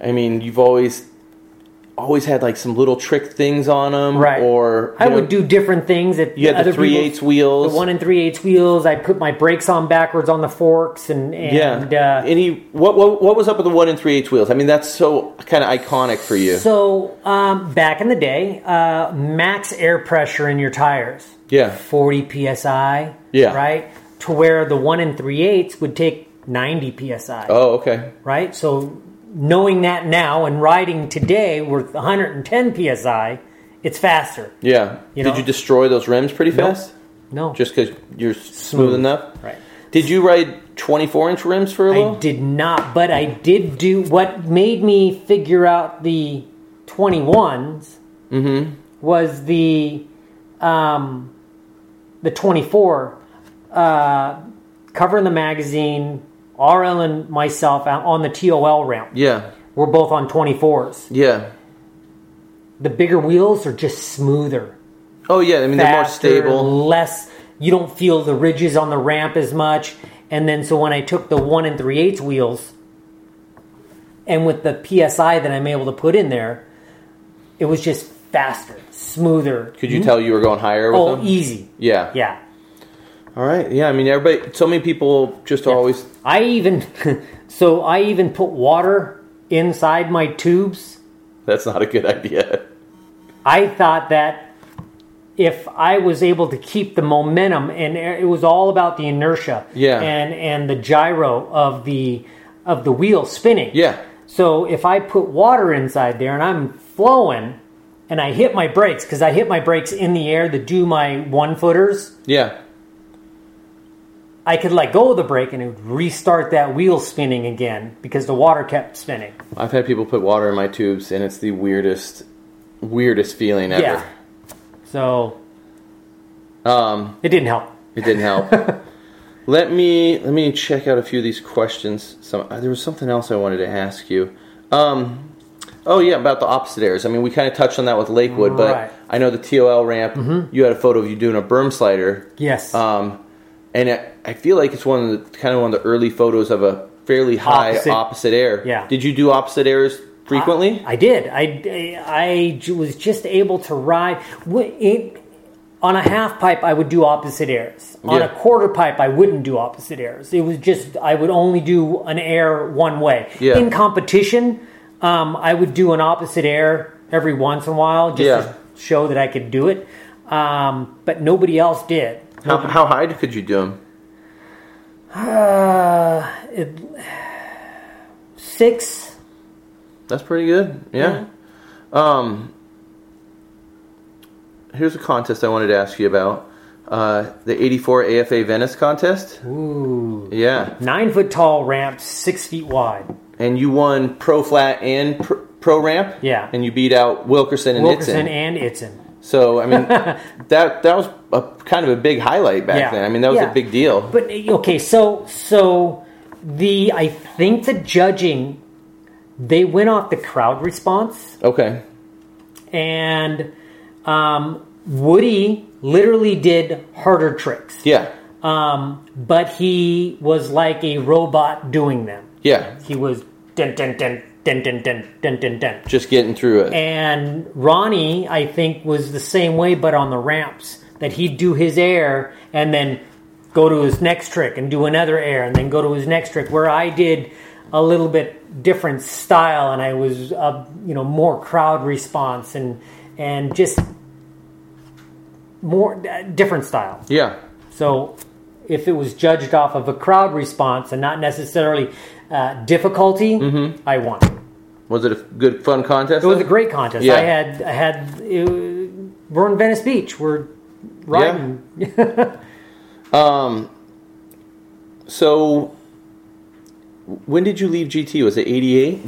I mean, you've always always had like some little trick things on them,
Right.
Or
I
you know,
would do different things that
You had the
other
three
people-
eighths wheels.
the one and three eighths wheels. I put my brakes on backwards on the forks, and, and
yeah.
uh,
Any what, what what was up with the one and three eighths wheels? I mean, that's so kind of iconic for you.
so um, back in the day, uh, max air pressure in your tires,
yeah,
forty psi,
Yeah.
right, to where the one and three eighths would take ninety psi,
Oh, okay.
right? So knowing that now and riding today with one hundred and ten psi, it's faster.
Yeah.
You
Did
know?
you destroy those rims pretty fast?
No,
Just because you're smooth, enough?
right.
Did you ride 24 inch rims for a
I
little?
did not, but I did do what made me figure out the 21s was the um, the 24 uh, covering the magazine. RL and myself out on the TOL round.
Yeah.
We're both on 24s.
Yeah.
The bigger wheels are just smoother.
Oh yeah. I mean, they're more
faster,
stable.
Less, you don't feel the ridges on the ramp as much. And then, so when I took the one and three eighths wheels, and with the psi that I'm able to put in there, it was just faster, smoother.
Could you tell you were going higher with
Oh,
them?
easy.
Yeah.
Yeah.
All right. Yeah. I mean, everybody. So many people just always.
I even, *laughs* so I even put water inside my tubes.
That's not a good *laughs* idea.
I thought that if I was able to keep the momentum, and it was all about the inertia,
Yeah.
and and the gyro of the of the wheel spinning,
Yeah.
So if I put water inside there and I'm flowing, and I hit my brakes because I hit my brakes in the air to do my one footers,
Yeah.
I could let go of the brake and it would restart that wheel spinning again because the water kept spinning.
I've had people put water in my tubes, and it's the weirdest, weirdest feeling ever.
Yeah. So
Um,
it didn't help.
it didn't
*laughs*
help. let me let me check out a few of these questions. Some uh, there was something else I wanted to ask you. Um, oh yeah, about the opposite airs. I mean, we kind of touched on that with Lakewood,
Right. Mm-hmm.
but I know the TOL ramp. You had a photo of you doing a berm slider.
Yes.
Um, and I, I feel like it's one of the kind of one of the early photos of a fairly high opposite,
Opposite.
air.
Yeah.
Did you do opposite airs frequently?
I, I did. I, I j- was just able to ride. w- It, on a half pipe, I would do opposite airs. On
Yeah.
a quarter pipe, I wouldn't do opposite airs. It was just, I would only do an air one way.
Yeah.
In competition, um, I would do an opposite air every once in a while just
Yeah.
to show that I could do it. Um, but nobody else did.
how, how high could you do them?
Uh, it, six.
That's pretty good. Yeah. Um, here's a contest I wanted to ask you about. Uh, the 84 AFA Venice contest.
Ooh.
Yeah.
Nine foot tall ramp, six feet wide.
And you won pro flat and pr- pro ramp.
Yeah.
And you beat out Wilkerson and
Wilkerson
Nitzen.
and Itzen.
so, I
*laughs*
mean, that that was a, kind of a big highlight back
Yeah.
then. I mean, that was
Yeah.
a big deal.
But okay, so so the I think the judging they went off the crowd response
okay.
and um, Woody literally did harder tricks.
Yeah.
Um, but he was like a robot doing them.
Yeah.
He was dun dun dun dun dun dun dun dun dun.
Just getting through it.
And Ronnie, I think, was the same way, but on the ramps. That he'd do his air and then go to his next trick and do another air and then go to his next trick. Where I did a little bit different style and I was, uh, you know, more crowd response and and just more uh, different style.
yeah.
So if it was judged off of a crowd response and not necessarily uh, difficulty, I won.
Was it a good, fun contest?
It was a great contest.
Yeah.
I had I had it, we're in Venice Beach. We're riding.
So, when did you leave GT? Was it 88?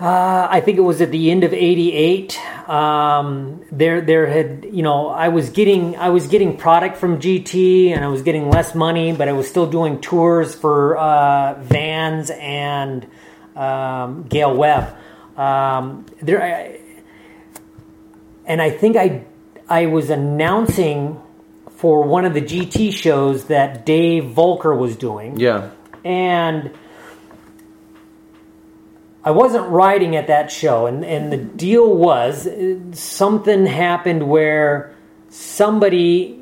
Uh, I think it was at the end of '88. Um, there there had you know I was getting I was getting product from GT and I was getting less money, but I was still doing tours for uh, Vans and um, Gail Webb. Um, there. I, and I think I I was announcing for one of the GT shows that Dave Volker was doing.
Yeah.
And I wasn't riding at that show and and the deal was uh, something happened where somebody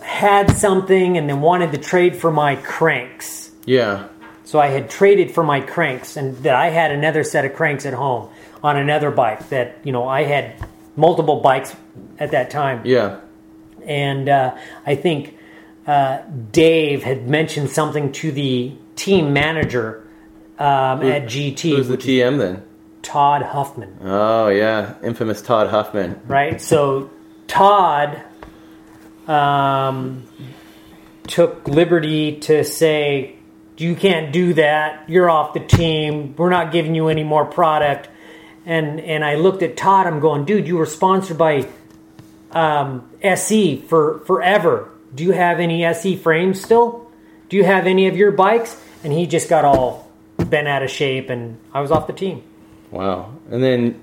had something and then wanted to trade for my cranks.
Yeah.
So I had traded for my cranks, and that I had another set of cranks at home on another bike. That you know I had multiple bikes at that time,
Yeah.
and uh, I think uh, Dave had mentioned something to the team manager um, at GT,
Who's the
which is
TM then?
Todd Huffman.
Oh, yeah. Infamous Todd Huffman.
right? So Todd um, took liberty to say, "You can't do that. You're off the team. We're not giving you any more product." and and I looked at Todd. I'm going, dude, you were sponsored by um, SE for forever. Do you have any SE frames still? Do you have any of your bikes? And he just got all bent out of shape, and I was off the team.
Wow. And then,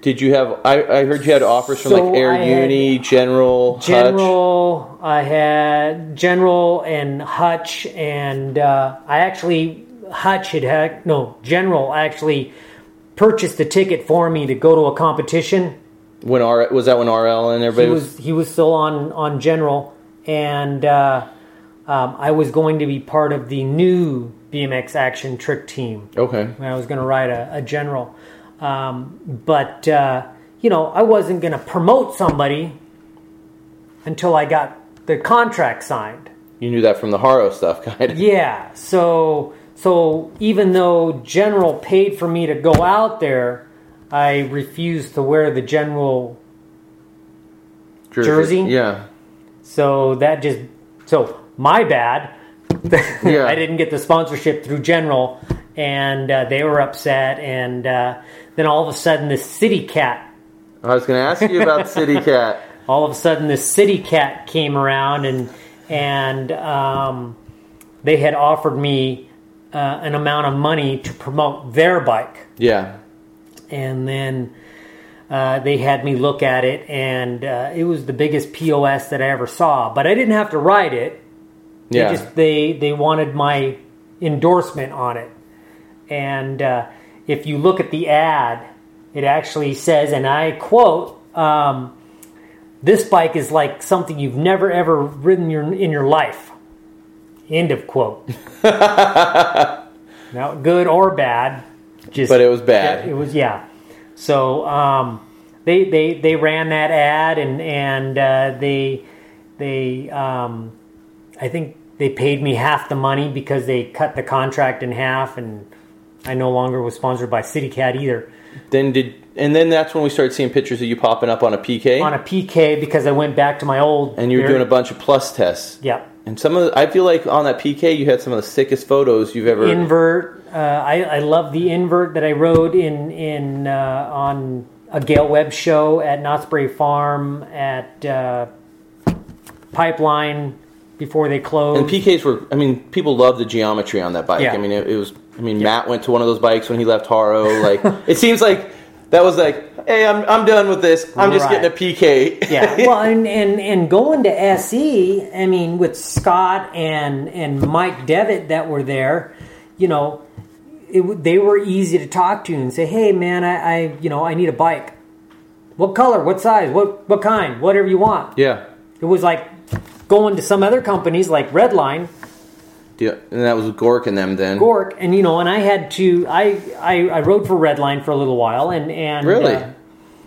did you have? I, I heard you had offers from
So
like Air
I had-
Uni, General, Hutch.
General, I had General and Hutch, and uh, I actually Hutch had had no General actually purchased the ticket for me to go to a competition.
When R was that when RL and everybody
He
was,
was he was still on on General, and uh, um, I was going to be part of the new BMX Action Trick Team
okay.
when I was going to ride a, a general. Um, but, uh, you know, I wasn't going to promote somebody until I got the contract signed.
You knew that from the Haro stuff, *laughs* kind of.
Yeah. So, so even though general paid for me to go out there, I refused to wear the general. Jersey?
Yeah.
So that just, so my bad. *laughs*
Yeah.
I didn't get the sponsorship through General, and uh, they were upset. And uh, then all of a sudden, this city cat,
I was going to ask you about City Cat.
all of a sudden, this city cat came around, and and um, they had offered me uh, an amount of money to promote their bike,
*laughs* Yeah.
and then. Uh, they had me look at it, and uh, it was the biggest POS that I ever saw. But I didn't have to ride it. They
Yeah.
just they they wanted my endorsement on it, and uh, if you look at the ad, it actually says, and I quote, um, "This bike is like something you've never ever ridden your in your life." End of quote.
*laughs*
now, good or bad, just
But it was bad.
It was yeah. So um, they they they ran that ad and and uh, they they um, I think they paid me half the money because they cut the contract in half, and I no longer was sponsored by CityCat either.
Then did and then that's when we started seeing pictures of you popping up on a PK
On a PK because I went back to my old.
and you were
very-
doing a bunch of plus tests.
yeah
And some of the, I feel like on that PK you had some of the sickest photos you've ever
invert. Uh, I I love the invert that I rode in in uh, on a Gale Web show at Knott's Berry Farm at uh, Pipeline before they closed.
And PKs were I mean people loved the geometry on that bike.
Yeah.
I mean it, it was I mean Matt went to one of those bikes when he left Haro
*laughs*
like it seems like that was like hey I'm I'm done with this. I'm just
Right.
getting a PK. *laughs*
yeah. Well, and, and and going to SE, I mean, with Scott and and Mike Devitt that were there, you know, it, w- they were easy to talk to and say, "Hey, man, I, I you know I need a bike. What color? What size? What what kind? Whatever you want."
yeah.
It was like going to some other companies like Redline
Yeah. And that was Gork and them then.
Gork, and you know, and I had to I I, I rode for Redline for a little while, and and
Really?
uh,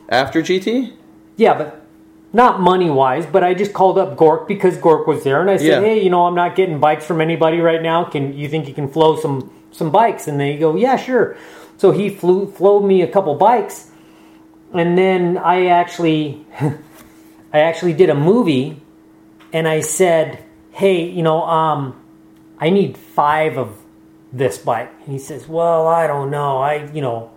After GT?
Yeah, but not money wise, but I just called up Gork because Gork was there and I said,
Yeah.
Hey, you know, I'm not getting bikes from anybody right now. Can you think you can flow some some bikes? And they go, Yeah, sure. So he flew flowed me a couple bikes and then I actually *laughs* I actually did a movie and I said, Hey, you know, um, I need five of this bike. And he says, Well, I don't know. I you know,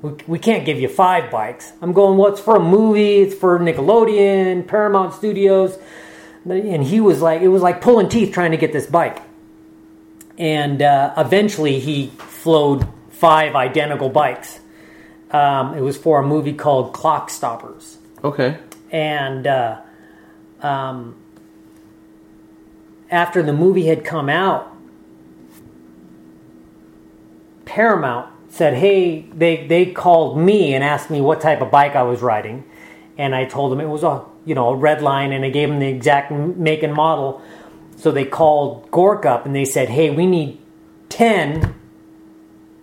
we, we can't give you five bikes. I'm going, well, it's for a movie, it's for Nickelodeon, Paramount Studios. And he was like, it was like pulling teeth trying to get this bike. And uh, eventually he flowed five identical bikes. Um, it was for a movie called Clock Stoppers
Okay.
and uh, um, after the movie had come out, Paramount said, "Hey, they they called me and asked me what type of bike I was riding, and I told them it was a you know a red line, and I gave them the exact m- make and model. So they called Gork up and they said, "Hey, we need ten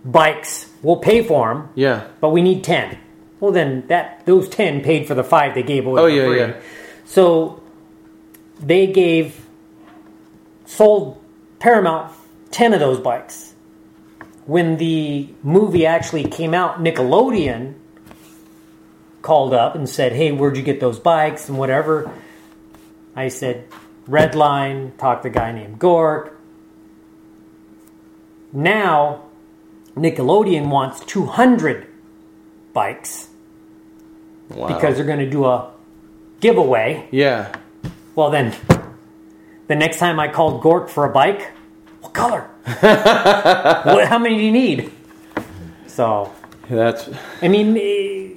bikes. We'll pay for them."
Yeah.
but we need 10 well then that those 10 paid for the 5 they gave away
Oh
for
yeah,
free.
yeah.
so they gave sold paramount 10 of those bikes when the movie actually came out nickelodeon called up and said hey where'd you get those bikes and whatever i said redline talked to a guy named gork now Nickelodeon wants 200 bikes
Wow.
because they're going to do a giveaway.
yeah.
Well, then, the next time I called Gork for a bike, what color? what, how many do you need? So,
That's
I mean, eh,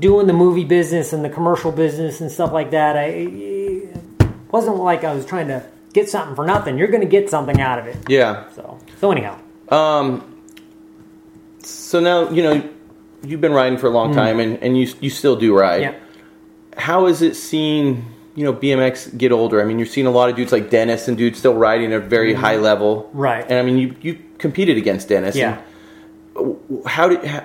doing the movie business and the commercial business and stuff like that, I it wasn't like I was trying to get something for nothing. You're going to get something out of it.
yeah.
So, so anyhow,
Um, so now you know you've been riding for a long time, and, and you you still do ride.
Mm. yeah.
How is it seeing you know BMX get older? I mean, you're seeing a lot of dudes like Dennis and dudes still riding at a very high level,
Mm-hmm. Right.
And I mean, you you competed against Dennis.
Yeah.
And How did how,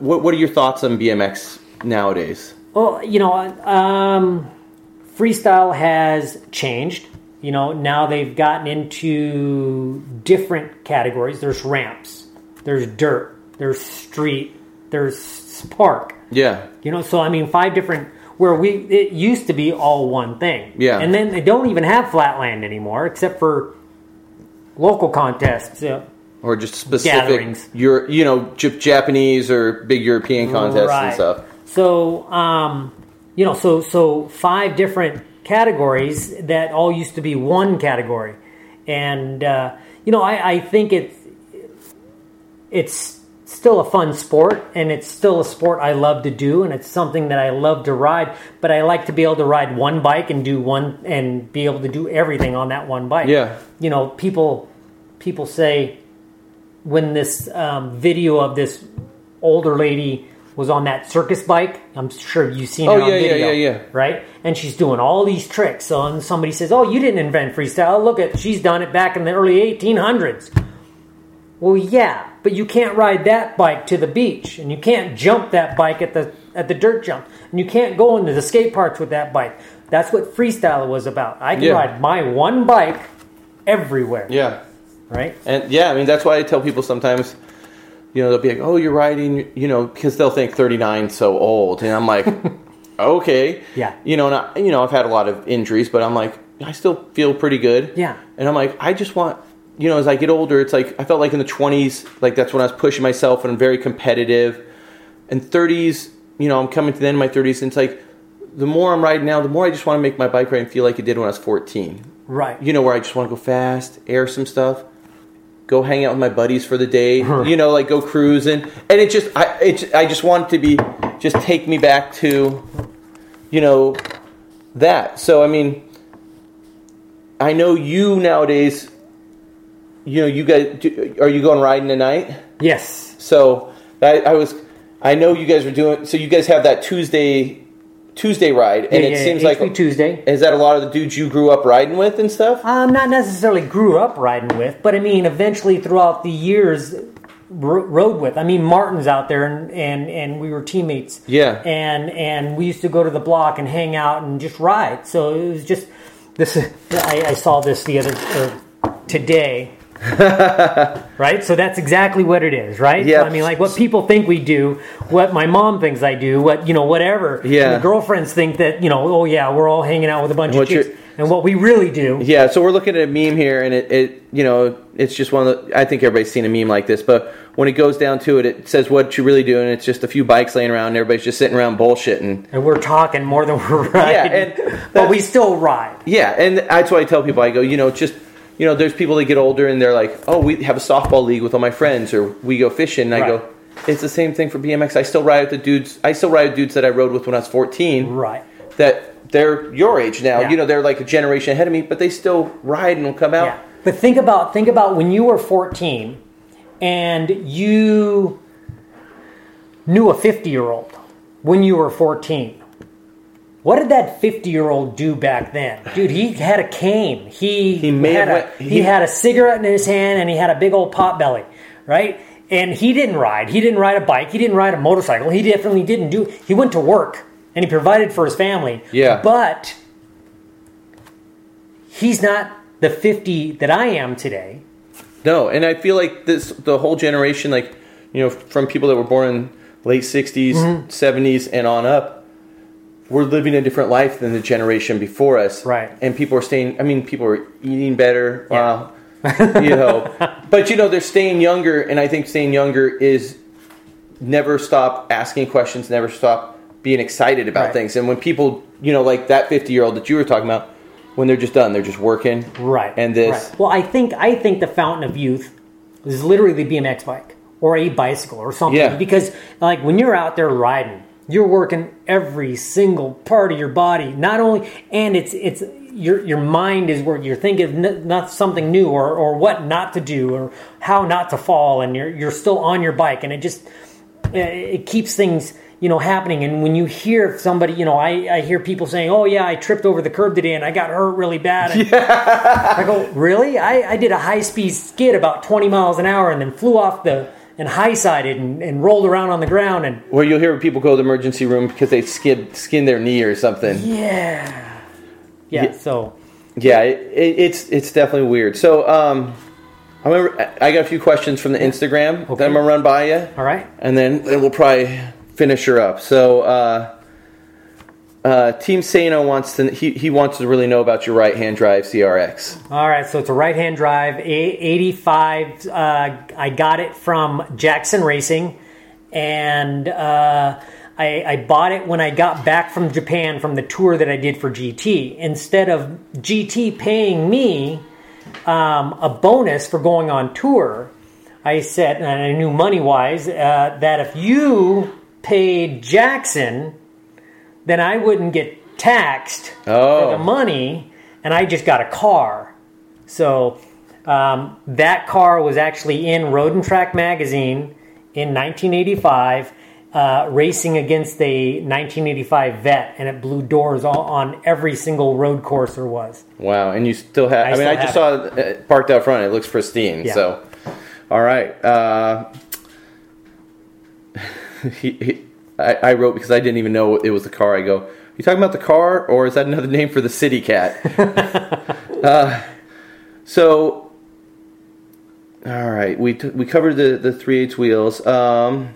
what what are your thoughts on BMX nowadays?
Well, you know, um, freestyle has changed. You know, now they've gotten into different categories. There's ramps, there's dirt, there's street, there's park.
Yeah.
You know, so I mean, five different where we it used to be all one thing.
Yeah.
and then they don't even have flatland anymore, except for local contests. Uh, Yeah.
Or just specific,
Gatherings.
your you know J- Japanese or big European contests and
Right.
stuff.
So, um, you know, so so five different categories that all used to be one category, and uh, you know, I, I think it's it's still a fun sport, and it's still a sport I love to do, and it's something that I love to ride. But I like to be able to ride one bike and do one and be able to do everything on that one bike.
Yeah.
you know, people people say when this um, video of this older lady was on that circus bike. I'm sure you've seen
Oh,
it on
yeah, yeah,
video,
yeah, yeah.
right? And she's doing all these tricks. So and somebody says, "Oh, you didn't invent freestyle. Look at she's done it back in the early 1800s." Well, yeah, but you can't ride that bike to the beach, and you can't jump that bike at the at the dirt jump, and you can't go into the skate parks with that bike. That's what freestyle was about. I can
Yeah.
ride my one bike everywhere,
Yeah.
right?
And yeah, I mean that's why I tell people sometimes, you know, they'll be like, "Oh, you're riding," you know, because they'll think 39 so old, and I'm
*laughs*
like, "Okay,
Yeah.
you know." And I, you know, I've had a lot of injuries, but I'm like, I still feel pretty good.
Yeah.
and I'm like, I just want, you know, as I get older, it's like I felt like in the 20s, like that's when I was pushing myself and I'm very competitive, and 30s, you know, I'm coming to the end of my 30s, and it's like. The more I'm riding now, the more I just want to make my bike ride and feel like it did when I was 14
Right.
you know, where I just want to go fast, air some stuff, go hang out with my buddies for the day,
*laughs*
you know, like go cruising, and it just, I, it, I just want it to be, just take me back to, you know, that. So I mean, I know you nowadays, you know, you guys, do, are you going riding tonight?
yes.
So I, I was, I know you guys were doing, so you guys have that Tuesday, Tuesday ride, and
Yeah,
it
yeah,
seems
HB
like.
Tuesday.
Is that a lot of the dudes you grew up riding with and stuff?
Um, not necessarily grew up riding with, but I mean, eventually throughout the years, ro- rode with. I mean, Martin's out there, and and and we were teammates.
Yeah.
And and we used to go to the block and hang out and just ride. So it was just this. is- I, I saw this the other or
*laughs*
today. right, so that's exactly what it is, right?
Yep.
So, I mean, like what people think we do, what my mom thinks I do, what you know, whatever.
Yeah.
And the girlfriends think that you know, oh yeah, we're all hanging out with a bunch
What
of
you're-
chicks, and what we really do
Yeah, so we're looking at a meme here, and it, it you know, it's just one of the. I think everybody's seen a meme like this, but when it goes down to it, it says what you really do, and it's just a few bikes laying around, and everybody's just sitting around bullshitting.
And we're talking more than *laughs* we're riding.
and
but we still ride.
Yeah, and that's why I tell people, I go, you know, just, you know, there's people that get older and they're like, oh, we have a softball league with all my friends, or we go fishing, and I
Right.
go, it's the same thing for BMX. I still ride with the dudes. I still ride with dudes that I rode with when I was 14.
Right.
That they're your age now.
Yeah.
You know, they're like a generation ahead of me, but they still ride and will come out.
Yeah. But think about think about when you were 14 and you knew a 50-year-old when you were 14. What did that 50-year-old do back then? Dude, he had a cane. He he,
may
had,
have
a,
went-
he,
he-
had a cigarette in his hand and he had a big old pot belly, right? And he didn't ride. He didn't ride a bike. He didn't ride a motorcycle. He definitely didn't do he went to work and he provided for his family.
Yeah.
But he's not the 50 that I am today.
No, and I feel like this the whole generation, like you know, from people that were born in late 60s
Mm-hmm.
70s, and on up, we're living a different life than the generation before us.
Right.
And people are staying. I mean, people are eating better.
Yeah.
Wow.
*laughs*
you know, but you know, they're staying younger, and I think staying younger is never stop asking questions, never stop being excited about
Right.
things. And when people, you know, like that 50 year old that you were talking about, when they're just done, they're just working.
Right.
And this.
right. Well, I think I think the fountain of youth is literally the BMX bike or a bicycle or something.
Yeah.
Because like when you're out there riding, you're working every single part of your body. Not only and it's it's your your mind is where you're thinking of n- not something new or or what not to do or how not to fall and you're you're still on your bike and it just eh, it keeps things you know happening and when you hear somebody you know I, I hear people saying oh yeah i tripped over the curb today and i got hurt
*laughs*
really bad And i go really I, I did a high-speed skid about 20 miles an hour and then flew off the and high-sided and, and rolled around on the ground and
Where you'll hear people go to the emergency room because they skid, skinned their knee or something.
yeah yeah,
Yeah.
so
Yeah, it, it, it's it's definitely weird. So, um, I remember I- I got a few questions from the Instagram that
Okay.
I'm gonna run by you,
all right
and then then we'll probably finish her up. So, uh, uh, Team Sano wants to he, he wants to really know about your right hand drive CRX.
all right so it's a right-hand drive a- 85 uh, i got it from jackson racing and uh, I, I bought it when I got back from Japan from the tour that I did for GT. Instead of GT paying me um, a bonus for going on tour, I said, and I knew money wise, uh, that if you paid Jackson, then I wouldn't get taxed
Oh.
for the money, and I just got a car. So um, that car was actually in Road and Track magazine in 1985, uh, racing against a 1985 vet, and it blew doors all, on every single road course there was.
Wow, and you still have. I, mean,
still
I just saw
have
it uh, parked out front. It looks pristine.
Yeah.
So, all right. Uh, *laughs* he, he, I, I wrote because I didn't even know it was the car. I go, you talking about the car, or is that another *laughs* name for the city
*laughs*
cat? uh, so, all right. We t- we covered the the three eighths wheels. Um,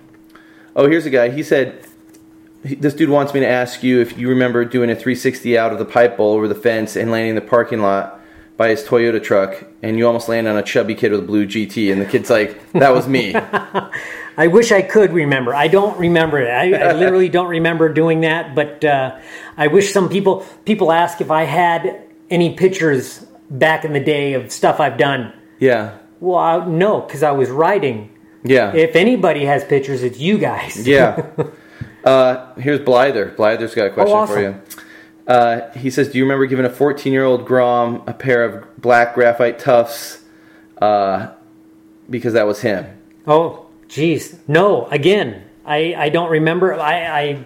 oh, here's a guy. He said this dude wants me to ask you if you remember doing a 360 out of the pipe bowl over the fence and landing in the parking lot by his Toyota truck, and you almost land on a chubby kid with a blue GT, and the kid's like, "That was
*laughs*
me."
I wish I could remember. I don't remember it. I, I literally don't remember doing that. But uh, I wish some people people ask if I had any pictures back in the day of stuff I've done.
yeah,
Well, I, no, because I was riding.
yeah,
If anybody has pictures, it's you guys.
yeah. Uh, here's Blyther. Blyther's got a question
Oh, awesome.
for you. Uh, he says, "Do you remember giving a 14-year-old Grom a pair of black graphite tufts uh, because that was him?"
Oh, jeez. No, again, I, I don't remember. I, I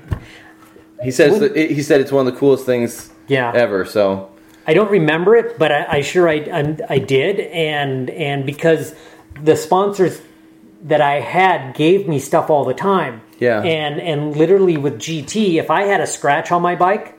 He says that he said it's one of the coolest things
Yeah.
ever. So
I don't remember it, but I, I sure I, I I did, and and because the sponsors that I had gave me stuff all the time.
Yeah.
And and literally with GT, if I had a scratch on my bike,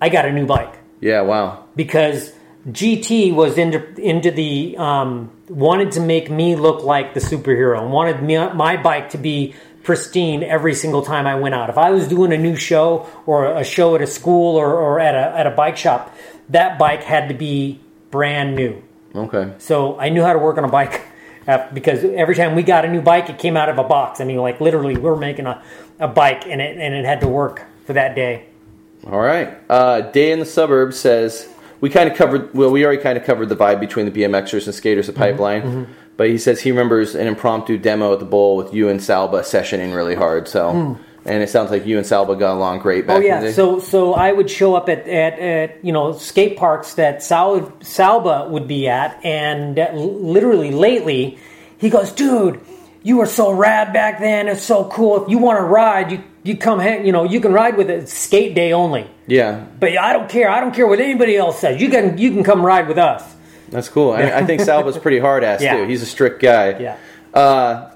I got a new bike
yeah, wow.
because GT was into into the um, wanted to make me look like the superhero and wanted me, my bike to be pristine every single time I went out. If I was doing a new show or a show at a school or, or at a at a bike shop, that bike had to be brand new.
Okay.
So I knew how to work on a bike *laughs* uh, because every time we got a new bike, it came out of a box. I mean, like literally, we were making a, a bike and it and it had to work for that day.
All right. Uh, Day in the Suburbs says we kind of covered. Well, we already kind of covered the vibe between the BMXers and skaters
Mm-hmm.
at Pipeline. But he says he remembers an impromptu demo at the bowl with you and Salba sessioning really hard. So, and it sounds like you and Salba got along great back.
Hmm. Oh
in
yeah,
the day.
so so I would show up at, at, at you know skate parks that Sal, Salba would be at, and uh, l- literally lately, he goes, "Dude, you were so rad back then. It's so cool. If you want to ride, you you come hang. You know, you can ride with it. It's skate day only.
yeah,
But I don't care. I don't care what anybody else says. You can you can come ride with us.
that's cool. I,
*laughs*
I think Salba's pretty hard ass
Yeah.
too. He's a strict guy.
Yeah."
Uh,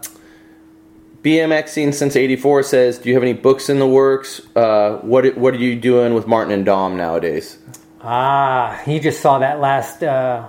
BMXing since '84 says, do you have any books in the works? Uh, what What are you doing with Martin and Dom nowadays?
Ah, you just saw that last uh,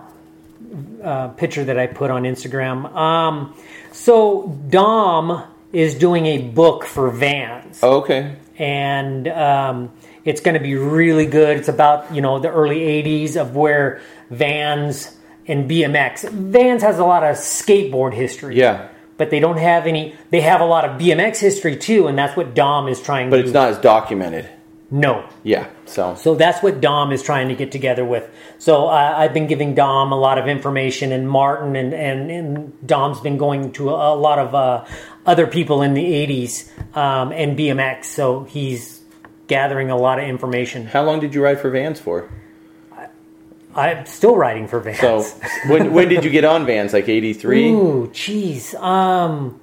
uh, picture that I put on Instagram. Um, so Dom is doing a book for Vans,
Oh, Okay.
and um, it's going to be really good. It's about you know the early '80s of where Vans and BMX. Vans has a lot of skateboard history.
Yeah.
but they don't have any. They have a lot of BMX history too, and that's what Dom is trying.
but
to
it's not as documented.
no.
Yeah, so
So that's what Dom is trying to get together with. So I I've been giving Dom a lot of information, and Martin and and, and Dom's been going to a, a lot of uh, other people in the '80s um, and BMX. So he's gathering a lot of information.
how long did you ride for Vans for?
I'm still writing for Vans.
So *laughs* when when did you get on Vans? Like eighty three.
Ooh, jeez. Um,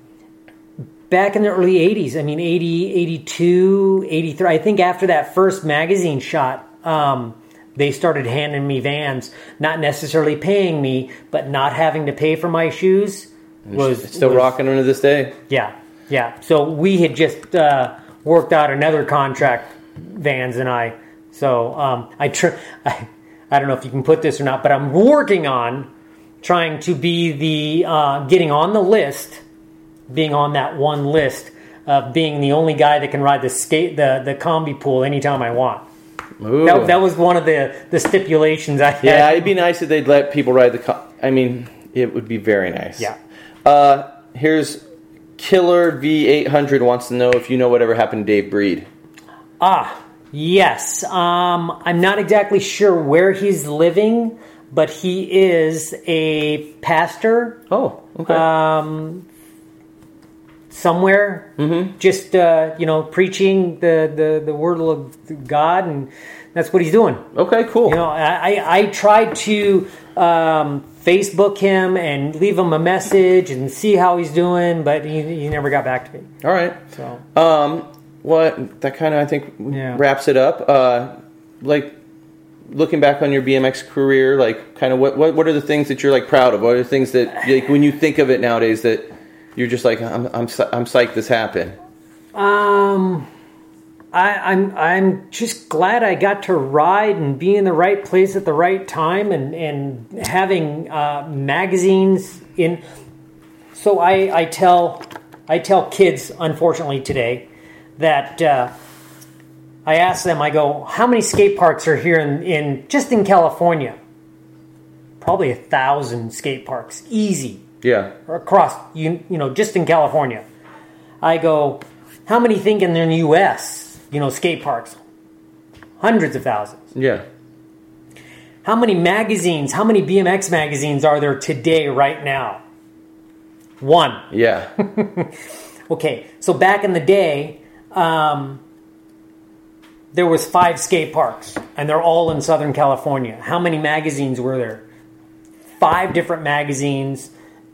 back in the early 80s, I mean, 80, 82, 83. I think after that first magazine shot, um, they started handing me vans, not necessarily paying me, but not having to pay for my shoes was
It's still
was-
rocking them to this day.
Yeah, yeah. So we had just uh, worked out another contract, Vans and I. So um, I, tr- I, I don't know if you can put this or not, but I'm working on trying to be the uh, getting on the list, being on that one list of being the only guy that can ride the skate the the combi pool anytime I want.
Ooh.
That, that was one of the the stipulations I had.
yeah, it'd be nice if they'd let people ride the. Co- I mean, it would be very nice.
Yeah.
Uh, here's Killer V eight hundred wants to know if you know whatever happened to Dave Breed.
Ah, yes. Um, I'm not exactly sure where he's living, but he is a pastor
Oh, okay.
Uh, somewhere. Mm-hmm. Just uh, you know, preaching the, the the word of God, and that's what he's doing.
okay, cool.
You know, I, I, I tried to um, Facebook him and leave him a message and see how he's doing, but he, he never got back to me.
All right.
So
Um, what that kind of I think
Yeah.
wraps it up. Uh, like looking back on your BMX career, like kind of what, what what are the things that you're like proud of? What are the things that like when you think of it nowadays that you're just like I'm I'm psy- I'm psyched this happened.
Um, I, I'm I'm just glad I got to ride and be in the right place at the right time, and and having uh, magazines in. So I I tell I tell kids unfortunately today that. Uh, I ask them, I go, how many skate parks are here in, in just in California? Probably a thousand skate parks, easy
Yeah.
or across you you know just in California. I go, how many think in the U.S. you know skate parks? Hundreds of thousands.
Yeah.
How many magazines? How many BMX magazines are there today, right now? One.
Yeah.
Okay, so back in the day, um, there was five skate parks, and they're all in Southern California. How many magazines were there? Five different magazines,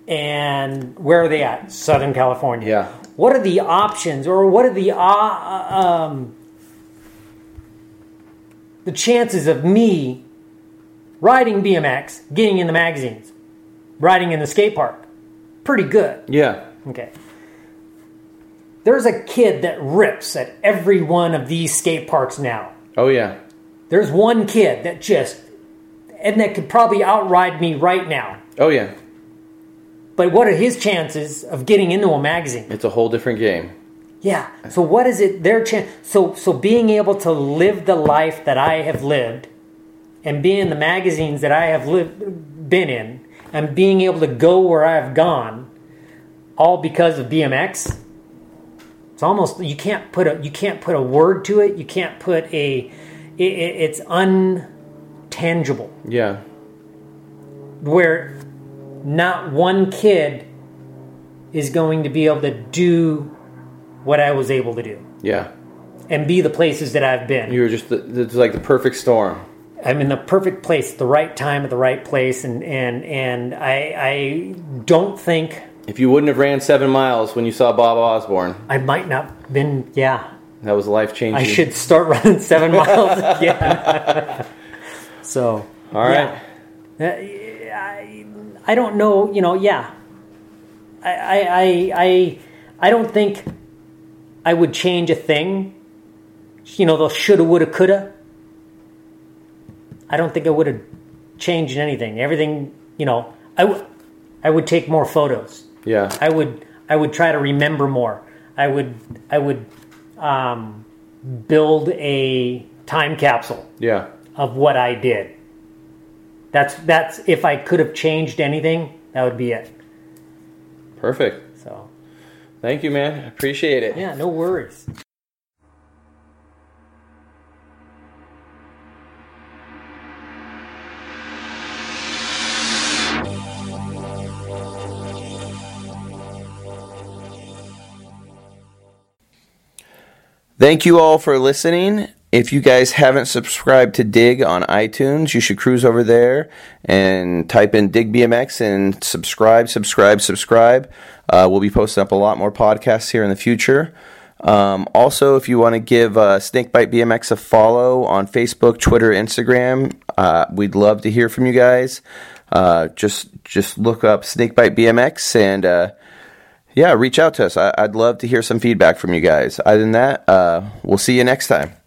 and where are they at? Southern California.
Yeah.
What are the options, or what are the uh, um, the chances of me riding BMX, getting in the magazines, riding in the skate park? Pretty good.
yeah.
Okay. There's a kid that rips at every one of these skate parks now.
Oh yeah.
There's one kid that just, and that could probably outride me right now.
Oh yeah.
But what are his chances of getting into a magazine?
It's a whole different game.
Yeah. So what is it their chance? So so being able to live the life that I have lived, and being in the magazines that I have lived been in, and being able to go where I have gone, all because of BMX. It's almost you can't put a you can't put a word to it. You can't put a it, it, it's untangible
Yeah.
where not one kid is going to be able to do what I was able to do
Yeah.
and be the places that I've been.
You were just the, it's like the perfect storm.
I'm in the perfect place, at the right time, at the right place, and and and I I don't think
If you wouldn't have ran seven miles when you saw Bob Osborne,
I might not been yeah.
that was life changing.
I should start running *laughs* seven miles again.
*laughs*
so
All right.
yeah. Uh, I don't know, you know, yeah. I, I, I, I, I don't think I would change a thing. You know, the shoulda, woulda, coulda. I don't think I would have changed anything. Everything, you know, I, w- I would take more photos.
Yeah.
I would, I would try to remember more. I would, I would um, build a time capsule
yeah.
of what I did. That's that's if I could have changed anything, that would be it.
Perfect.
So
Thank you, man. Appreciate it.
yeah, no worries.
Thank you all for listening. If you guys haven't subscribed to Dig on iTunes, you should cruise over there and type in Dig BMX and subscribe, subscribe, subscribe. Uh, we'll be posting up a lot more podcasts here in the future. Um, also, if you want to give uh, Snakebite BMX a follow on Facebook, Twitter, Instagram, uh, we'd love to hear from you guys. Uh, just just look up Snakebite BMX and uh, yeah, reach out to us. I, I'd love to hear some feedback from you guys. Other than that, uh, we'll see you next time.